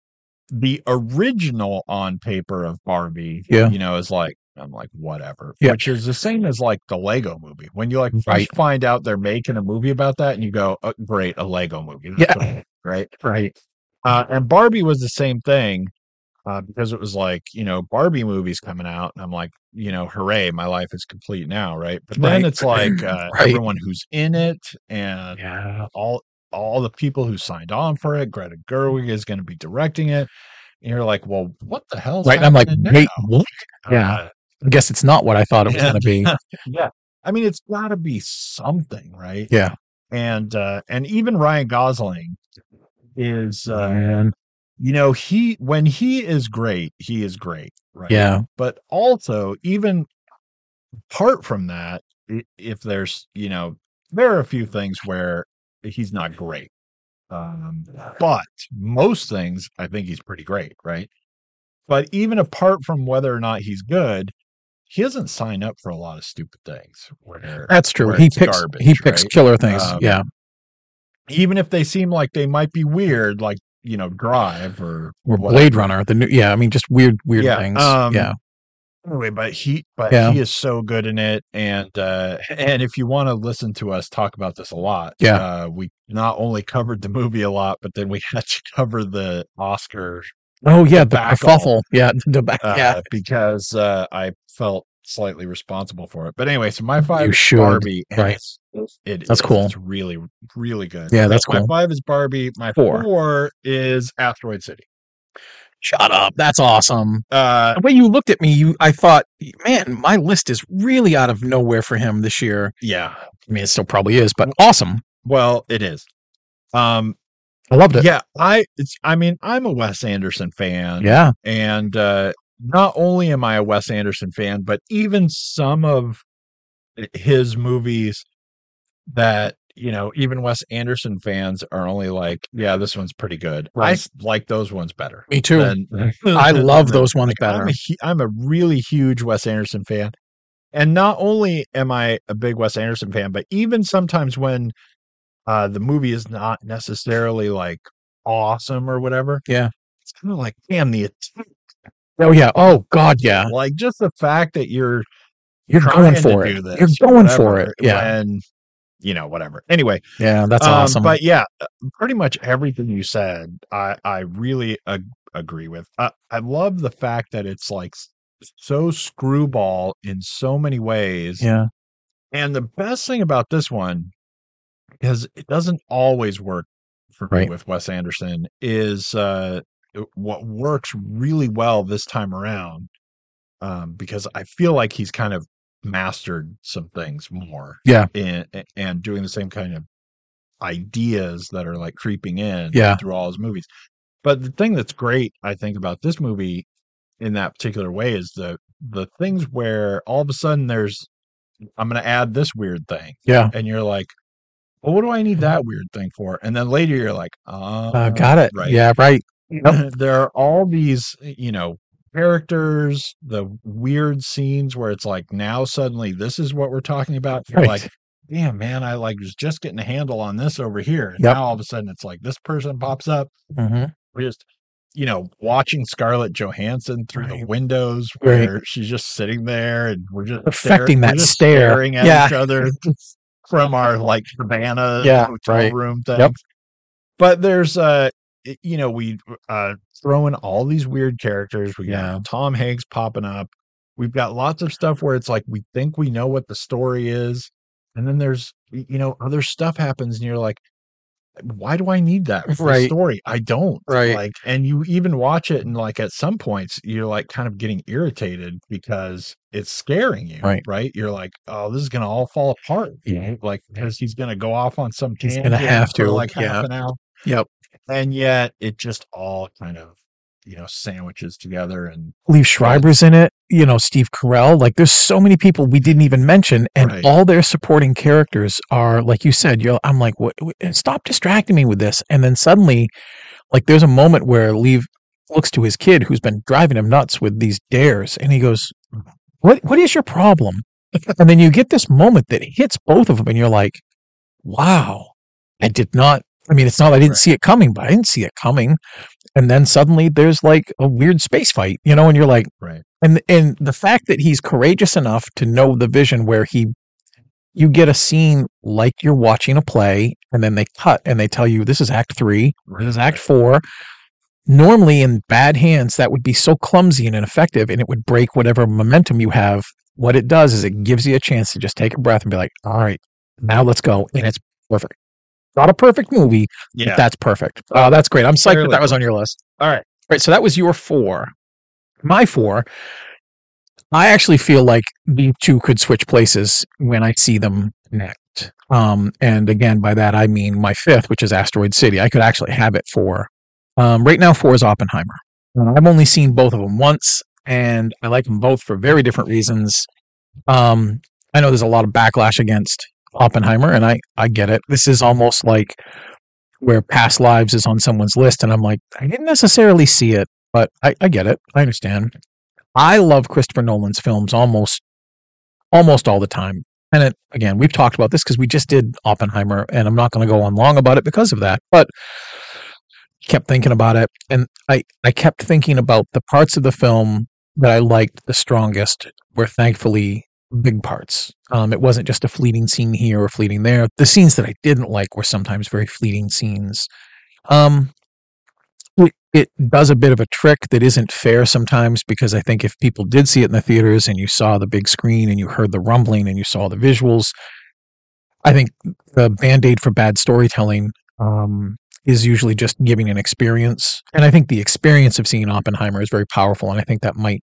Speaker 2: the original on paper of Barbie,
Speaker 3: Yeah.
Speaker 2: you know, is like I'm like whatever,
Speaker 3: Yeah.
Speaker 2: which is the same as like the Lego movie. When you like first
Speaker 3: Right.
Speaker 2: find out they're making a movie about that, and you go, oh, "Great, a Lego movie." That's
Speaker 3: Yeah.
Speaker 2: what- right, right. Uh, and Barbie was the same thing uh, because it was like you know Barbie movies coming out, and I'm like, you know, hooray, my life is complete now, right? But then
Speaker 3: Right.
Speaker 2: it's like uh,
Speaker 3: Right.
Speaker 2: everyone who's in it and
Speaker 3: Yeah.
Speaker 2: all all the people who signed on for it. Greta Gerwig is going to be directing it. And you're like, well, what the hell?
Speaker 3: Right. And I'm like, wait, what? yeah.
Speaker 2: Uh,
Speaker 3: I guess it's not what I thought it was
Speaker 2: Yeah.
Speaker 3: going to be.
Speaker 2: yeah. I mean, it's got to be something, right?
Speaker 3: Yeah.
Speaker 2: And uh, and even Ryan Gosling is, uh,
Speaker 3: And
Speaker 2: you know, he when he is great, he is great, right?
Speaker 3: yeah.
Speaker 2: But also, even apart from that, i- if there's, you know, there are a few things where he's not great. Um, but most things, I think he's pretty great, right? But even apart from whether or not he's good, he doesn't sign up for a lot of stupid things. Where
Speaker 3: That's true.
Speaker 2: where
Speaker 3: He
Speaker 2: it's
Speaker 3: picks he
Speaker 2: garbage,
Speaker 3: picks
Speaker 2: right?
Speaker 3: killer things.
Speaker 2: Um,
Speaker 3: yeah.
Speaker 2: even if they seem like they might be weird, like you know, Drive or
Speaker 3: Or
Speaker 2: whatever.
Speaker 3: Blade Runner, the new yeah, I mean just weird weird
Speaker 2: Yeah,
Speaker 3: things.
Speaker 2: um,
Speaker 3: yeah.
Speaker 2: anyway but he but
Speaker 3: Yeah.
Speaker 2: he is so good in it and uh and if you want to listen to us talk about this a lot
Speaker 3: Yeah.
Speaker 2: uh we not only covered the movie a lot but then we had to cover the oscar
Speaker 3: Oh yeah, the
Speaker 2: debacle.
Speaker 3: kerfuffle. Yeah. The ba-
Speaker 2: uh,
Speaker 3: yeah.
Speaker 2: because uh i felt slightly responsible for it but anyway so my five
Speaker 3: You
Speaker 2: is
Speaker 3: should,
Speaker 2: barbie and
Speaker 3: right.
Speaker 2: it's, it
Speaker 3: That's
Speaker 2: is-
Speaker 3: cool.
Speaker 2: it's really really good
Speaker 3: Yeah,
Speaker 2: So
Speaker 3: that's
Speaker 2: my
Speaker 3: cool.
Speaker 2: five is barbie my
Speaker 3: Four.
Speaker 2: four, is asteroid city
Speaker 3: Shut up. That's awesome.
Speaker 2: uh
Speaker 3: The way you looked at me, you I thought, man, my list is really out of nowhere for him this year.
Speaker 2: yeah
Speaker 3: I mean it still probably is, but awesome.
Speaker 2: well it is um
Speaker 3: I loved it.
Speaker 2: yeah i it's i mean i'm a wes anderson fan
Speaker 3: Yeah.
Speaker 2: and uh not only am i a wes anderson fan but even some of his movies that you know even wes anderson fans are only like yeah this one's pretty good i
Speaker 3: Right.
Speaker 2: s- like those ones better
Speaker 3: Me too.
Speaker 2: than-
Speaker 3: I
Speaker 2: than-
Speaker 3: love
Speaker 2: than-
Speaker 3: those ones
Speaker 2: like,
Speaker 3: better.
Speaker 2: I'm a, hu- I'm a really huge Wes Anderson fan. And not only am I a big Wes Anderson fan, but even sometimes when uh, the movie is not necessarily like awesome or whatever.
Speaker 3: Yeah.
Speaker 2: It's kind of like, damn, the attempt.
Speaker 3: Oh yeah. Oh god, yeah.
Speaker 2: Like just the fact that you're
Speaker 3: You're going
Speaker 2: trying
Speaker 3: for
Speaker 2: to
Speaker 3: it.
Speaker 2: do this.
Speaker 3: You're going
Speaker 2: whatever,
Speaker 3: for it. Yeah.
Speaker 2: When you know, whatever. Anyway,
Speaker 3: Yeah, that's
Speaker 2: um,
Speaker 3: awesome.
Speaker 2: But yeah, pretty much everything you said, I I really ag- agree with. I, I love the fact that it's like s- so screwball in so many ways.
Speaker 3: yeah,
Speaker 2: And the best thing about this one, because it doesn't always work for me
Speaker 3: Right.
Speaker 2: with Wes Anderson, is uh, it- what works really well this time around. Um, because I feel like he's kind of mastered some things more.
Speaker 3: Yeah.
Speaker 2: And, and doing the same kind of ideas that are like creeping in
Speaker 3: Yeah.
Speaker 2: through all his movies. But the thing that's great, I think, about this movie in that particular way is the the things where all of a sudden there's I'm going to add this weird thing.
Speaker 3: yeah. Mm-hmm.
Speaker 2: And you're like, well, what do I need that weird thing for? And then later you're like, oh,
Speaker 3: Uh, got it.
Speaker 2: right.
Speaker 3: Yeah, right. Yep.
Speaker 2: there are all these, you know, characters, the weird scenes where it's like, now suddenly this is what we're talking about. You're
Speaker 3: Right.
Speaker 2: like, damn, man, I like was just getting a handle on this over here. And
Speaker 3: Yep.
Speaker 2: now all of a sudden it's like this person pops up.
Speaker 3: Mhm.
Speaker 2: We're just, you know, watching Scarlett Johansson through the
Speaker 3: Right.
Speaker 2: windows
Speaker 3: Right.
Speaker 2: where she's just sitting there and we're just
Speaker 3: Perfecting
Speaker 2: we're
Speaker 3: that
Speaker 2: just
Speaker 3: stare.
Speaker 2: staring at
Speaker 3: Yeah.
Speaker 2: each other from our like Havana
Speaker 3: Yeah,
Speaker 2: hotel
Speaker 3: right.
Speaker 2: room thing.
Speaker 3: Yep.
Speaker 2: But there's uh y- you know, we uh throw in all these weird characters. We
Speaker 3: Yeah.
Speaker 2: got Tom Hanks popping up. We've got lots of stuff where it's like we think we know what the story is, and then there's y- you know, other stuff happens and you're like, why do I need that for the
Speaker 3: Right.
Speaker 2: story? I don't.
Speaker 3: Right.
Speaker 2: Like, and you even watch it, and like at some points, you're like kind of getting irritated because it's scaring you.
Speaker 3: Right.
Speaker 2: Right. You're like, oh, this is gonna all fall apart.
Speaker 3: Yeah.
Speaker 2: Like, because he's gonna go off on some.
Speaker 3: He's gonna
Speaker 2: tangent
Speaker 3: have
Speaker 2: for,
Speaker 3: to,
Speaker 2: Like
Speaker 3: yeah.
Speaker 2: half an hour.
Speaker 3: Yep.
Speaker 2: And yet, it just all kind of, you know, sandwiches together, and
Speaker 3: Lee Schreiber's in it. You know, Steve Carell. Like, there's so many people we didn't even mention, and
Speaker 2: Right.
Speaker 3: all their supporting characters are, like you said, you're. I'm like, what? what- eh, Stop distracting me with this. And then suddenly, like, there's a moment where Lee looks to his kid who's been driving him nuts with these dares, and he goes, "What? What is your problem?" and then you get this moment that hits both of them, and you're like, "Wow, I did not." I mean, it's not I didn't
Speaker 2: Right.
Speaker 3: see it coming, but I didn't see it coming. And then suddenly there's like a weird space fight, you know, and you're like,
Speaker 2: Right.
Speaker 3: And and the fact that he's courageous enough to know the vision where he, you get a scene like you're watching a play, and then they cut and they tell you this is Act Three, this is Act Four. Normally, in bad hands, that would be so clumsy and ineffective, and it would break whatever momentum you have. What it does is it gives you a chance to just take a breath and be like, all right, now let's go. And it's perfect. Not a perfect movie,
Speaker 2: yeah,
Speaker 3: but that's perfect. Oh, that's great. I'm psyched
Speaker 2: Clearly.
Speaker 3: that that was on your list.
Speaker 2: All right.
Speaker 3: Right. So that was your four. My four. I actually feel like these two could switch places when I see them next. Um, and again, by that I mean my fifth, which is Asteroid City. I could actually have it for. Um, right now, four is Oppenheimer. And I've only seen both of them once, and I like them both for very different reasons. Um, I know there's a lot of backlash against Oppenheimer, and I I get it. This is almost like where past lives is on someone's list and i'm like i didn't necessarily see it but i, I get it i understand i love christopher nolan's films almost almost all the time and it, again we've talked about this because we just did oppenheimer and i'm not going to go on long about it because of that but kept thinking about it and i i kept thinking about the parts of the film that i liked the strongest were thankfully big parts. Um, it wasn't just a fleeting scene here or fleeting there. The scenes that I didn't like were sometimes very fleeting scenes. Um, it, it does a bit of a trick that isn't fair sometimes because I think if people did see it in the theaters and you saw the big screen and you heard the rumbling and you saw the visuals, I think the band aid for bad storytelling um, is usually just giving an experience. And I think the experience of seeing Oppenheimer is very powerful. And I think that might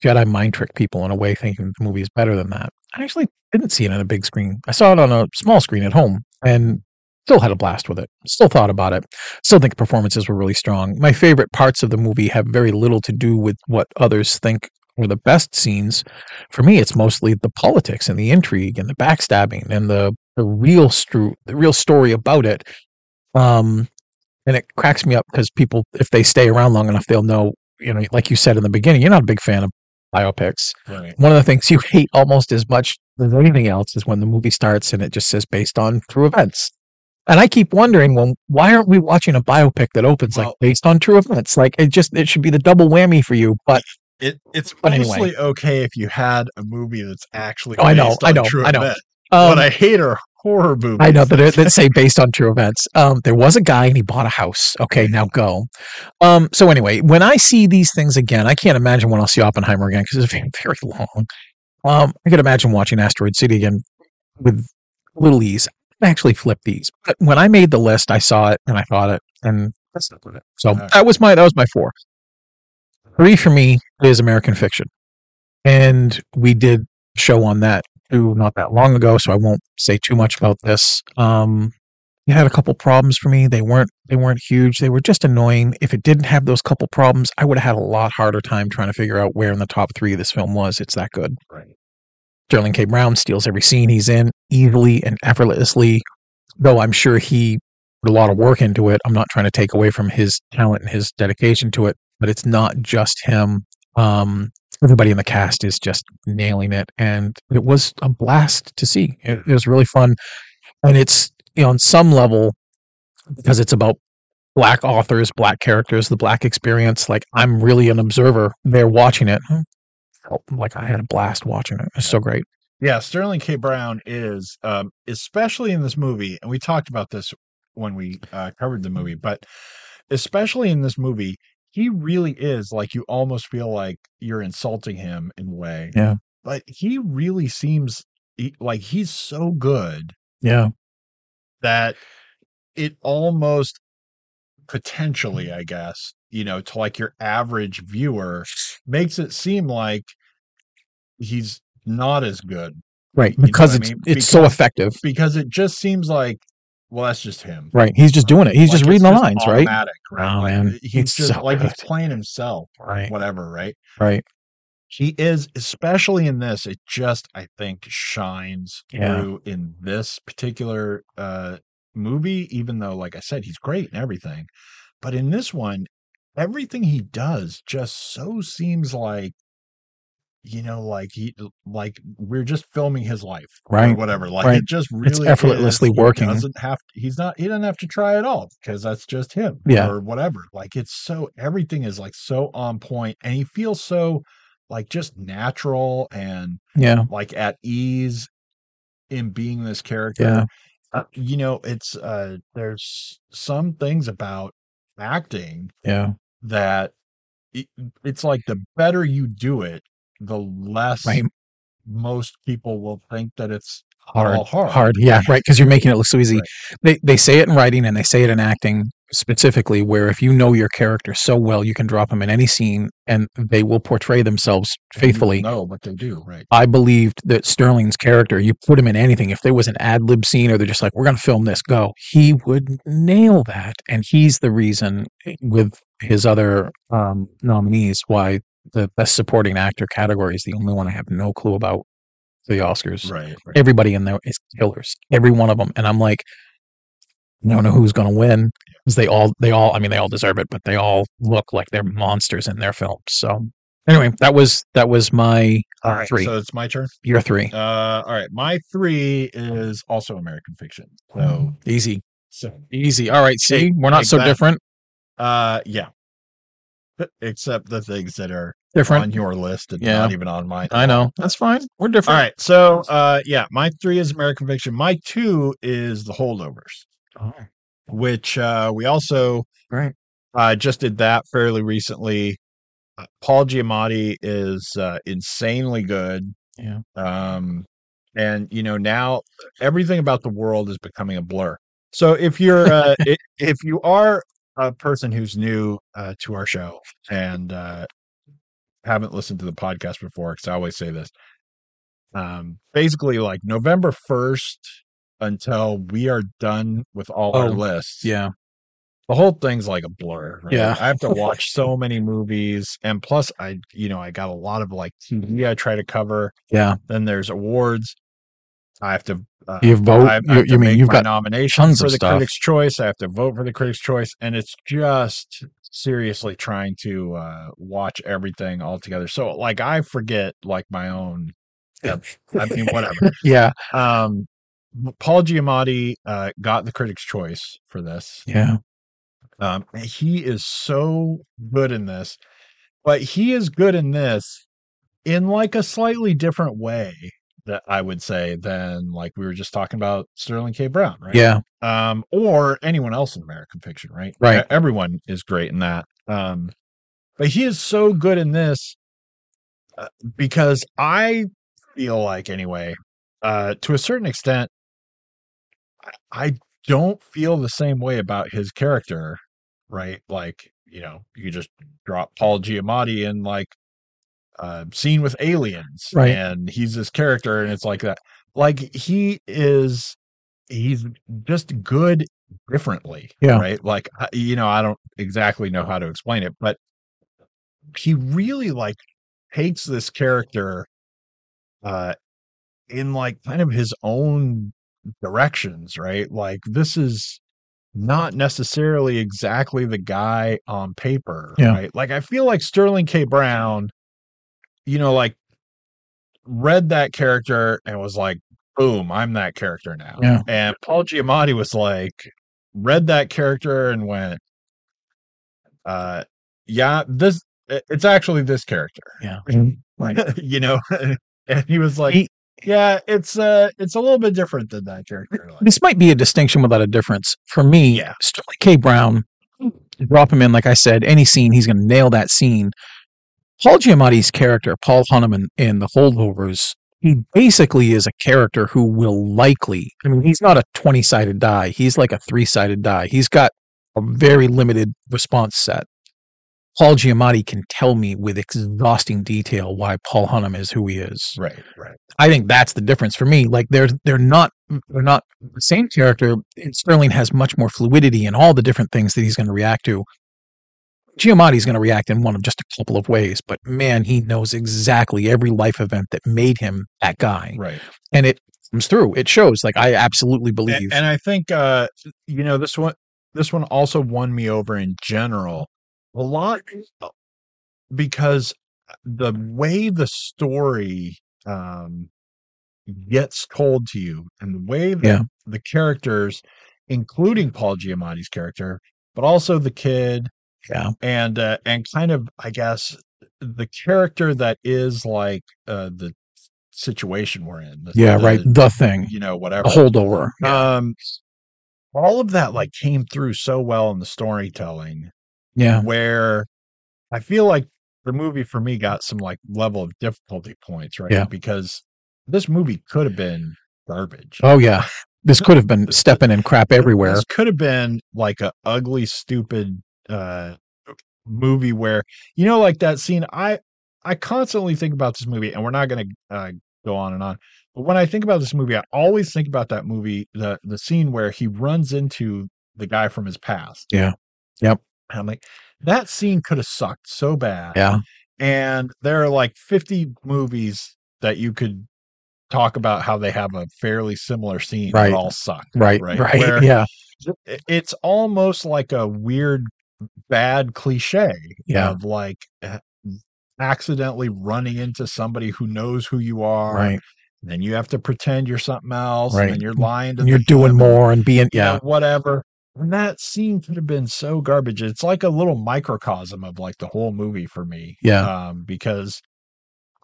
Speaker 3: Jedi mind trick people in a way, thinking the movie is better than that. I actually didn't see it on a big screen. I saw it on a small screen at home and still had a blast with it. Still thought about it. Still think the performances were really strong. My favorite parts of the movie have very little to do with what others think were the best scenes. For me, it's mostly the politics and the intrigue and the backstabbing and the the real stru- the real story about it. Um, and it cracks me up because people, if they stay around long enough, they'll know. You know, like you said in the beginning, you're not a big fan of biopics
Speaker 2: right.
Speaker 3: one of the things you hate almost as much as anything else is when the movie starts and it just says based on true events. And I keep wondering, well, why aren't we watching a biopic that opens
Speaker 2: Well-
Speaker 3: like based on true events? Like it just it should be the double whammy for you. But
Speaker 2: It, it's
Speaker 3: But anyway.
Speaker 2: mostly okay if you had a movie that's actually
Speaker 3: Oh, I know,
Speaker 2: based
Speaker 3: I
Speaker 2: on
Speaker 3: know,
Speaker 2: true
Speaker 3: I know.
Speaker 2: event.
Speaker 3: um,
Speaker 2: what I hate are horror movies.
Speaker 3: I know that that say based on true events. Um, there was a guy and he bought a house. Okay, now go. Um, so anyway, when I see these things again, I can't imagine when I'll see Oppenheimer again because it's been very long. Um, I could imagine watching Asteroid City again with little ease. I can actually flip these, but when I made the list, I saw it and I thought it, and I stuck with it. So
Speaker 2: Alright.
Speaker 3: that was my that was my four. Three for me is American Fiction, and we did a show on that too not that long ago, so I won't say too much about this. Um, it had a couple problems for me. They weren't they weren't huge. They were just annoying. If it didn't have those couple problems, I would have had a lot harder time trying to figure out where in the top three this film was. It's that good.
Speaker 2: Right.
Speaker 3: Sterling K. Brown steals every scene he's in easily and effortlessly, though I'm sure he put a lot of work into it. I'm not trying to take away from his talent and his dedication to it, but it's not just him. Um, everybody in the cast is just nailing it, and it was a blast to see. It, it was really fun, and it's you know, on some level because it's about black authors, black characters, the black experience. Like I'm really an observer there watching it. Felt Like I had a blast watching it. It was so great.
Speaker 2: Yeah, Sterling K. Brown is, um, especially in this movie, and we talked about this when we uh, covered the movie, but especially in this movie, he really is like you almost feel like you're insulting him in a way.
Speaker 3: Yeah.
Speaker 2: But he really seems he- like he's so good
Speaker 3: Yeah.
Speaker 2: that it almost potentially, I guess, you know, to like your average viewer makes it seem like he's not as good
Speaker 3: Right.
Speaker 2: know what
Speaker 3: Because
Speaker 2: I
Speaker 3: it's
Speaker 2: mean?
Speaker 3: it's so
Speaker 2: Because-
Speaker 3: effective.
Speaker 2: because it just seems like well that's just him
Speaker 3: Right. He's just doing it. He's just
Speaker 2: Like,
Speaker 3: reading
Speaker 2: it's
Speaker 3: the lines, right?
Speaker 2: automatic, right
Speaker 3: Oh,
Speaker 2: Like,
Speaker 3: man.
Speaker 2: he's
Speaker 3: It's
Speaker 2: just
Speaker 3: so
Speaker 2: like he's
Speaker 3: good.
Speaker 2: playing himself or
Speaker 3: Right.
Speaker 2: whatever right
Speaker 3: Right.
Speaker 2: he is especially in this it just i think shines
Speaker 3: Yeah.
Speaker 2: through in this particular uh movie even though like i said he's great and everything but in this one everything he does just so seems like you know like he like we're just filming his life or
Speaker 3: Right.
Speaker 2: whatever like
Speaker 3: Right.
Speaker 2: it just really is.
Speaker 3: effortlessly
Speaker 2: He
Speaker 3: working.
Speaker 2: doesn't have he's not he doesn't have to try at all because that's just him
Speaker 3: Yeah.
Speaker 2: or whatever like it's so everything is like so on point and he feels so like just natural and
Speaker 3: Yeah.
Speaker 2: like at ease in being this character
Speaker 3: Yeah.
Speaker 2: Uh, you know it's uh there's some things about acting
Speaker 3: Yeah.
Speaker 2: that it, it's like the better you do it the less
Speaker 3: Right.
Speaker 2: most people will think that it's
Speaker 3: Hard.
Speaker 2: all hard.
Speaker 3: Hard. Yeah. Right. Because you're making it look so easy.
Speaker 2: Right.
Speaker 3: They they say it in writing and they say it in acting specifically where if you know your character so well you can drop them in any scene and they will portray themselves faithfully
Speaker 2: No, but they do, right?
Speaker 3: I believed that Sterling's character, you put him in anything. If there was an ad lib scene or they're just like, we're going to film this, go, he would nail that. And he's the reason eh, with his other um, nominees why the best supporting actor category is the only one I have no clue about for the Oscars.
Speaker 2: Right. right.
Speaker 3: Everybody in there is killers, every one of them. And I'm like, I don't know who's going to win because they all, they all, I mean, they all deserve it, but they all look like they're monsters in their films. So anyway, that was, that was my uh,
Speaker 2: all right.
Speaker 3: three.
Speaker 2: So it's my turn.
Speaker 3: You're three.
Speaker 2: Uh, all right. My three is also American fiction. So,
Speaker 3: So easy,
Speaker 2: so
Speaker 3: easy. All right. See,
Speaker 2: Take-
Speaker 3: we're not
Speaker 2: take
Speaker 3: so
Speaker 2: that.
Speaker 3: different.
Speaker 2: uh, yeah. Except the things that are on
Speaker 3: Different.
Speaker 2: your list and
Speaker 3: Yeah.
Speaker 2: not even on mine.
Speaker 3: I know. That's fine. We're
Speaker 2: All
Speaker 3: different.
Speaker 2: right. So, uh, yeah, my three is American fiction. My two is The Holdovers, which uh, we also
Speaker 3: Right.
Speaker 2: uh, just did that fairly recently. Uh, Paul Giamatti is uh, insanely good.
Speaker 3: Yeah.
Speaker 2: Um, and you know now everything about the world is becoming a blur. So if you're uh, i- if you are a person who's new uh, to our show and uh, haven't listened to the podcast before, because I always say this, um, basically like November first until we are done with all our
Speaker 3: Oh,
Speaker 2: lists
Speaker 3: Yeah.
Speaker 2: the whole thing's like a blur. Right?
Speaker 3: Yeah.
Speaker 2: I have to watch so many movies, and plus, I you know I got a lot of like TV I try to cover.
Speaker 3: Yeah.
Speaker 2: Then there's awards. I have to. Uh,
Speaker 3: You vote.
Speaker 2: I, I
Speaker 3: you
Speaker 2: have to
Speaker 3: you mean
Speaker 2: make
Speaker 3: you've
Speaker 2: my
Speaker 3: got
Speaker 2: nomination
Speaker 3: tons
Speaker 2: for
Speaker 3: of
Speaker 2: the
Speaker 3: stuff.
Speaker 2: Critics' Choice? I have to vote for the Critics' Choice, and it's just seriously trying to uh, watch everything all together. So like I forget like my own. I mean, whatever
Speaker 3: yeah.
Speaker 2: um paul giamatti uh got the critics choice for this
Speaker 3: Yeah.
Speaker 2: um he is so good in this but he is good in this in like a slightly different way that I would say than like we were just talking about Sterling K. Brown, right?
Speaker 3: Yeah.
Speaker 2: Um, or anyone else in American fiction, right?
Speaker 3: Right.
Speaker 2: E- Everyone is great in that. Um, but he is so good in this uh, because I feel like anyway, uh, to a certain extent, I- I don't feel the same way about his character, right? Like, you know, you could just drop Paul Giamatti in like uh scene with aliens
Speaker 3: Right.
Speaker 2: and he's this character and it's like that. Like he is he's just good differently,
Speaker 3: Yeah.
Speaker 2: right? Like I- you know, I don't exactly know how to explain it, but he really like takes this character uh in like kind of his own directions, right? Like this is not necessarily exactly the guy on paper,
Speaker 3: Yeah.
Speaker 2: right? Like I feel like Sterling K. Brown, you know, like read that character and was like, boom, I'm that character now.
Speaker 3: Yeah.
Speaker 2: And Paul Giamatti was like, read that character and went, uh, yeah, this it- it's actually this character.
Speaker 3: Yeah. Right.
Speaker 2: you know? and he was like,
Speaker 3: He-
Speaker 2: yeah, it's uh it's a little bit different than that character. Like,
Speaker 3: This might be a distinction without a difference. For me,
Speaker 2: Yeah.
Speaker 3: Sterling K. Brown, drop him in, like I said, any scene, he's going to nail that scene. Paul Giamatti's character, Paul Hunneman in The Holdovers, he basically is a character who will likely, I mean, he's not a 20 sided die. He's like a three sided die. He's got a very limited response set. Paul Giamatti can tell me with exhausting detail why Paul Hunnam is who he is.
Speaker 2: right, right.
Speaker 3: I think that's the difference for me. Like they're they're not they're not the same character. And Sterling has much more fluidity in all the different things that he's going to react to. Giamatti's going to react in one of just a couple of ways, but man, he knows exactly every life event that made him that guy,
Speaker 2: Right.
Speaker 3: and it comes through. It shows. Like I absolutely
Speaker 2: A-
Speaker 3: believe.
Speaker 2: And, I think uh you know this one this one also won me over in general a lot uh, because uh, the way the story um gets told to you and the way that
Speaker 3: Yeah.
Speaker 2: the characters including Paul Giamatti's character but also the kid
Speaker 3: yeah,
Speaker 2: and uh, and kind of i guess the character that is like uh the situation we're in the-
Speaker 3: yeah,
Speaker 2: the,
Speaker 3: right. The thing,
Speaker 2: you know
Speaker 3: a
Speaker 2: whatever
Speaker 3: holdover.
Speaker 2: um all of that like came through so well in the storytelling
Speaker 3: yeah,
Speaker 2: where i feel like the movie for me got some like level of difficulty points right
Speaker 3: Yeah.
Speaker 2: because this movie could have been garbage
Speaker 3: oh yeah. This could have been stepping in crap everywhere.
Speaker 2: This could have been like a ugly, stupid uh movie where you know, like that scene. I I constantly think about this movie, and we're not going to uh, go on and on. But when I think about this movie, I always think about that movie, the the scene where he runs into the guy from his past.
Speaker 3: Yeah. Yep.
Speaker 2: And I'm like, that scene could have sucked so bad
Speaker 3: Yeah,
Speaker 2: and there are like 50 movies that you could talk about how they have a fairly similar scene
Speaker 3: Right.
Speaker 2: that all suck
Speaker 3: right,
Speaker 2: Right,
Speaker 3: right.
Speaker 2: where-
Speaker 3: yeah,
Speaker 2: I- it's almost like a weird bad cliche
Speaker 3: Yeah.
Speaker 2: of like a- accidentally running into somebody who knows who you are
Speaker 3: right.
Speaker 2: and then you have to pretend you're something else and then
Speaker 3: Right.
Speaker 2: you're lying to
Speaker 3: And you're
Speaker 2: them
Speaker 3: doing
Speaker 2: and-
Speaker 3: more and being
Speaker 2: you know,
Speaker 3: yeah.
Speaker 2: whatever. And that scene could have been so garbage. It's like a little microcosm of like the whole movie for me.
Speaker 3: Yeah.
Speaker 2: Um, because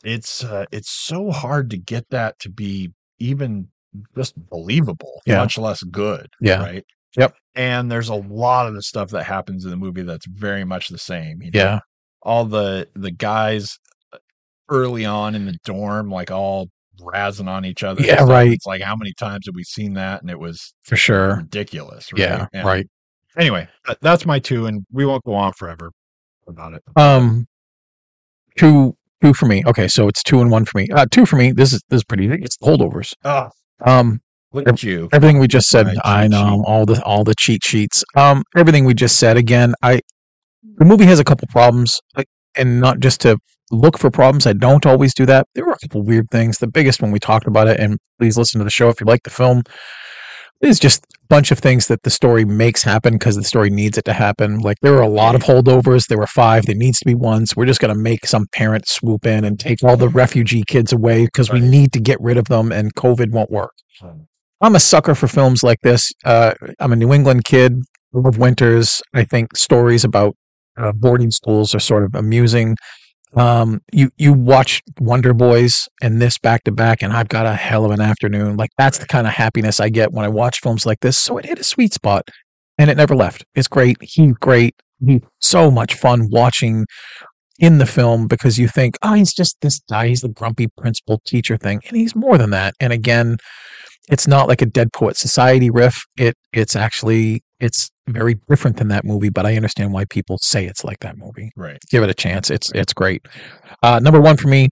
Speaker 2: it's uh, it's so hard to get that to be even just believable,
Speaker 3: Yeah.
Speaker 2: much less good.
Speaker 3: Yeah.
Speaker 2: Right.
Speaker 3: Yep.
Speaker 2: And there's a lot of the stuff that happens in the movie that's very much the same. you know?
Speaker 3: Yeah.
Speaker 2: All the the guys uh, early on in the dorm, like all razzing on each other. and
Speaker 3: Yeah,
Speaker 2: stuff.
Speaker 3: right.
Speaker 2: It's like how many times have we seen that? And it was
Speaker 3: For sure.
Speaker 2: ridiculous. Right?
Speaker 3: Yeah.
Speaker 2: And
Speaker 3: Right.
Speaker 2: Anyway, th- that's my two, and we won't go on forever about it.
Speaker 3: Um two two for me. Okay, so it's two and one for me. Uh two for me. This is this is pretty it's the holdovers.
Speaker 2: Oh,
Speaker 3: Um
Speaker 2: look at you.
Speaker 3: everything we just said
Speaker 2: Right, cheat
Speaker 3: I know
Speaker 2: sheet.
Speaker 3: all the all the cheat sheets. Um everything we just said again, I the movie has a couple problems like, and not just to look for problems. I don't always do that. There were a couple weird things. The biggest one we talked about it and please listen to the show if you like the film is just a bunch of things that the story makes happen because the story needs it to happen. Like there were a lot of holdovers. There were five. There needs to be one. So we're just going to make some parent swoop in and take all the refugee kids away because we
Speaker 2: Right.
Speaker 3: need to get rid of them and COVID won't work. I'm a sucker for films like this. Uh, I'm a New England kid. I love winters. I think stories about uh, boarding schools are sort of amusing. um you you watch wonder boys and this back to back and i've got a hell of an afternoon like that's the kind of happiness i get when i watch films like this so it hit a sweet spot and it never left it's great he's great he's so much fun watching in the film because you think oh he's just this guy he's the grumpy principal teacher thing and he's more than that and again it's not like a dead poet society riff it it's actually it's very different than that movie but i understand why people say it's like that movie
Speaker 2: Right.
Speaker 3: give it a chance. It's it's great. Uh, number one for me,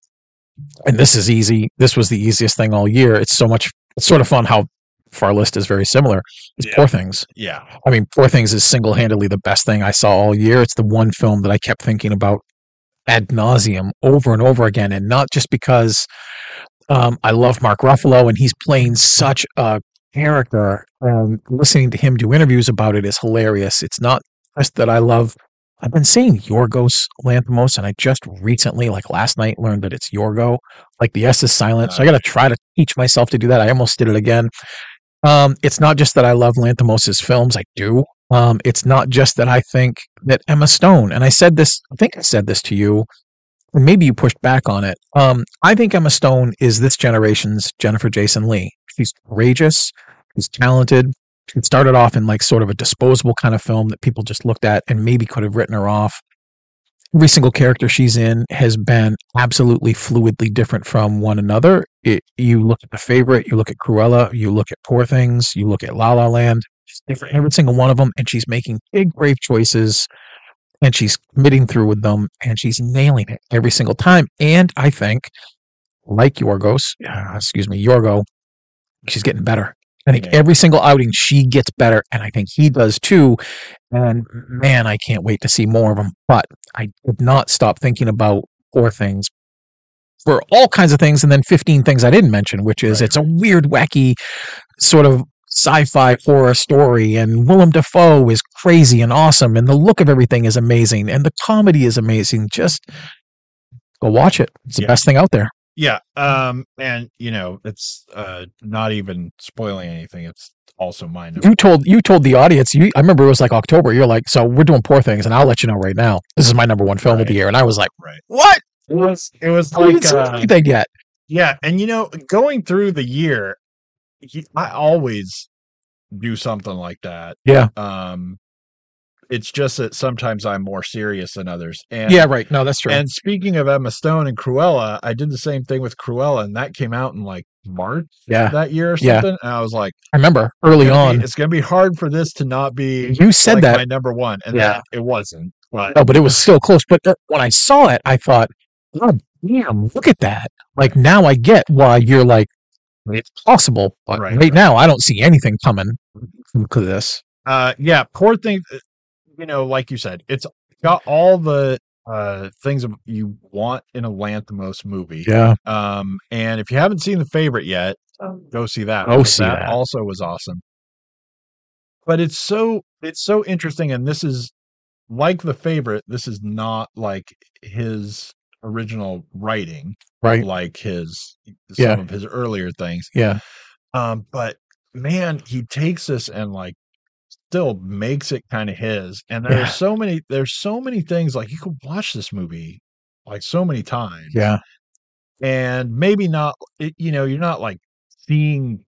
Speaker 3: and this is easy. This was the easiest thing all year. It's so much. It's sort of fun how our list is very similar. It's
Speaker 2: Yeah.
Speaker 3: Poor Things.
Speaker 2: Yeah.
Speaker 3: I mean, Poor Things is single handedly the best thing I saw all year. It's the one film that I kept thinking about ad nauseum over and over again, and not just because um, I love Mark Ruffalo and he's playing such a character. Um, listening to him do interviews about it is hilarious. It's not just that I love. I've been seeing Yorgos Lanthimos, and I just recently, like last night, learned that it's Yorgo. Like the S is silent, so I got to try to teach myself to do that. I almost did it again. Um, it's not just that I love Lanthimos' films, I do. Um, it's not just that I think that Emma Stone, and I said this, I think I said this to you, or maybe you pushed back on it. Um, I think Emma Stone is this generation's Jennifer Jason Lee. She's courageous, she's talented. She started off in like sort of a disposable kind of film that people just looked at and maybe could have written her off. Every single character she's in has been absolutely fluidly different from one another. It, you look at The Favorite, you look at Cruella, you look at Poor Things, you look at La La Land. She's different every single one of them, and she's making big, brave choices and she's committing through with them and she's nailing it every single time. And I think, like Yorgos, uh, excuse me, Yorgo, she's getting better. I think
Speaker 2: Yeah.
Speaker 3: every single outing she gets better, and I think he does too. And man, I can't wait to see more of them. But I did not stop thinking about poor things for all kinds of things, and then 15 things I didn't mention, which is
Speaker 2: Right.
Speaker 3: it's a weird, wacky sort of sci-fi horror story and Willem Dafoe is crazy and awesome and the look of everything is amazing and the comedy is amazing just go watch it it's the
Speaker 2: Yeah.
Speaker 3: best thing out there
Speaker 2: Yeah. Um, and you know, it's uh not even spoiling anything. It's also my number.
Speaker 3: you told you told the audience you I remember it was like October you're like so we're doing poor things and I'll let you know right now this is my number one film of the
Speaker 2: Right.
Speaker 3: year and I was like
Speaker 2: Right.
Speaker 3: what
Speaker 2: It was it was
Speaker 3: I haven't
Speaker 2: like
Speaker 3: seen
Speaker 2: uh,
Speaker 3: anything yet
Speaker 2: yeah, and you know, going through the year, he- I always do something like that.
Speaker 3: Yeah.
Speaker 2: Um it's just that sometimes I'm more serious than others. And
Speaker 3: yeah right no that's true
Speaker 2: And speaking of Emma Stone and Cruella, I did the same thing with Cruella, and that came out in like March
Speaker 3: yeah
Speaker 2: that year or
Speaker 3: Ah, Yeah.
Speaker 2: something. And I was like,
Speaker 3: I remember early
Speaker 2: "Gonna be-
Speaker 3: on
Speaker 2: it's going to be hard for this to not be
Speaker 3: you said
Speaker 2: like,
Speaker 3: that
Speaker 2: my number one, and
Speaker 3: Yeah.
Speaker 2: then it wasn't. But
Speaker 3: No, but it was still close. But uh, when I saw it, I thought, God damn, look at that. Like now I get why you're like, it's possible. But
Speaker 2: Right,
Speaker 3: right,
Speaker 2: right.
Speaker 3: now, I don't see anything coming because of this.
Speaker 2: uh, yeah, poor thing. You know, like you said, it's got all the uh things of- you want in a Lanthimos movie.
Speaker 3: Yeah.
Speaker 2: Um, and if you haven't seen the favorite yet, go see that.
Speaker 3: Go
Speaker 2: because
Speaker 3: see that.
Speaker 2: Also, was awesome. But it's so it's so interesting, and this is like the favorite. This is not like his original writing,
Speaker 3: Right.
Speaker 2: like his some
Speaker 3: Yeah.
Speaker 2: of his earlier things.
Speaker 3: Yeah.
Speaker 2: Um, but man, he takes this and like still makes it kind of his. And there
Speaker 3: Yeah.
Speaker 2: are so many there's so many things like you could watch this movie like so many times
Speaker 3: Yeah.
Speaker 2: and maybe not it- you know you're not like seeing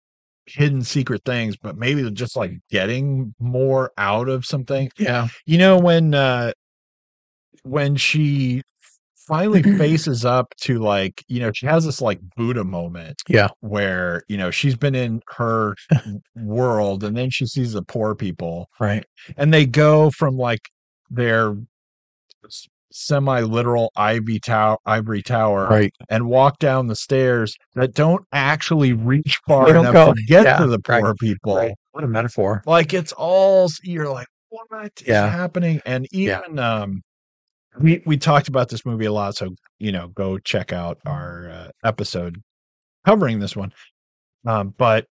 Speaker 2: hidden secret things but maybe they're just like getting more out of something
Speaker 3: Yeah.
Speaker 2: you know when uh when she finally faces up to like you know she has this like buddha moment
Speaker 3: Yeah.
Speaker 2: where you know she's been in her world and then she sees the poor people
Speaker 3: Right.
Speaker 2: and they go from like their semi literal ivy tower ivory tower
Speaker 3: Right.
Speaker 2: and walk down the stairs that don't actually reach far
Speaker 3: They don't
Speaker 2: enough
Speaker 3: go-
Speaker 2: to get
Speaker 3: yeah,
Speaker 2: to the
Speaker 3: right,
Speaker 2: poor people.
Speaker 3: right. What a metaphor.
Speaker 2: Like it's all you're like, what is
Speaker 3: Yeah.
Speaker 2: happening? And
Speaker 3: Yeah.
Speaker 2: even um we we talked about this movie a lot, so you know, go check out our uh, episode covering this one. Um, but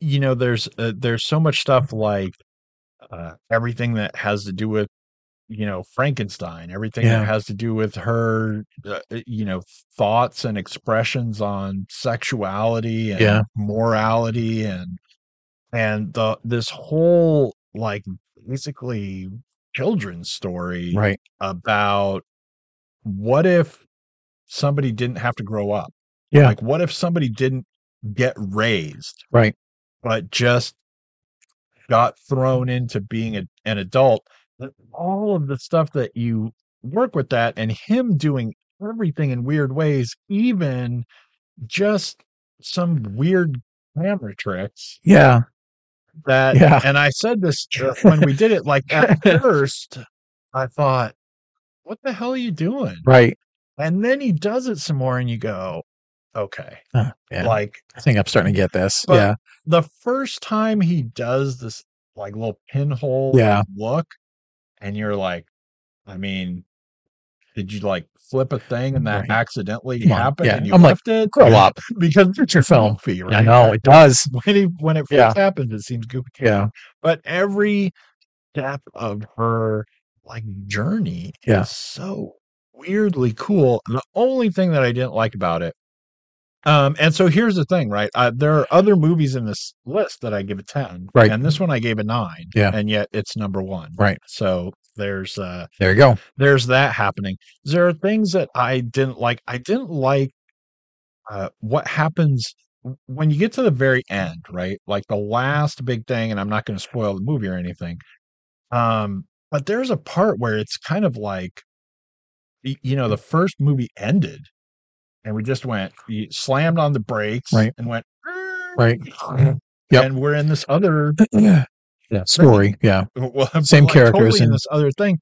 Speaker 2: you know, there's uh, there's so much stuff like uh, everything that has to do with you know Frankenstein, everything
Speaker 3: Yeah.
Speaker 2: that has to do with her, uh, uh, you know, thoughts and expressions on sexuality and
Speaker 3: Yeah.
Speaker 2: morality and and the this whole like basically children's story
Speaker 3: Right.
Speaker 2: about what if somebody didn't have to grow up?
Speaker 3: Yeah.
Speaker 2: Like, what if somebody didn't get raised,
Speaker 3: Right.
Speaker 2: but just got thrown into being a, an adult? That All of the stuff that you work with that and him doing everything in weird ways, even just some weird camera tricks
Speaker 3: Yeah.
Speaker 2: that
Speaker 3: Yeah.
Speaker 2: and i said this uh, when we did it like at first i thought what the hell are you doing
Speaker 3: Right.
Speaker 2: and then he does it some more and you go okay
Speaker 3: Uh, yeah.
Speaker 2: like
Speaker 3: I think I'm starting to get this.
Speaker 2: But-
Speaker 3: yeah.
Speaker 2: the first time he does this like little pinhole
Speaker 3: Yeah.
Speaker 2: look and you're like i mean did you like flip a thing and that
Speaker 3: Right.
Speaker 2: accidentally
Speaker 3: Come on,
Speaker 2: happened
Speaker 3: yeah.
Speaker 2: and you
Speaker 3: I'm like,
Speaker 2: left it
Speaker 3: Grow up.
Speaker 2: because
Speaker 3: It's your film.
Speaker 2: goofy,
Speaker 3: I know it does.
Speaker 2: when, he, when it first
Speaker 3: Yeah.
Speaker 2: happened it seems goofy
Speaker 3: Yeah.
Speaker 2: but every step of her like journey
Speaker 3: Yeah.
Speaker 2: is so weirdly cool and the only thing that i didn't like about it um and so here's the thing right uh, there are other movies in this list that i give a 10
Speaker 3: Right.
Speaker 2: and this one i gave a 9
Speaker 3: Yeah.
Speaker 2: and yet it's number one
Speaker 3: Right.
Speaker 2: so there's uh
Speaker 3: There you go.
Speaker 2: there's that happening there are things that i didn't like i didn't like uh what happens when you get to the very end right like the last big thing and i'm not going to spoil the movie or anything um but there's a part where it's kind of like y- you know the first movie ended and we just went you slammed on the brakes
Speaker 3: Right.
Speaker 2: and went
Speaker 3: Right. Yep.
Speaker 2: and we're in this other
Speaker 3: yeah. Story. Yeah.
Speaker 2: well, but,
Speaker 3: Same
Speaker 2: like,
Speaker 3: characters
Speaker 2: totally in
Speaker 3: and-
Speaker 2: this other thing.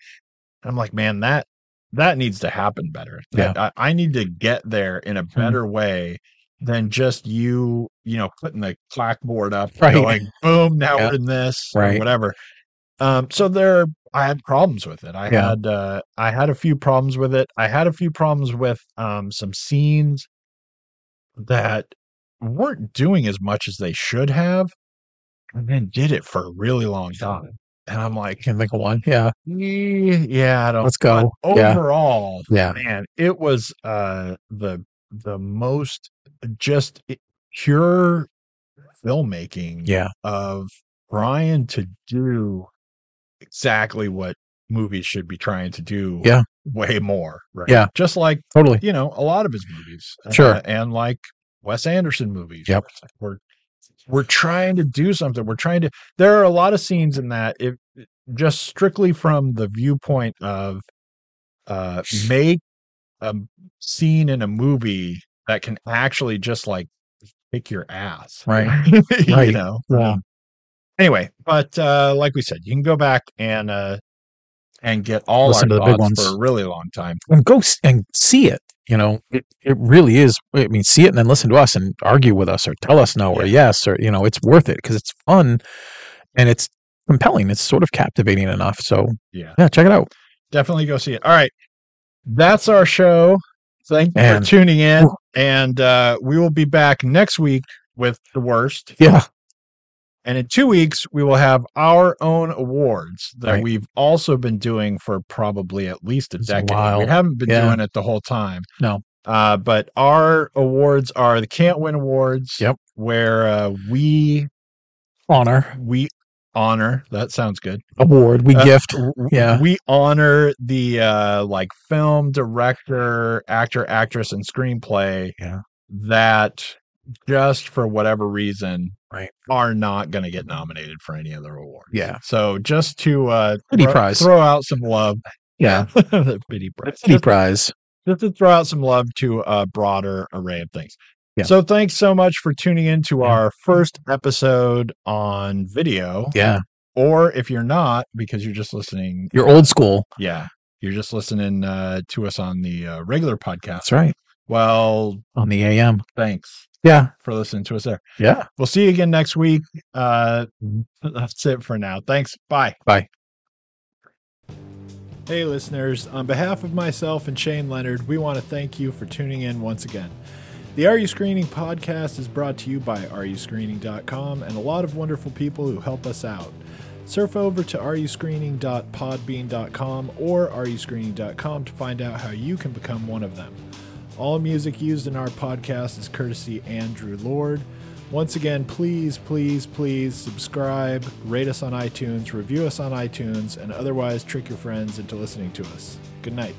Speaker 2: I'm like, man, that that needs to happen better. That- I, I need to get there in a
Speaker 3: Hmm.
Speaker 2: better way than just you, you know, putting the clackboard up,
Speaker 3: Right.
Speaker 2: going boom, now
Speaker 3: Yeah.
Speaker 2: we're in this, or
Speaker 3: Right.
Speaker 2: whatever. Um, so there, I had problems with it. I
Speaker 3: Yeah.
Speaker 2: had uh, I had a few problems with it. I had a few problems with um, some scenes that weren't doing as much as they should have, and then did it for a really long time. And I'm like,
Speaker 3: Can't think of one. Yeah.
Speaker 2: "Eh, yeah, I don't.
Speaker 3: Let's
Speaker 2: but
Speaker 3: go. Yeah.
Speaker 2: Overall,
Speaker 3: Yeah.
Speaker 2: man, it was uh, the the most just i- pure filmmaking
Speaker 3: Yeah.
Speaker 2: of trying to do exactly what movies should be trying to do.
Speaker 3: Yeah.
Speaker 2: way more. Right.
Speaker 3: Yeah.
Speaker 2: just like
Speaker 3: Totally.
Speaker 2: you know a lot of his movies uh,
Speaker 3: Sure.
Speaker 2: and like wes anderson movies
Speaker 3: Yep.
Speaker 2: we're we're trying to do something we're trying to there are a lot of scenes in that if just strictly from the viewpoint of uh make a scene in a movie that can actually just like kick your ass
Speaker 3: Right. Um,
Speaker 2: you
Speaker 3: Right.
Speaker 2: know
Speaker 3: Yeah.
Speaker 2: anyway but uh like we said you can go back and uh and get all
Speaker 3: Listen
Speaker 2: our
Speaker 3: to the big
Speaker 2: thoughts for
Speaker 3: ones.
Speaker 2: a really long time
Speaker 3: And go s- and see it. You know, it, it really is. I mean, see it and then listen to us and argue with us or tell us no or yes or, you know, it's worth it because it's fun and it's compelling. It's sort of captivating enough. So,
Speaker 2: yeah
Speaker 3: yeah, check it out.
Speaker 2: definitely go see it. All right. That's our show. Thank you
Speaker 3: And-
Speaker 2: for tuning in. And uh, we will be back next week with the worst.
Speaker 3: Yeah.
Speaker 2: And in two weeks, we will have our own awards that
Speaker 3: Right.
Speaker 2: we've also been doing for probably at least a
Speaker 3: It's a
Speaker 2: decade. We
Speaker 3: while.
Speaker 2: haven't been
Speaker 3: Yeah.
Speaker 2: doing it the whole time.
Speaker 3: No.
Speaker 2: Uh, but our awards are the Can't Win Awards.
Speaker 3: Yep.
Speaker 2: Where uh, we
Speaker 3: Honor,
Speaker 2: we honor. That sounds good.
Speaker 3: award, we
Speaker 2: Uh,
Speaker 3: gift.
Speaker 2: w- w-
Speaker 3: Yeah.
Speaker 2: we honor the uh like film director actor actress and screenplay
Speaker 3: Yeah.
Speaker 2: that just for whatever reason
Speaker 3: Right.
Speaker 2: are not going to get nominated for any other award
Speaker 3: Yeah.
Speaker 2: so just to uh
Speaker 3: Pity
Speaker 2: thro-
Speaker 3: prize.
Speaker 2: throw out some love
Speaker 3: Yeah.
Speaker 2: the pity prize
Speaker 3: Pity prize.
Speaker 2: just to throw out some love to a broader array of things.
Speaker 3: Yeah.
Speaker 2: So thanks so much for tuning in to
Speaker 3: Yeah.
Speaker 2: our first episode on video.
Speaker 3: Yeah.
Speaker 2: Or if you're not, because you're just listening,
Speaker 3: You're old school.
Speaker 2: yeah, you're just listening uh, to us on the uh, regular podcast.
Speaker 3: That's right.
Speaker 2: Well,
Speaker 3: On the AM.
Speaker 2: thanks
Speaker 3: Yeah.
Speaker 2: for listening to us there.
Speaker 3: Yeah.
Speaker 2: We'll see you again next week. Uh, that's it for now. Thanks. Bye.
Speaker 1: Hey, listeners, on behalf of myself and Shane Leonard, we want to thank you for tuning in once again. The Are You Screening podcast is brought to you by areyouscreening.com and a lot of wonderful people who help us out. Surf over to areyouscreening.podbean.com or areyouscreening.com to find out how you can become one of them. All music used in our podcast is courtesy Andrew Lord. Once again, please, please, please subscribe, rate us on iTunes, review us on iTunes, and otherwise trick your friends into listening to us. Good night.